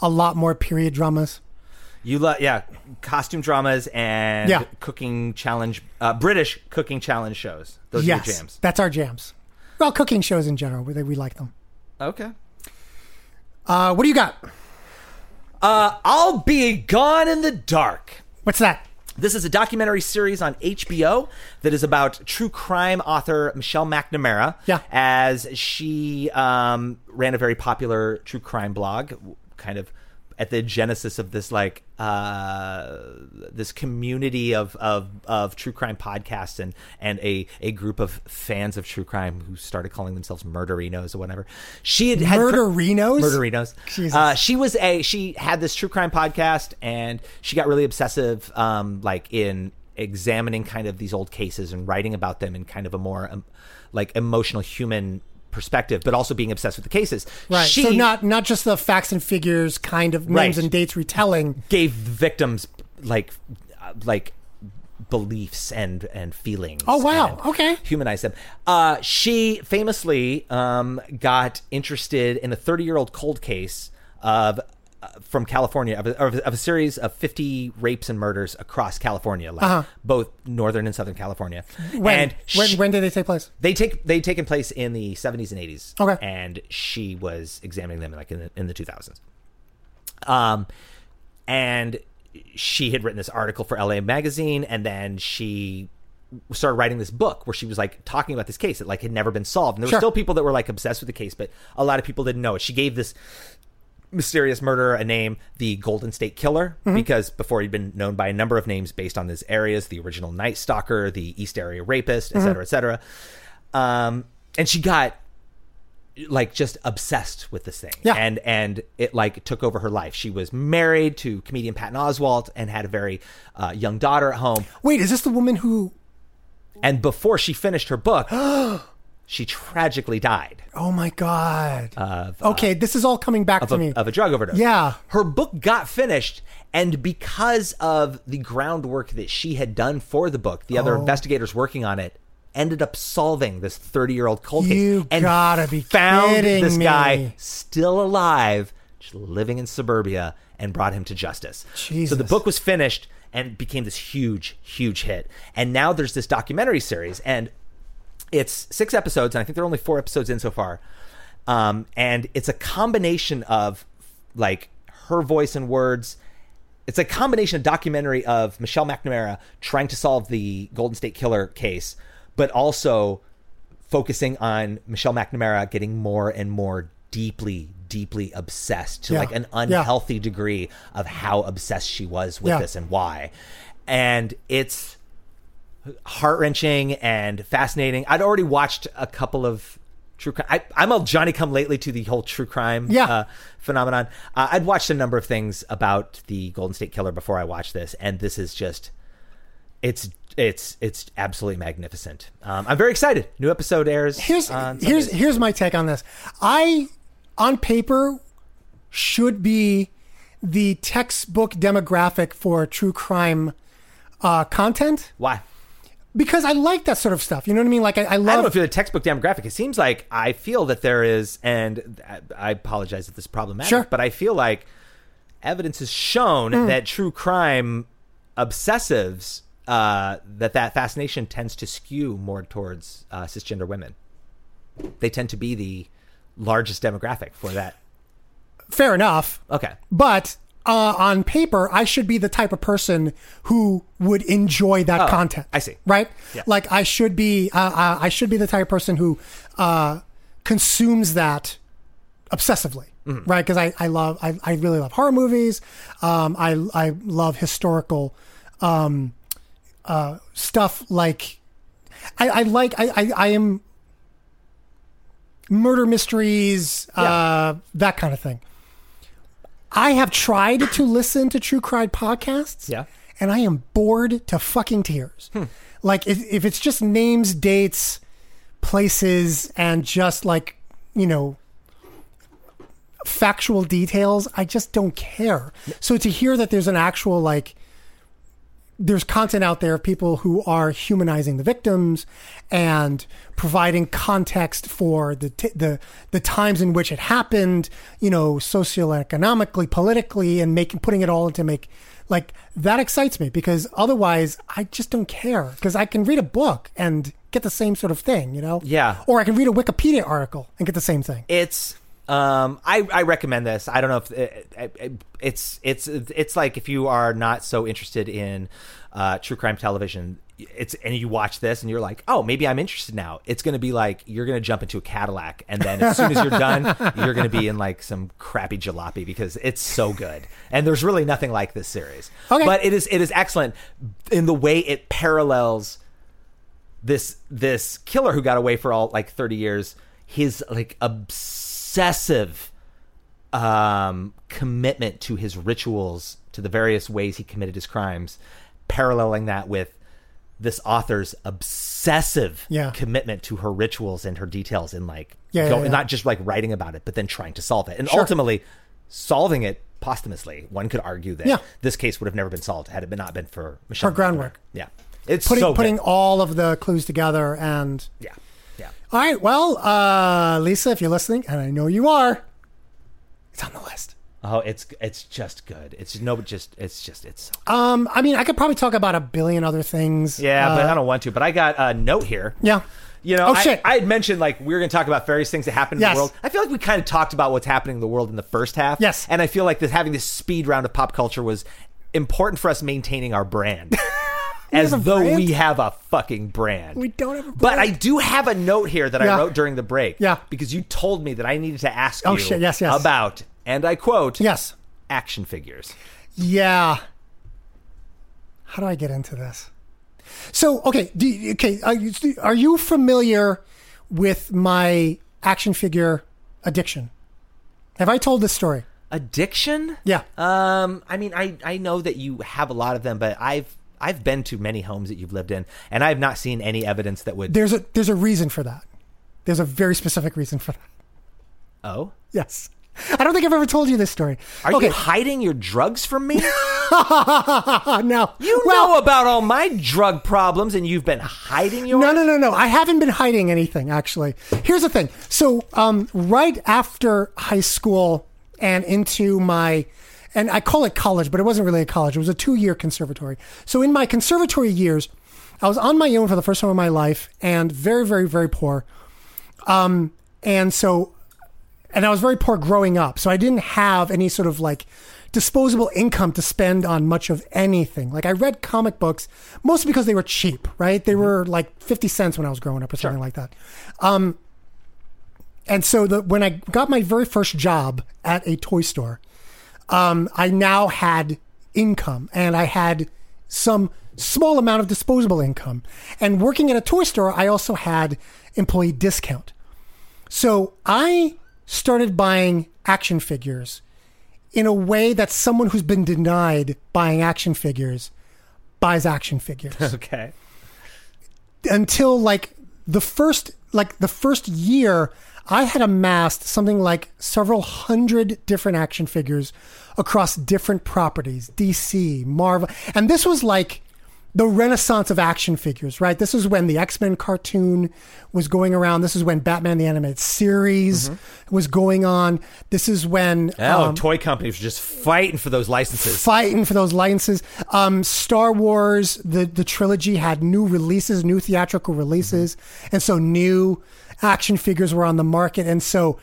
Speaker 2: a lot more period dramas.
Speaker 4: You love yeah, costume dramas and
Speaker 2: Yeah.
Speaker 4: cooking challenge, uh, British cooking challenge shows. Those
Speaker 2: yes,
Speaker 4: are your jams.
Speaker 2: that's our jams. Well, cooking shows in general, we, we like them.
Speaker 4: Okay.
Speaker 2: Uh, what do you got?
Speaker 4: I'll be gone in the dark.
Speaker 2: What's that?
Speaker 4: This is a documentary series on HBO that is about true crime author Michelle McNamara.
Speaker 2: Yeah.
Speaker 4: As she um, ran a very popular true crime blog, w- kind of at the genesis of this like uh, this community of, of of true crime podcasts and and a a group of fans of true crime who started calling themselves murderinos or whatever. She had, had
Speaker 2: Murderinos?
Speaker 4: Murderinos.
Speaker 2: Jesus.
Speaker 4: Uh, she was a she had this true crime podcast and she got really obsessive um like in examining kind of these old cases and writing about them in kind of a more um, like emotional human perspective but also being obsessed with the cases
Speaker 2: Right.
Speaker 4: she
Speaker 2: so not not just the facts and figures kind of names
Speaker 4: Right.
Speaker 2: and dates retelling.
Speaker 4: gave victims like uh, like beliefs and and feelings
Speaker 2: Oh, wow.
Speaker 4: and
Speaker 2: Okay.
Speaker 4: humanize them. Uh, she famously um, got interested in a 30 year old cold case of uh, from California of a, of a- of a series of 50 rapes and murders across California, like both northern and southern California.
Speaker 2: Uh-huh. When
Speaker 4: and
Speaker 2: when
Speaker 4: she-
Speaker 2: when did they take place?
Speaker 4: they take they taken place in the 70s and 80s.
Speaker 2: Okay.
Speaker 4: and she was examining them like in the, in the 2000s. Um, and she had written this article for LA magazine, and then she started writing this book where she was like talking about this case that like had never been solved, and there were
Speaker 2: Sure.
Speaker 4: still people that were like obsessed with the case, but a lot of people didn't know it. She gave this mysterious murderer a name, the Golden State Killer, because before he'd been known by a number of names based on these areas, the original Night Stalker, the East Area Rapist, et cetera, et cetera. Um, and she got like just obsessed with this thing
Speaker 2: Yeah.
Speaker 4: and and it like took over her life she was married to comedian patton oswalt and had a very uh, young daughter at home
Speaker 2: Wait, is this the woman who?
Speaker 4: and before she finished her book she tragically died
Speaker 2: Oh my god. okay, this is all coming back
Speaker 4: uh, of
Speaker 2: to
Speaker 4: a,
Speaker 2: me.
Speaker 4: of a drug overdose.
Speaker 2: Yeah.
Speaker 4: Her book got finished, and because of the groundwork that she had done for the book, the
Speaker 2: Oh.
Speaker 4: other investigators working on it ended up solving this 30 year old cold
Speaker 2: You
Speaker 4: case. And
Speaker 2: gotta be
Speaker 4: found
Speaker 2: kidding
Speaker 4: this
Speaker 2: me.
Speaker 4: guy still alive, just living in suburbia, and brought him to justice. So the
Speaker 2: Jesus.
Speaker 4: book was finished and became this huge, huge hit. And now there's this documentary series, and it's six episodes, and I think there are only four episodes in so far. Um, and it's a combination of like her voice and words. It's a combination of documentary of Michelle McNamara trying to solve the Golden State Killer case, but also focusing on Michelle McNamara getting more and more deeply, deeply obsessed to
Speaker 2: Yeah.
Speaker 4: like an
Speaker 2: Yeah.
Speaker 4: unhealthy degree of how obsessed she was with
Speaker 2: Yeah.
Speaker 4: this and why. And it's heart wrenching and fascinating. I'd already watched a couple of true crime. I, I'm a Johnny come lately to the whole true crime
Speaker 2: Yeah.
Speaker 4: uh, phenomenon. Uh, I'd watched a number of things about the Golden State Killer before I watched this, and this is just it's it's it's absolutely magnificent. Um, I'm very excited. New episode airs.
Speaker 2: here's
Speaker 4: on
Speaker 2: here's
Speaker 4: Sundays.
Speaker 2: here's my take on this. I on paper should be the textbook demographic for true crime uh, content
Speaker 4: why.
Speaker 2: because I like that sort of stuff. You know what I mean? Like I, I
Speaker 4: I don't
Speaker 2: love
Speaker 4: know if you're the textbook demographic. It seems like I feel that there is, and I- I apologize if this is problematic,
Speaker 2: Sure. Mm.
Speaker 4: but I feel like evidence has shown that true crime obsessives uh, that that fascination tends to skew more towards uh, cisgender women. They tend to be the largest demographic for that.
Speaker 2: fair enough.
Speaker 4: Okay,
Speaker 2: But uh, on paper, I should be the type of person who would enjoy that
Speaker 4: Oh,
Speaker 2: content.
Speaker 4: I see.
Speaker 2: Right?
Speaker 4: Yeah.
Speaker 2: Like I should be. Uh, uh, I should be the type of person who uh, consumes that obsessively.
Speaker 4: Mm-hmm.
Speaker 2: Right? Because I, I love. I, I really love horror movies. Um, I I love historical um, uh, stuff like. I, I like I, I, I am murder mysteries uh, that kind of thing I have tried to listen to true crime podcasts.
Speaker 4: Yeah.
Speaker 2: And I am bored to fucking tears. Like, if, if it's just names, dates, places, and just like, you know, factual details, I just don't care. So to hear that there's an actual, like, there's content out there of people who are humanizing the victims and providing context for the t- the the times in which it happened, you know, socioeconomically, politically, and making putting it all into make like that excites me because otherwise I just don't care because I can read a book and get the same sort of thing, you know.
Speaker 4: Yeah.
Speaker 2: Or I can read a Wikipedia article and get the same thing.
Speaker 4: it's um I, I recommend this i don't know if it, it, it- it's it's it's like if you are not so interested in uh true crime television it's and you watch this and you're like oh maybe i'm interested now it's gonna be like you're gonna jump into a cadillac and then as soon as you're done you're gonna be in like some crappy jalopy because it's so good and there's really nothing like this series
Speaker 2: Okay.
Speaker 4: but it is it is excellent in the way it parallels this this killer who got away for all like 30 years his like obsessive um commitment to his rituals to the various ways he committed his crimes paralleling that with this author's obsessive
Speaker 2: Yeah.
Speaker 4: commitment to her rituals and her details and like
Speaker 2: Yeah,
Speaker 4: go-
Speaker 2: yeah, yeah.
Speaker 4: not just like writing about it but then trying to solve it and ultimately solving it posthumously one could argue that
Speaker 2: Yeah.
Speaker 4: this case would have never been solved had it not been for Michelle
Speaker 2: For groundwork.
Speaker 4: yeah it's
Speaker 2: Putting
Speaker 4: so good.
Speaker 2: putting all of the clues together and
Speaker 4: yeah yeah
Speaker 2: All right. Well, uh, Lisa, if you're listening, and I know you are, it's on the list.
Speaker 4: Oh, it's it's just good. It's no, but just it's just it's. So good.
Speaker 2: Um, I mean, I could probably talk about a billion other things.
Speaker 4: yeah, but
Speaker 2: Uh,
Speaker 4: I don't want to. But I got a note here.
Speaker 2: Yeah.
Speaker 4: You know,
Speaker 2: Oh,
Speaker 4: I,
Speaker 2: shit.
Speaker 4: I had mentioned like we were going to talk about various things that happen in
Speaker 2: Yes.
Speaker 4: the world. I feel like we kind of talked about what's happening in the world in the first half.
Speaker 2: Yes.
Speaker 4: and I feel like this having this speed round of pop culture was important for us maintaining our brand. As
Speaker 2: have a
Speaker 4: though
Speaker 2: brand?
Speaker 4: we have a fucking brand.
Speaker 2: We don't have a
Speaker 4: But I
Speaker 2: brand.
Speaker 4: do have a note here that
Speaker 2: Yeah.
Speaker 4: I wrote during the break.
Speaker 2: Yeah.
Speaker 4: Because you told me that I needed to ask
Speaker 2: Oh,
Speaker 4: you
Speaker 2: shit. Yes, yes.
Speaker 4: about, and I quote,
Speaker 2: Yes.
Speaker 4: action figures.
Speaker 2: Yeah. How do I get into this? So, okay. Do you, okay. Are you, are you familiar with my action figure addiction? Have I told this story?
Speaker 4: addiction
Speaker 2: Yeah.
Speaker 4: um i mean i i know that you have a lot of them but i've i've been to many homes that you've lived in and i've not seen any evidence that would
Speaker 2: There's a there's a reason for that. There's a very specific reason for that.
Speaker 4: oh
Speaker 2: Yes. I don't think I've ever told you this story.
Speaker 4: are
Speaker 2: okay.
Speaker 4: you hiding your drugs from me
Speaker 2: no.
Speaker 4: you
Speaker 2: well,
Speaker 4: know about all my drug problems and you've been hiding your
Speaker 2: No, no, no, no. I haven't been hiding anything, actually. Here's the thing. So, um, right after high school and into my, and I call it college, but it wasn't really a college. It was a two year conservatory. So, in my conservatory years, I was on my own for the first time in my life and very, very, very poor. Um, and so, and I was very poor growing up. So, I didn't have any sort of like, disposable income to spend on much of anything. Like I read comic books mostly because they were cheap, right? They were like 50 cents when I was growing up or something like that. Um, And so the, when I got my very first job at a toy store, um, I now had income and I had some small amount of disposable income. And working at a toy store, I also had employee discount. So I started buying action figures in a way that someone who's been denied buying action figures buys action figures
Speaker 4: Okay.
Speaker 2: until like the first like the first year I had amassed something like several hundred different action figures across different properties, DC, Marvel. And this was like the renaissance of action figures, right? This is when the X-Men cartoon was going around. This is when Batman the animated series was going on. This is when
Speaker 4: Oh,
Speaker 2: um,
Speaker 4: toy companies were just fighting for those licenses.
Speaker 2: fighting for those licenses. Um, Star Wars, the the trilogy had new releases, new theatrical releases, and so new action figures were on the market, and so.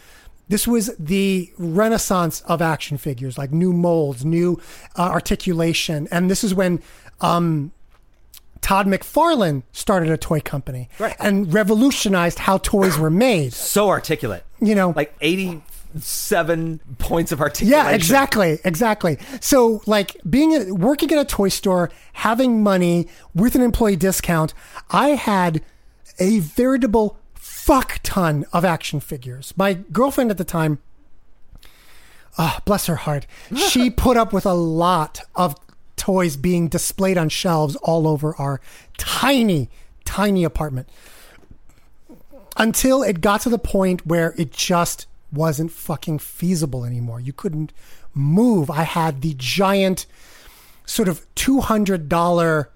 Speaker 2: This was the renaissance of action figures, like new molds, new uh, articulation, and this is when um, Todd McFarlane started a toy company and revolutionized how toys were made.
Speaker 4: so articulate.
Speaker 2: You know,
Speaker 7: like 87 points of articulation.
Speaker 2: Yeah, exactly, exactly. So like being a, working at a toy store, having money with an employee discount, I had a veritable fuck ton of action figures. My girlfriend at the time, ah, bless her heart, she put up with a lot of toys being displayed on shelves all over our tiny, tiny apartment until it got to the point where it just wasn't fucking feasible anymore. You couldn't move. I had the giant sort of $200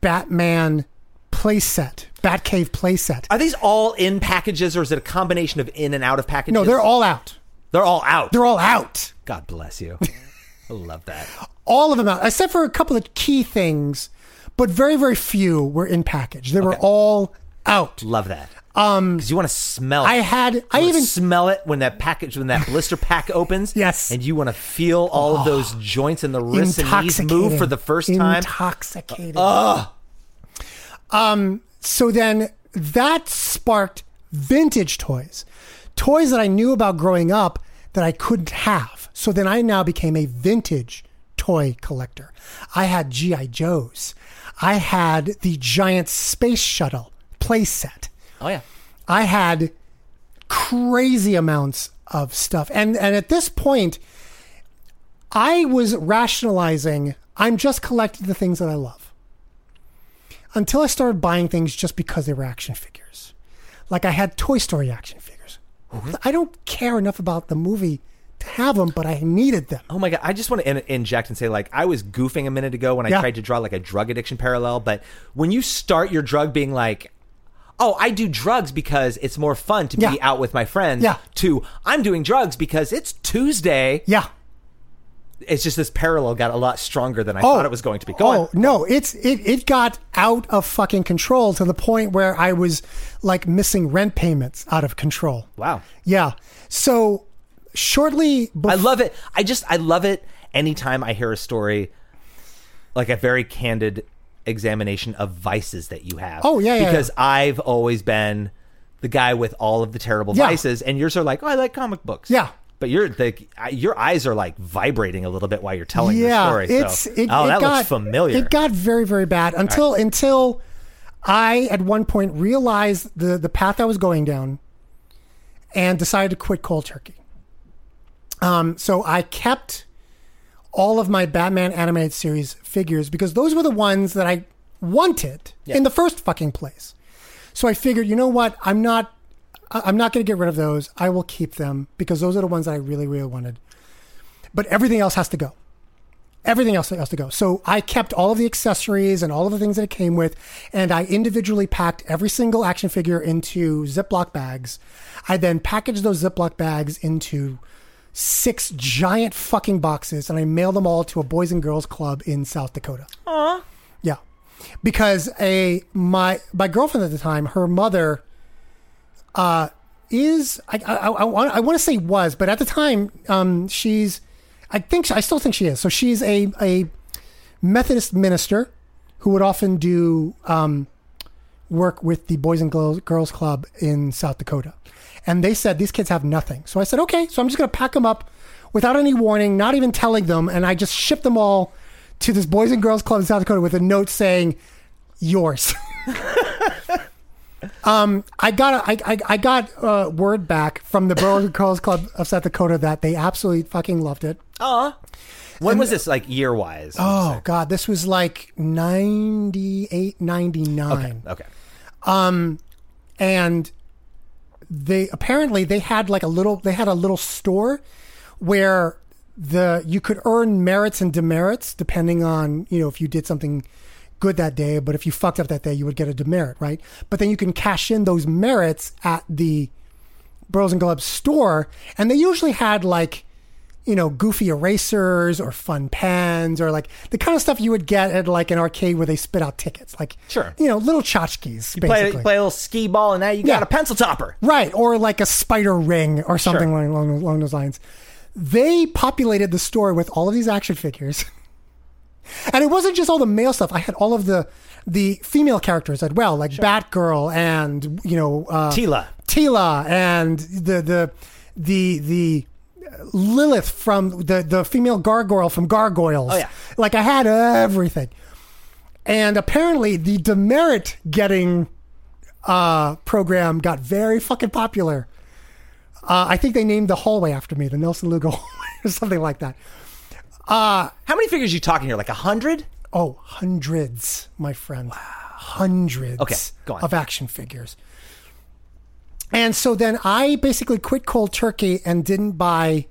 Speaker 2: Batman playset, Batcave playset.
Speaker 4: Are these all in packages or is it a combination of in and out of packages?
Speaker 2: No, they're all out.
Speaker 4: They're all out.
Speaker 2: They're all out.
Speaker 4: God bless you. I love that.
Speaker 2: All of them out, except for a couple of key things, but very, very few were in package. They were all out.
Speaker 4: Love that. Um, because you want to smell.
Speaker 2: I
Speaker 4: it.
Speaker 2: had-
Speaker 4: You
Speaker 2: I
Speaker 4: wanna
Speaker 2: even-
Speaker 4: smell it when that package, when that blister pack opens.
Speaker 2: Yes. Oh.
Speaker 4: and you want to feel all of those joints in the wrists and knees move for the first time.
Speaker 2: Intoxicating. Um, so then that sparked vintage toys, toys that I knew about growing up that I couldn't have. So then I now became a vintage toy collector. I had G.I. Joes. I had the giant space shuttle playset.
Speaker 4: oh yeah,
Speaker 2: I had crazy amounts of stuff. And and at this point, I was rationalizing I'm just collecting the things that I love. Until I started buying things just because they were action figures. Like I had Toy Story action figures.
Speaker 4: Mm-hmm.
Speaker 2: I don't care enough about the movie to have them, but I needed them.
Speaker 4: Oh my god! I just want to in- inject and say, like, I was goofing a minute ago when I
Speaker 2: Yeah.
Speaker 4: tried to draw like a drug addiction parallel, but when you start your drug being like, "Oh, I do drugs because it's more fun to
Speaker 2: Yeah.
Speaker 4: be out with my friends,"
Speaker 2: Yeah.
Speaker 4: to "I'm doing drugs because it's Tuesday,"
Speaker 2: Yeah.
Speaker 4: it's just this parallel got a lot stronger than I
Speaker 2: Oh.
Speaker 4: thought it was going to be. Go
Speaker 2: oh
Speaker 4: on.
Speaker 2: no, it's it it got out of fucking control to the point where I was like missing rent payments out of control.
Speaker 4: Wow.
Speaker 2: Yeah. So shortly before
Speaker 4: I love it. I just I love it anytime I hear a story like a very candid examination of vices that you have.
Speaker 2: Oh, yeah, yeah,
Speaker 4: Because I've always been the guy with all of the terrible
Speaker 2: Yeah.
Speaker 4: vices and yours are like, "Oh, I like comic books."
Speaker 2: Yeah.
Speaker 4: But you're like your eyes are like vibrating a little bit while you're telling
Speaker 2: yeah,
Speaker 4: your story. so-
Speaker 2: It's it,
Speaker 4: oh,
Speaker 2: it
Speaker 4: that
Speaker 2: got,
Speaker 4: looks familiar.
Speaker 2: It got very very bad until until I at one point realized the the path I was going down and decided to quit cold turkey. Um, so I kept all of my Batman animated series figures because those were the ones that I wanted in the first fucking place. So I figured, you know what? I'm not I- I'm not going to get rid of those. I will keep them because those are the ones that I really really wanted. But everything else has to go everything else has to go. So I kept all of the accessories and all of the things that it came with, and I individually packed every single action figure into Ziploc bags. I then packaged those Ziploc bags into six giant fucking boxes, and I mailed them all to a Boys and Girls Club in South Dakota. Aww. Yeah, because a my my girlfriend at the time, her mother is I I, I, want, I want to say was, but at the time, um, she's I think she- I still think she is. So she's a a Methodist minister who would often do um, work with the Boys and Girls, Girls Club in South Dakota. And they said, these kids have nothing. So I said, okay, so I'm just going to pack them up without any warning, not even telling them. And I just shipped them all to this Boys and Girls Club in South Dakota with a note saying, yours. um, I got a, I, I, I got uh, word back from the Boys and Girls Club of South Dakota that they absolutely fucking loved it.
Speaker 4: When was this like year wise?
Speaker 2: Oh God, this was like 98, 99.
Speaker 4: Okay.
Speaker 2: and they apparently they had like a little they had a little store where the you could earn merits and demerits depending on you know if you did something good that day but if you fucked up that day you would get a demerit right but then you can cash in those merits at the Burrows and Gloves store and they usually had like you know goofy erasers or fun pens or like the kind of stuff you would get at like an arcade where they spit out tickets like
Speaker 4: Sure.
Speaker 2: you know little tchotchkes
Speaker 4: Play,
Speaker 2: basically
Speaker 4: play a little skee ball, and now you got
Speaker 2: Yeah.
Speaker 4: a pencil topper.
Speaker 2: Right, or like a spider ring or something
Speaker 4: Sure.
Speaker 2: along, along, along those lines. They populated the store with all of these action figures. And it wasn't just all the male stuff. I had all of the the female characters as well, like Batgirl and you know uh,
Speaker 4: Tila.
Speaker 2: Tila and the the the the Lilith from the the female gargoyle from Gargoyles.
Speaker 4: Oh, yeah.
Speaker 2: like I had everything. And apparently, the demerit getting uh, program got very fucking popular. Uh, I think they named the hallway after me, the Nelson Lugo hallway or something like that.
Speaker 4: How many figures are you talking here? Like a hundred?
Speaker 2: Oh, hundreds, my friend. Hundreds
Speaker 4: Okay, go on.
Speaker 2: of action figures. And so then I basically quit cold turkey and didn't buy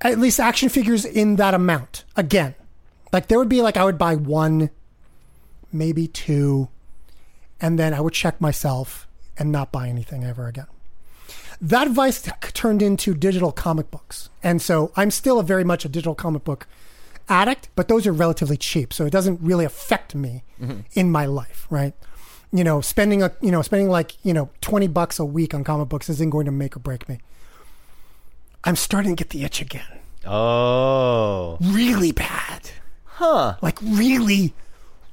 Speaker 2: at least action figures in that amount again. Like there would be like I would buy one, maybe two, and then I would check myself and not buy anything ever again. That vice t- turned into digital comic books. And so I'm still a very much a digital comic book addict, but those are relatively cheap, so it doesn't really affect me in my life, right? You know, spending a you know spending like you know twenty bucks a week on comic books isn't going to make or break me. I'm starting to get the itch again,
Speaker 4: Oh.
Speaker 2: really bad, huh? Like really,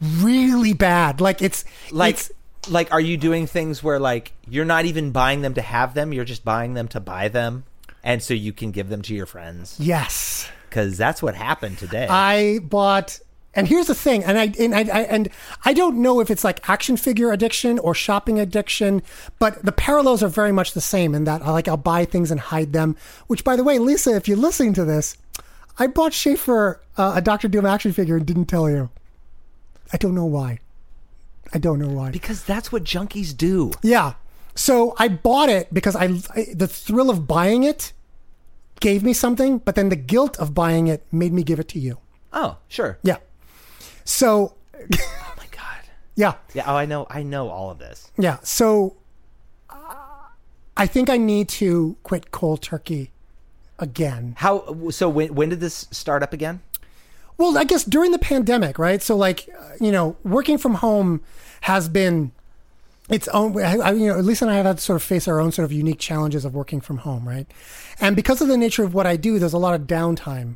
Speaker 2: really bad. Like it's
Speaker 4: Like
Speaker 2: it's-
Speaker 4: like are you doing things where like you're not even buying them to have them, you're just buying them to buy them? And so you can give them to your friends.
Speaker 2: yes.
Speaker 4: Because that's what happened today.
Speaker 2: I bought, and here's the thing, and I and I, I and I don't know if it's like action figure addiction or shopping addiction, but the parallels are very much the same in that I like I'll buy things and hide them. Which, by the way, Lisa, if you're listening to this, I bought Schaefer uh, a Doctor Doom action figure and didn't tell you. I don't know why. I don't know why.
Speaker 4: because that's what junkies do.
Speaker 2: Yeah. So I bought it because I, I- the thrill of buying it gave me something, but then the guilt of buying it made me give it to you.
Speaker 4: Oh, sure.
Speaker 2: Yeah. So
Speaker 4: Oh my god.
Speaker 2: yeah,
Speaker 4: Yeah, oh I know I know all of this.
Speaker 2: yeah. So uh, I think I need to quit cold turkey again.
Speaker 4: How so when when did this start up again?
Speaker 2: Well, I guess during the pandemic, right? So like, uh, you know, working from home has been its own. I, I- you know, Lisa and I have had to sort of face our own sort of unique challenges of working from home, right? And because of the nature of what I do, there's a lot of downtime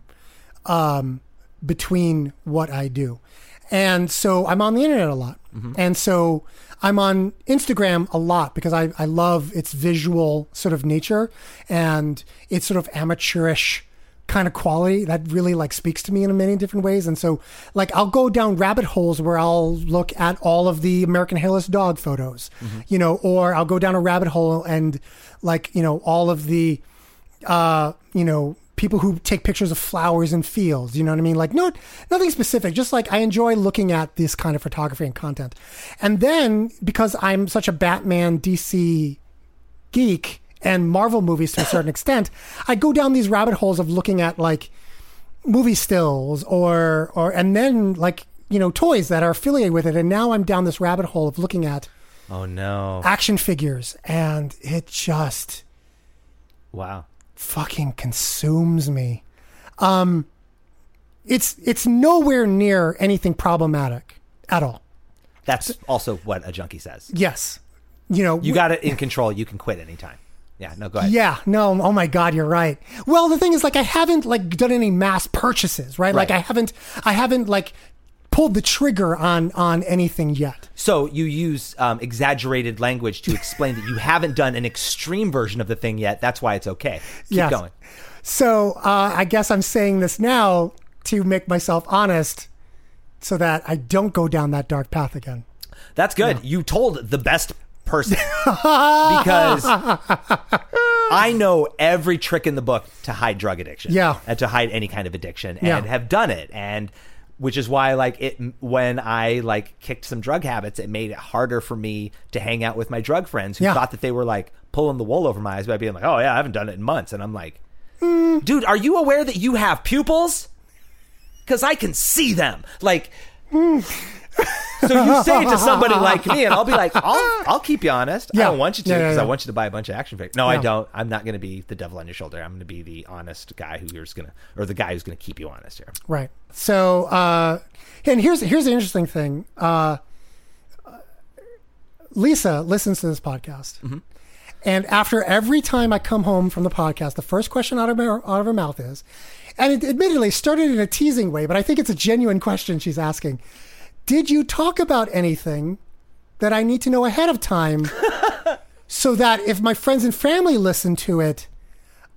Speaker 2: um, between what I do. And so I'm on the internet a lot. And so I'm on Instagram a lot because I, I love its visual sort of nature and its sort of amateurish kind of quality that really like speaks to me in many different ways. And so like I'll go down rabbit holes where I'll look at all of the American hairless dog photos, you know, or I'll go down a rabbit hole and like, you know, all of the uh, you know, people who take pictures of flowers and fields. You know what I mean? Like, no, nothing specific. Just like I enjoy looking at this kind of photography and content. And then because I'm such a Batman DC geek and Marvel movies to a certain extent, I go down these rabbit holes of looking at like movie stills or or and then like you know toys that are affiliated with it. And now I'm down this rabbit hole of looking at
Speaker 4: Oh no.
Speaker 2: action figures, and it just
Speaker 4: Wow.
Speaker 2: fucking consumes me. Um, it's it's nowhere near anything problematic at all.
Speaker 4: That's also what a junkie says.
Speaker 2: Yes, you know
Speaker 4: You got it in control. You can quit anytime. Yeah, no, go ahead.
Speaker 2: Yeah, no, oh my god, you're right. Well, the thing is like I haven't like done any mass purchases, right? Like
Speaker 4: Right.
Speaker 2: I haven't I haven't like pulled the trigger on on anything yet.
Speaker 4: So you use um, exaggerated language to explain that you haven't done an extreme version of the thing yet. That's why it's okay. Keep
Speaker 2: Yes.
Speaker 4: going.
Speaker 2: So uh, I guess I'm saying this now to make myself honest, so that I don't go down that dark path again.
Speaker 4: That's good. You told the best person because I know every trick in the book to hide drug addiction.
Speaker 2: Yeah.
Speaker 4: And to hide any kind of addiction and
Speaker 2: Yeah.
Speaker 4: have done it. And which is why like it when I like kicked some drug habits, it made it harder for me to hang out with my drug friends who
Speaker 2: Yeah.
Speaker 4: thought that they were like pulling the wool over my eyes by being like, "Oh yeah, I haven't done it in months." And I'm like,
Speaker 2: Mm.
Speaker 4: "Dude, are you aware that you have pupils?" Cuz I can see them. Like so you say it to somebody like me, and I'll be like, I'll, I'll keep you honest.
Speaker 2: Yeah.
Speaker 4: I don't want you to
Speaker 2: Yeah,
Speaker 4: because
Speaker 2: yeah,
Speaker 4: I
Speaker 2: yeah.
Speaker 4: want you to buy a bunch of action figures. No, I
Speaker 2: Yeah.
Speaker 4: don't. I'm not going to be the devil on your shoulder. I'm going to be the honest guy who here's going to, or the guy who's going to keep you honest here.
Speaker 2: Right. So, uh, and here's here's the interesting thing. Uh, Lisa listens to this podcast, and after every time I come home from the podcast, the first question out of her, out of her mouth is, and it admittedly started in a teasing way, but I think it's a genuine question she's asking. Did you talk about anything that I need to know ahead of time, so that if my friends and family listen to it,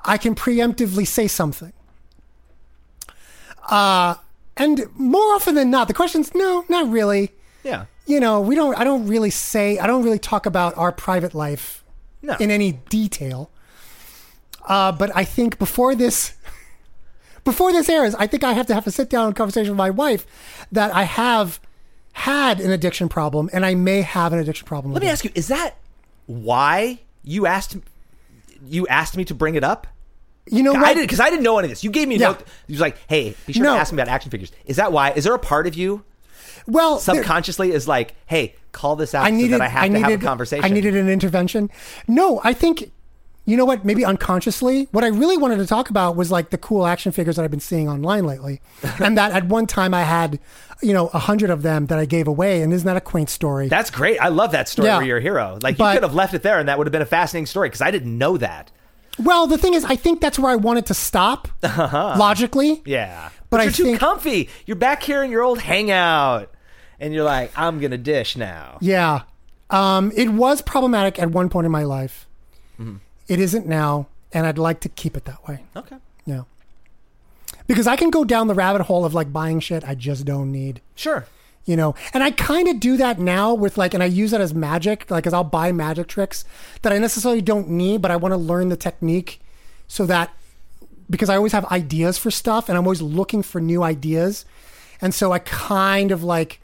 Speaker 2: I can preemptively say something? And more often than not, the question's no, not really.
Speaker 4: Yeah.
Speaker 2: You know, we don't. I don't really say. I don't really talk about our private life
Speaker 4: No.
Speaker 2: in any detail. Uh, but I think before this, before this airs, I think I have to have a sit down conversation with my wife that I have had an addiction problem and I may have an addiction problem.
Speaker 4: Let me ask you: Is that why you asked you asked me to bring it up?
Speaker 2: You know
Speaker 4: I
Speaker 2: what?
Speaker 4: did because I didn't know any of this. You gave me a
Speaker 2: Yeah.
Speaker 4: note. You was like, "Hey, be sure
Speaker 2: No.
Speaker 4: to ask me about action figures." Is that why? Is there a part of you
Speaker 2: well, there-
Speaker 4: subconsciously is like, "Hey, call this out
Speaker 2: I needed.
Speaker 4: so that I have to
Speaker 2: needed.
Speaker 4: have a conversation"?
Speaker 2: I needed an intervention. No, I think. You know what? Maybe unconsciously, what I really wanted to talk about was like the cool action figures that I've been seeing online lately, and that at one time I had, you know, a hundred of them that I gave away. And isn't that a quaint story?
Speaker 4: That's great. I love that story
Speaker 2: Yeah.
Speaker 4: where you're a hero. Like
Speaker 2: But-
Speaker 4: you could have left it there, and that would have been a fascinating story because I didn't know that.
Speaker 2: well, the thing is, I think that's where I wanted to stop logically.
Speaker 4: Uh-huh. Yeah,
Speaker 2: But I
Speaker 4: you're too
Speaker 2: think-
Speaker 4: comfy. You're back here in your old hangout, and you're like, I'm gonna dish now.
Speaker 2: Yeah. Um, it was problematic at one point in my life.
Speaker 4: Mm-hmm.
Speaker 2: It isn't now, and I'd like to keep it that way.
Speaker 4: Okay,
Speaker 2: Yeah. Because I can go down the rabbit hole of like buying shit I just don't need,
Speaker 4: sure.
Speaker 2: you know? And I kind of do that now with like, and I use it as magic, like, as I'll buy magic tricks that I necessarily don't need, but I want to learn the technique so that because I always have ideas for stuff and I'm always looking for new ideas. And so I kind of like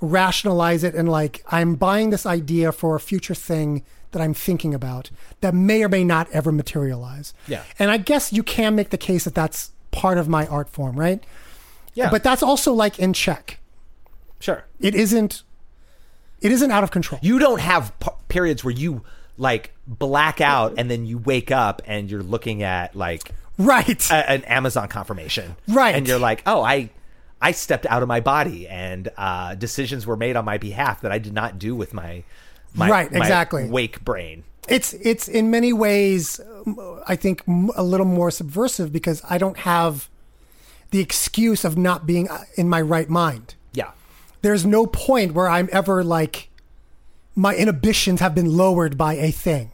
Speaker 2: rationalize it and like, I'm buying this idea for a future thing that I'm thinking about that may or may not ever materialize.
Speaker 4: Yeah.
Speaker 2: And I guess you can make the case that that's part of my art form, right?
Speaker 4: Yeah,
Speaker 2: But that's also like in check.
Speaker 4: sure.
Speaker 2: It isn't. It isn't out of control.
Speaker 4: You don't have p- periods where you like black out, and then you wake up and you're looking at like
Speaker 2: right.
Speaker 4: a- an Amazon confirmation,
Speaker 2: Right.
Speaker 4: And you're like, oh, I. I stepped out of my body, and uh, decisions were made on my behalf that I did not do with my, my
Speaker 2: Right,
Speaker 4: my
Speaker 2: exactly.
Speaker 4: wake brain.
Speaker 2: it's it's in many ways um, i think m- a little more subversive because i don't have the excuse of not being uh, in my right mind
Speaker 4: Yeah.
Speaker 2: there's no point where i'm ever like my inhibitions have been lowered by a thing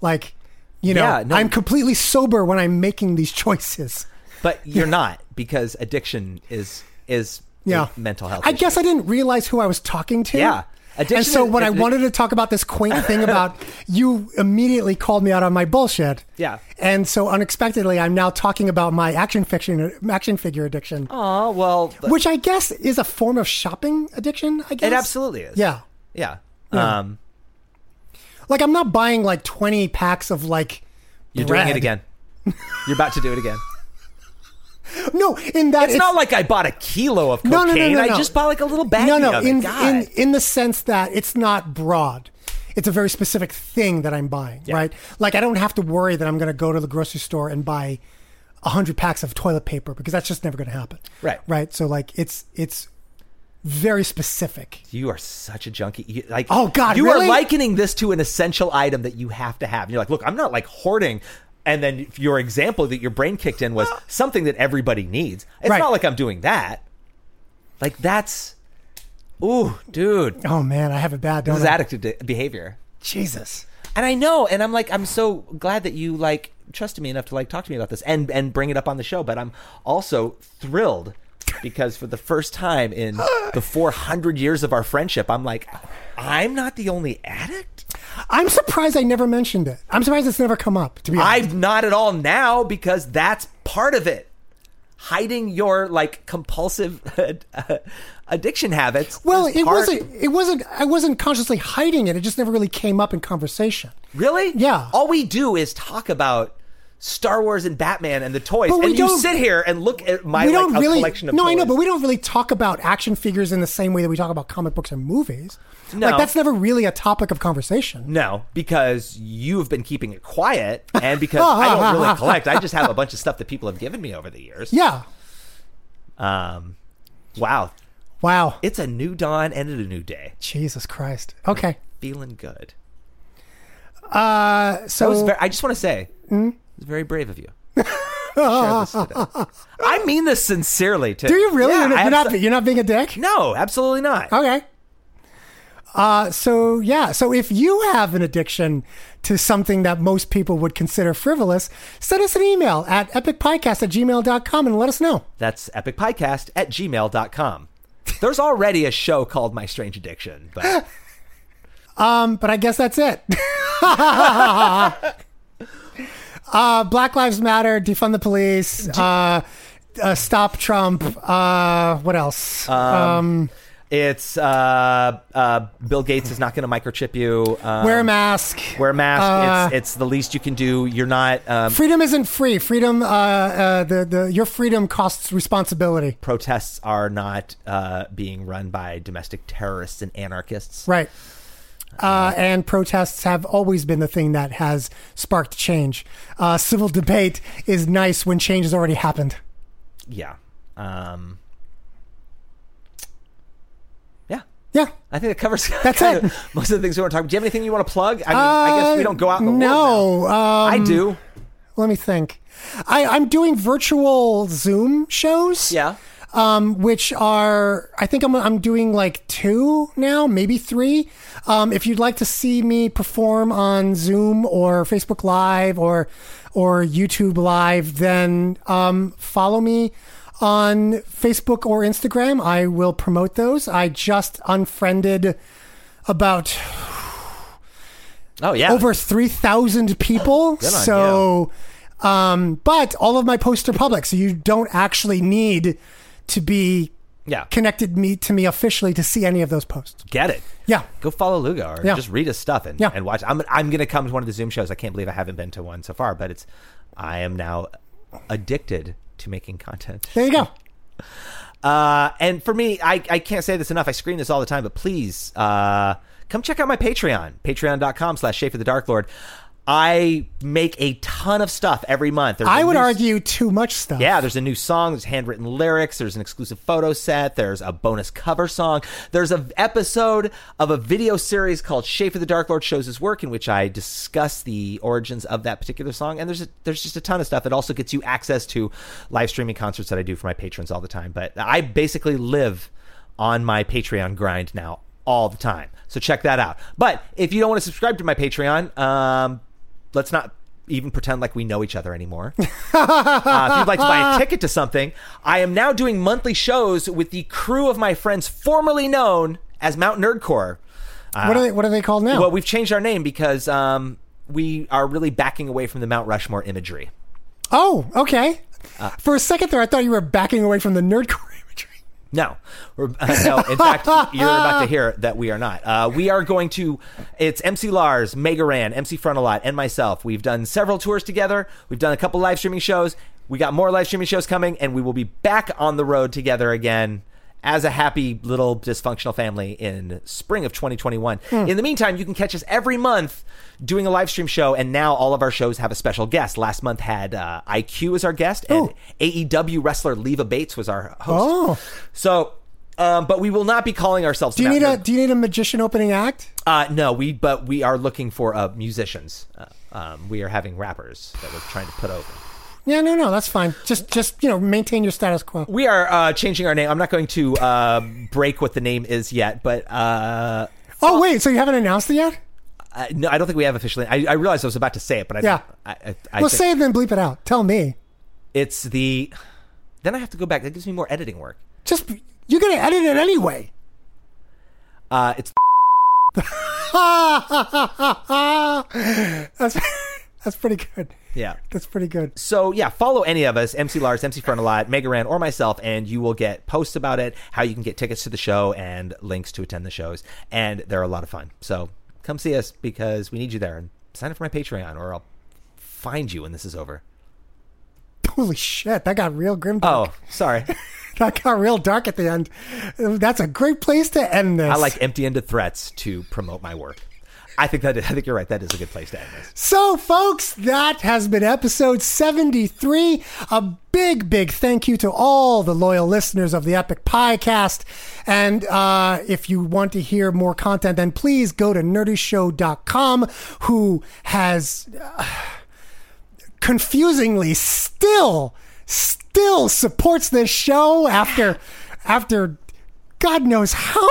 Speaker 2: like you know
Speaker 4: Yeah, no.
Speaker 2: i'm completely sober when i'm making these choices
Speaker 4: But you're not because addiction is is
Speaker 2: yeah
Speaker 4: a mental health.
Speaker 2: i
Speaker 4: issue.
Speaker 2: guess i didn't realize who i was talking to
Speaker 4: Yeah.
Speaker 2: and
Speaker 4: Addiction
Speaker 2: so
Speaker 4: is-
Speaker 2: when i
Speaker 4: it- it-
Speaker 2: wanted to talk about this quaint thing about you immediately called me out on my bullshit
Speaker 4: Yeah.
Speaker 2: and so unexpectedly i'm now talking about my action fiction action figure addiction
Speaker 4: Oh well, th-
Speaker 2: which i guess is a form of shopping addiction i guess
Speaker 4: it absolutely is.
Speaker 2: yeah
Speaker 4: Yeah. Um,
Speaker 2: like i'm not buying like 20 packs of like
Speaker 4: you're doing
Speaker 2: Bread.
Speaker 4: it again. You're about to do it again.
Speaker 2: no in that
Speaker 4: It's, not like I bought a kilo of cocaine.
Speaker 2: No, no, no, no,
Speaker 4: I
Speaker 2: no.
Speaker 4: just bought like a little bag.
Speaker 2: no no
Speaker 4: Of
Speaker 2: in,
Speaker 4: it. God.
Speaker 2: in in the sense that it's not broad it's a very specific thing that i'm buying right like i don't have to worry that i'm going to go to the grocery store and buy 100 packs of toilet paper because that's just never going to happen
Speaker 4: Right.
Speaker 2: right so like it's it's very specific
Speaker 4: you are such a junkie. You, like,
Speaker 2: Oh, God,
Speaker 4: you
Speaker 2: really?
Speaker 4: are likening this to an essential item that you have to have. And you're like, look, I'm not like hoarding. And then your example that your brain kicked in was something that everybody needs. It's
Speaker 2: Right.
Speaker 4: not like I'm doing that. Like that's, ooh, dude,
Speaker 2: Oh man, I have it bad. Don't
Speaker 4: this is
Speaker 2: I?
Speaker 4: addictive de- behavior.
Speaker 2: Jesus.
Speaker 4: And I know, and I'm like, I'm so glad that you like trusted me enough to like talk to me about this and and bring it up on the show. But I'm also thrilled because for the first time in the 400 years of our friendship, I'm like, I'm not the only addict.
Speaker 2: I'm surprised I never mentioned it. I'm surprised it's never come up. To be honest,
Speaker 4: I'm not at all now because that's part of it. Hiding your like compulsive addiction habits.
Speaker 2: well,
Speaker 4: is
Speaker 2: it
Speaker 4: part-
Speaker 2: wasn't. It wasn't. I wasn't consciously hiding it. It just never really came up in conversation.
Speaker 4: Really?
Speaker 2: Yeah.
Speaker 4: All we do is talk about Star Wars and Batman and the toys,
Speaker 2: But we
Speaker 4: and you
Speaker 2: don't-
Speaker 4: sit here and look at my
Speaker 2: we
Speaker 4: like,
Speaker 2: don't
Speaker 4: a
Speaker 2: really.
Speaker 4: collection of
Speaker 2: no, I know,
Speaker 4: toys.
Speaker 2: but we don't really talk about action figures in the same way that we talk about comic books and movies.
Speaker 4: No.
Speaker 2: Like that's never really a topic of conversation.
Speaker 4: No, because you've been keeping it quiet, and
Speaker 2: Oh,
Speaker 4: because I don't really collect. I just have a bunch of stuff that people have given me over the years.
Speaker 2: Yeah.
Speaker 4: Um, wow,
Speaker 2: Wow.
Speaker 4: it's a new dawn and a new day.
Speaker 2: Jesus Christ. Okay.
Speaker 4: Feeling good.
Speaker 2: Uh,
Speaker 4: That was
Speaker 2: so Hmm?
Speaker 4: very, I just want to say, it was very brave of you. to share this today. I mean this sincerely. Too.
Speaker 2: do you really?
Speaker 4: Yeah,
Speaker 2: you're,
Speaker 4: I
Speaker 2: not, you're,
Speaker 4: abso-
Speaker 2: not, you're not being a dick.
Speaker 4: no, absolutely not.
Speaker 2: Okay. Uh, so yeah, so if you have an addiction to something that most people would consider frivolous, send us an email at epicpodcast at gmail.com and let us know.
Speaker 4: That's epicpodcast at gmail.com. There's already a show called My Strange Addiction, but
Speaker 2: Um, but I guess that's it. uh, Black Lives Matter, defund the police, uh, uh, stop Trump, uh, what else?
Speaker 4: it's uh, uh, Bill Gates is not going to microchip you. Um,
Speaker 2: wear a mask.
Speaker 4: Wear a mask.
Speaker 2: Uh,
Speaker 4: it's, it's the least you can do. You're not um,
Speaker 2: freedom isn't free. Freedom, uh, uh, the, the, your freedom costs responsibility.
Speaker 4: protests are not uh, being run by domestic terrorists and anarchists.
Speaker 2: Right. Uh, and protests have always been the thing that has sparked change. Uh, civil debate is nice when change has already happened.
Speaker 4: Yeah. Um, yeah.
Speaker 2: Yeah.
Speaker 4: I think that covers
Speaker 2: That's
Speaker 4: kind
Speaker 2: it.
Speaker 4: of most of the things we want to talk. Do you have anything you want to plug? I mean, I guess we
Speaker 2: Uh,
Speaker 4: don't go out in the world.
Speaker 2: no.
Speaker 4: now.
Speaker 2: Um,
Speaker 4: I do.
Speaker 2: Let me think. I, I'm doing virtual Zoom shows.
Speaker 4: Yeah.
Speaker 2: um, which are I think I'm I'm doing like two now, maybe three. Um, if you'd like to see me perform on Zoom or Facebook Live or or YouTube Live, then um, follow me on Facebook or Instagram. I will promote those. I just unfriended about
Speaker 4: Oh, yeah.
Speaker 2: over 3,000 people.
Speaker 4: on
Speaker 2: so, um, but all of my posts are public, so you don't actually need to be
Speaker 4: Yeah.
Speaker 2: connected me to me officially to see any of those posts.
Speaker 4: Get it.
Speaker 2: Yeah.
Speaker 4: Go follow Lugo or
Speaker 2: Yeah.
Speaker 4: just read his stuff and,
Speaker 2: Yeah.
Speaker 4: and watch. I'm, I'm going to come to one of the Zoom shows. I can't believe I haven't been to one so far, but it's, I am now addicted to making content.
Speaker 2: There you go.
Speaker 4: Uh, and for me, I, I can't say this enough. I scream this all the time, but please uh, come check out my Patreon, patreon.com slash Shape of the Dark Lord. I make a ton of stuff every month. There's
Speaker 2: I
Speaker 4: a
Speaker 2: would
Speaker 4: new-
Speaker 2: argue too much stuff.
Speaker 4: Yeah, there's a new song, there's handwritten lyrics, there's an exclusive photo set, there's a bonus cover song, there's an episode of a video series called Shape of the Dark Lord Shows His Work, in which I discuss the origins of that particular song. And there's a, there's just a ton of stuff. It also gets you access to live streaming concerts that I do for my patrons all the time. But I basically live on my Patreon grind now all the time. So check that out. But if you don't want to subscribe to my Patreon, um, let's not even pretend like we know each other anymore. Uh, if you'd like to buy a ticket to something, I am now doing monthly shows with the crew of my friends formerly known as Mount Nerdcore.
Speaker 2: What are they What are they called now?
Speaker 4: Well, we've changed our name because um, we are really backing away from the Mount Rushmore imagery.
Speaker 2: oh, okay.
Speaker 4: Uh.
Speaker 2: For a second there, I thought you were backing away from the nerdcore imagery.
Speaker 4: No, We're, uh, no. In fact, you're about to hear that we are not. Uh, we are going to. It's MC Lars, Megaran, MC Frontalot, and myself. We've done several tours together. We've done a couple live streaming shows. We got more live streaming shows coming, and we will be back on the road together again as a happy little dysfunctional family in spring of 2021.
Speaker 2: Hmm.
Speaker 4: In the meantime, you can catch us every month doing a live stream show, and now all of our shows have a special guest. Last month had uh, IQ as our guest, and AEW wrestler Leva Bates was our host.
Speaker 2: Oh.
Speaker 4: So, um, but we will not be calling ourselves.
Speaker 2: Do you
Speaker 4: Mount
Speaker 2: need a
Speaker 4: Nerd-
Speaker 2: Do you need a magician opening act?
Speaker 4: uh, no, we but we are looking for uh, musicians. Uh, um, we are having rappers that we're trying to put over.
Speaker 2: Yeah, no, no, that's fine. Just, just you know, maintain your status quo.
Speaker 8: We are uh, changing our name. I'm not going to uh, break what the name is yet, but uh,
Speaker 2: Oh wait, so you haven't announced it yet?
Speaker 8: I, Uh, no, I don't think we have officially. I, I realized I was about to say it, but I
Speaker 2: Yeah.
Speaker 8: I, I, I
Speaker 2: Well,
Speaker 8: think
Speaker 2: say it then bleep it out. Tell me.
Speaker 8: it's the. Then I have to go back. That gives me more editing work.
Speaker 2: Just you're gonna edit it anyway.
Speaker 8: Uh, it's
Speaker 2: that's that's pretty good.
Speaker 8: yeah.
Speaker 2: That's pretty good.
Speaker 8: So yeah, follow any of us, MC Lars, MC Fernalot, Megaran, or myself, and you will get posts about it, how you can get tickets to the show, and links to attend the shows. And they're a lot of fun. So come see us because we need you there. And sign up for my Patreon, or I'll find you when this is over.
Speaker 2: Holy shit, that got real grim.
Speaker 8: Oh, sorry.
Speaker 2: That got real dark at the end. That's a great place to end this.
Speaker 8: I like empty-ended threats to promote my work. I think that is, I think you're right. That is a good place to end this.
Speaker 2: So, folks, that has been episode 73. A big, big thank you to all the loyal listeners of the Epic Podcast. And uh, if you want to hear more content, then please go to nerdyshow.com, who has uh, confusingly still still supports this show after after god knows how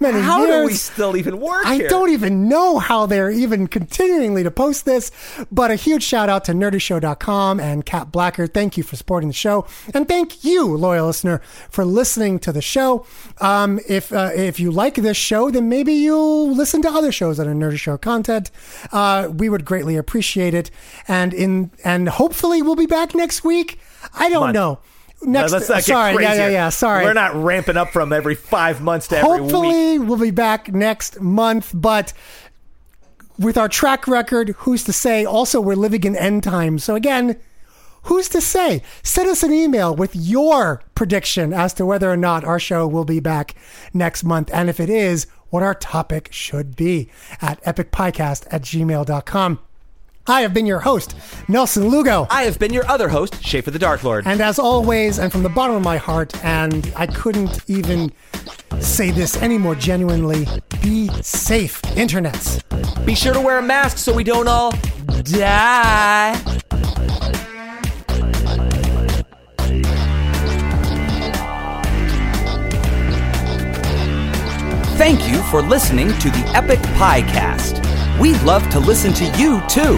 Speaker 2: many
Speaker 8: How
Speaker 2: years
Speaker 8: do we still even work
Speaker 2: I
Speaker 8: here?
Speaker 2: don't even know how they're even continuingly to post this, but a huge shout out to nerdyshow.com and Kat Blacker. Thank you for supporting the show. And thank you, loyal listener, for listening to the show. Um, if, uh, if you like this show, then maybe you'll listen to other shows that are Nerdy Show content. Uh, we would greatly appreciate it. And in, and hopefully we'll be back next week. I don't
Speaker 8: Month.
Speaker 2: know. Next,
Speaker 8: Let's not get
Speaker 2: sorry, yeah, yeah,
Speaker 8: crazier.
Speaker 2: yeah. Sorry,
Speaker 8: We're not ramping up from every five months to every week.
Speaker 2: Hopefully, we'll be back next month. But with our track record, who's to say? Also, we're living in end times. So, again, who's to say? Send us an email with your prediction as to whether or not our show will be back next month. And if it is, what our topic should be at epicpodcast at gmail.com. I have been your host, Nelson Lugo.
Speaker 8: I have been your other host, Schaefer the Dark Lord.
Speaker 2: And as always, and from the bottom of my heart, and I couldn't even say this any more genuinely, be safe, internets.
Speaker 8: Be sure to wear a mask so we don't all die.
Speaker 4: Thank you for listening to the Epic Podcast. We'd love to listen to you too.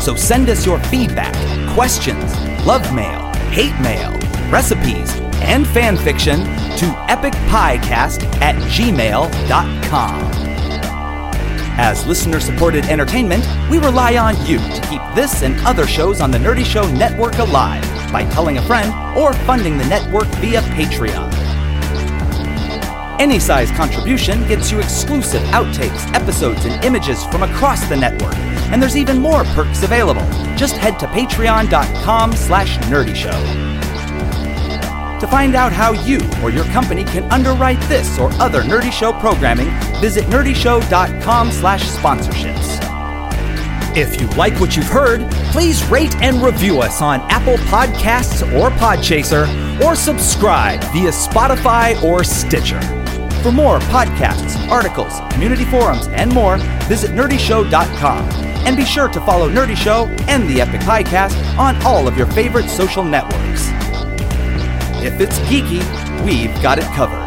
Speaker 4: So send us your feedback, questions, love mail, hate mail, recipes, and fan fiction to epicpodcast at gmail.com. As listener supported entertainment, we rely on you to keep this and other shows on the Nerdy Show Network alive by telling a friend or funding the network via Patreon. Any size contribution gets you exclusive outtakes, episodes, and images from across the network. And there's even more perks available. Just head to patreon.com slash nerdyshow. To find out how you or your company can underwrite this or other Nerdy Show programming, visit nerdyshow.com slash sponsorships. If you like what you've heard, please rate and review us on Apple Podcasts or Podchaser, or subscribe via Spotify or Stitcher. For more podcasts, articles, community forums, and more, visit nerdyshow.com. And be sure to follow Nerdy Show and the Epic Podcast on all of your favorite social networks. If it's geeky, we've got it covered.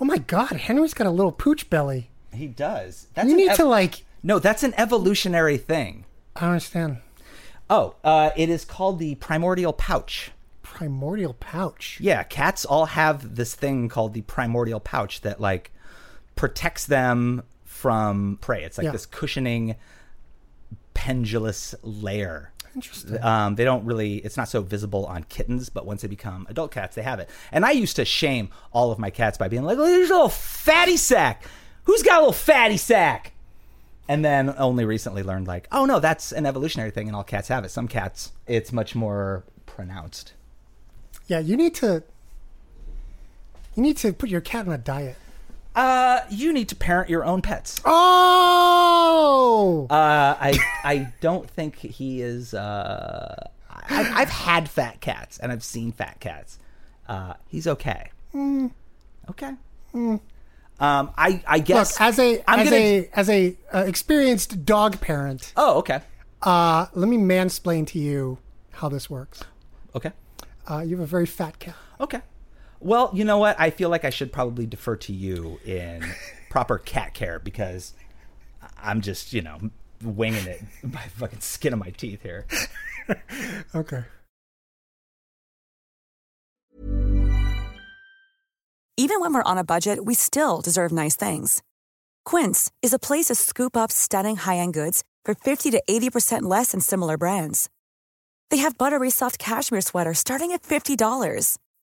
Speaker 2: Oh my God, Henry's got a little pooch belly.
Speaker 4: He does. That's
Speaker 2: You
Speaker 4: an
Speaker 2: need to, like-
Speaker 4: No, that's an evolutionary thing.
Speaker 2: I don't understand.
Speaker 4: Oh, uh, it is called the primordial pouch.
Speaker 2: Primordial pouch.
Speaker 4: Yeah, cats all have this thing called the primordial pouch that like protects them from prey. It's like
Speaker 2: Yeah.
Speaker 4: this cushioning, pendulous layer.
Speaker 2: Interesting.
Speaker 4: Um, they don't really, it's not so visible on kittens, but once they become adult cats, they have it. And I used to shame all of my cats by being like, look, there's a little fatty sack. Who's got a little fatty sack? And then only recently learned, like, oh no, that's an evolutionary thing and all cats have it. Some cats, it's much more pronounced.
Speaker 2: Yeah, you need to. You need to put your cat on a diet.
Speaker 4: Uh, you need to parent your own pets.
Speaker 2: Oh,
Speaker 4: Uh, I I don't think he is. Uh, I, I've had fat cats and I've seen fat cats. Uh, he's okay. Okay. Um, I I
Speaker 2: Hmm. look
Speaker 4: guess
Speaker 2: as a
Speaker 4: I'm
Speaker 2: as
Speaker 4: gonna-
Speaker 2: a as a uh, experienced dog parent.
Speaker 4: oh okay
Speaker 2: Uh, let me mansplain to you how this works.
Speaker 4: okay
Speaker 2: Uh, you have a very fat cat.
Speaker 4: okay. Well, you know what? I feel like I should probably defer to you in proper cat care because I'm just you know winging it by fucking skin of my teeth here.
Speaker 2: Okay.
Speaker 6: Even when we're on a budget, we still deserve nice things. Quince is a place to scoop up stunning high end goods for 50 to 80% less than similar brands. They have buttery soft cashmere sweaters starting at $50,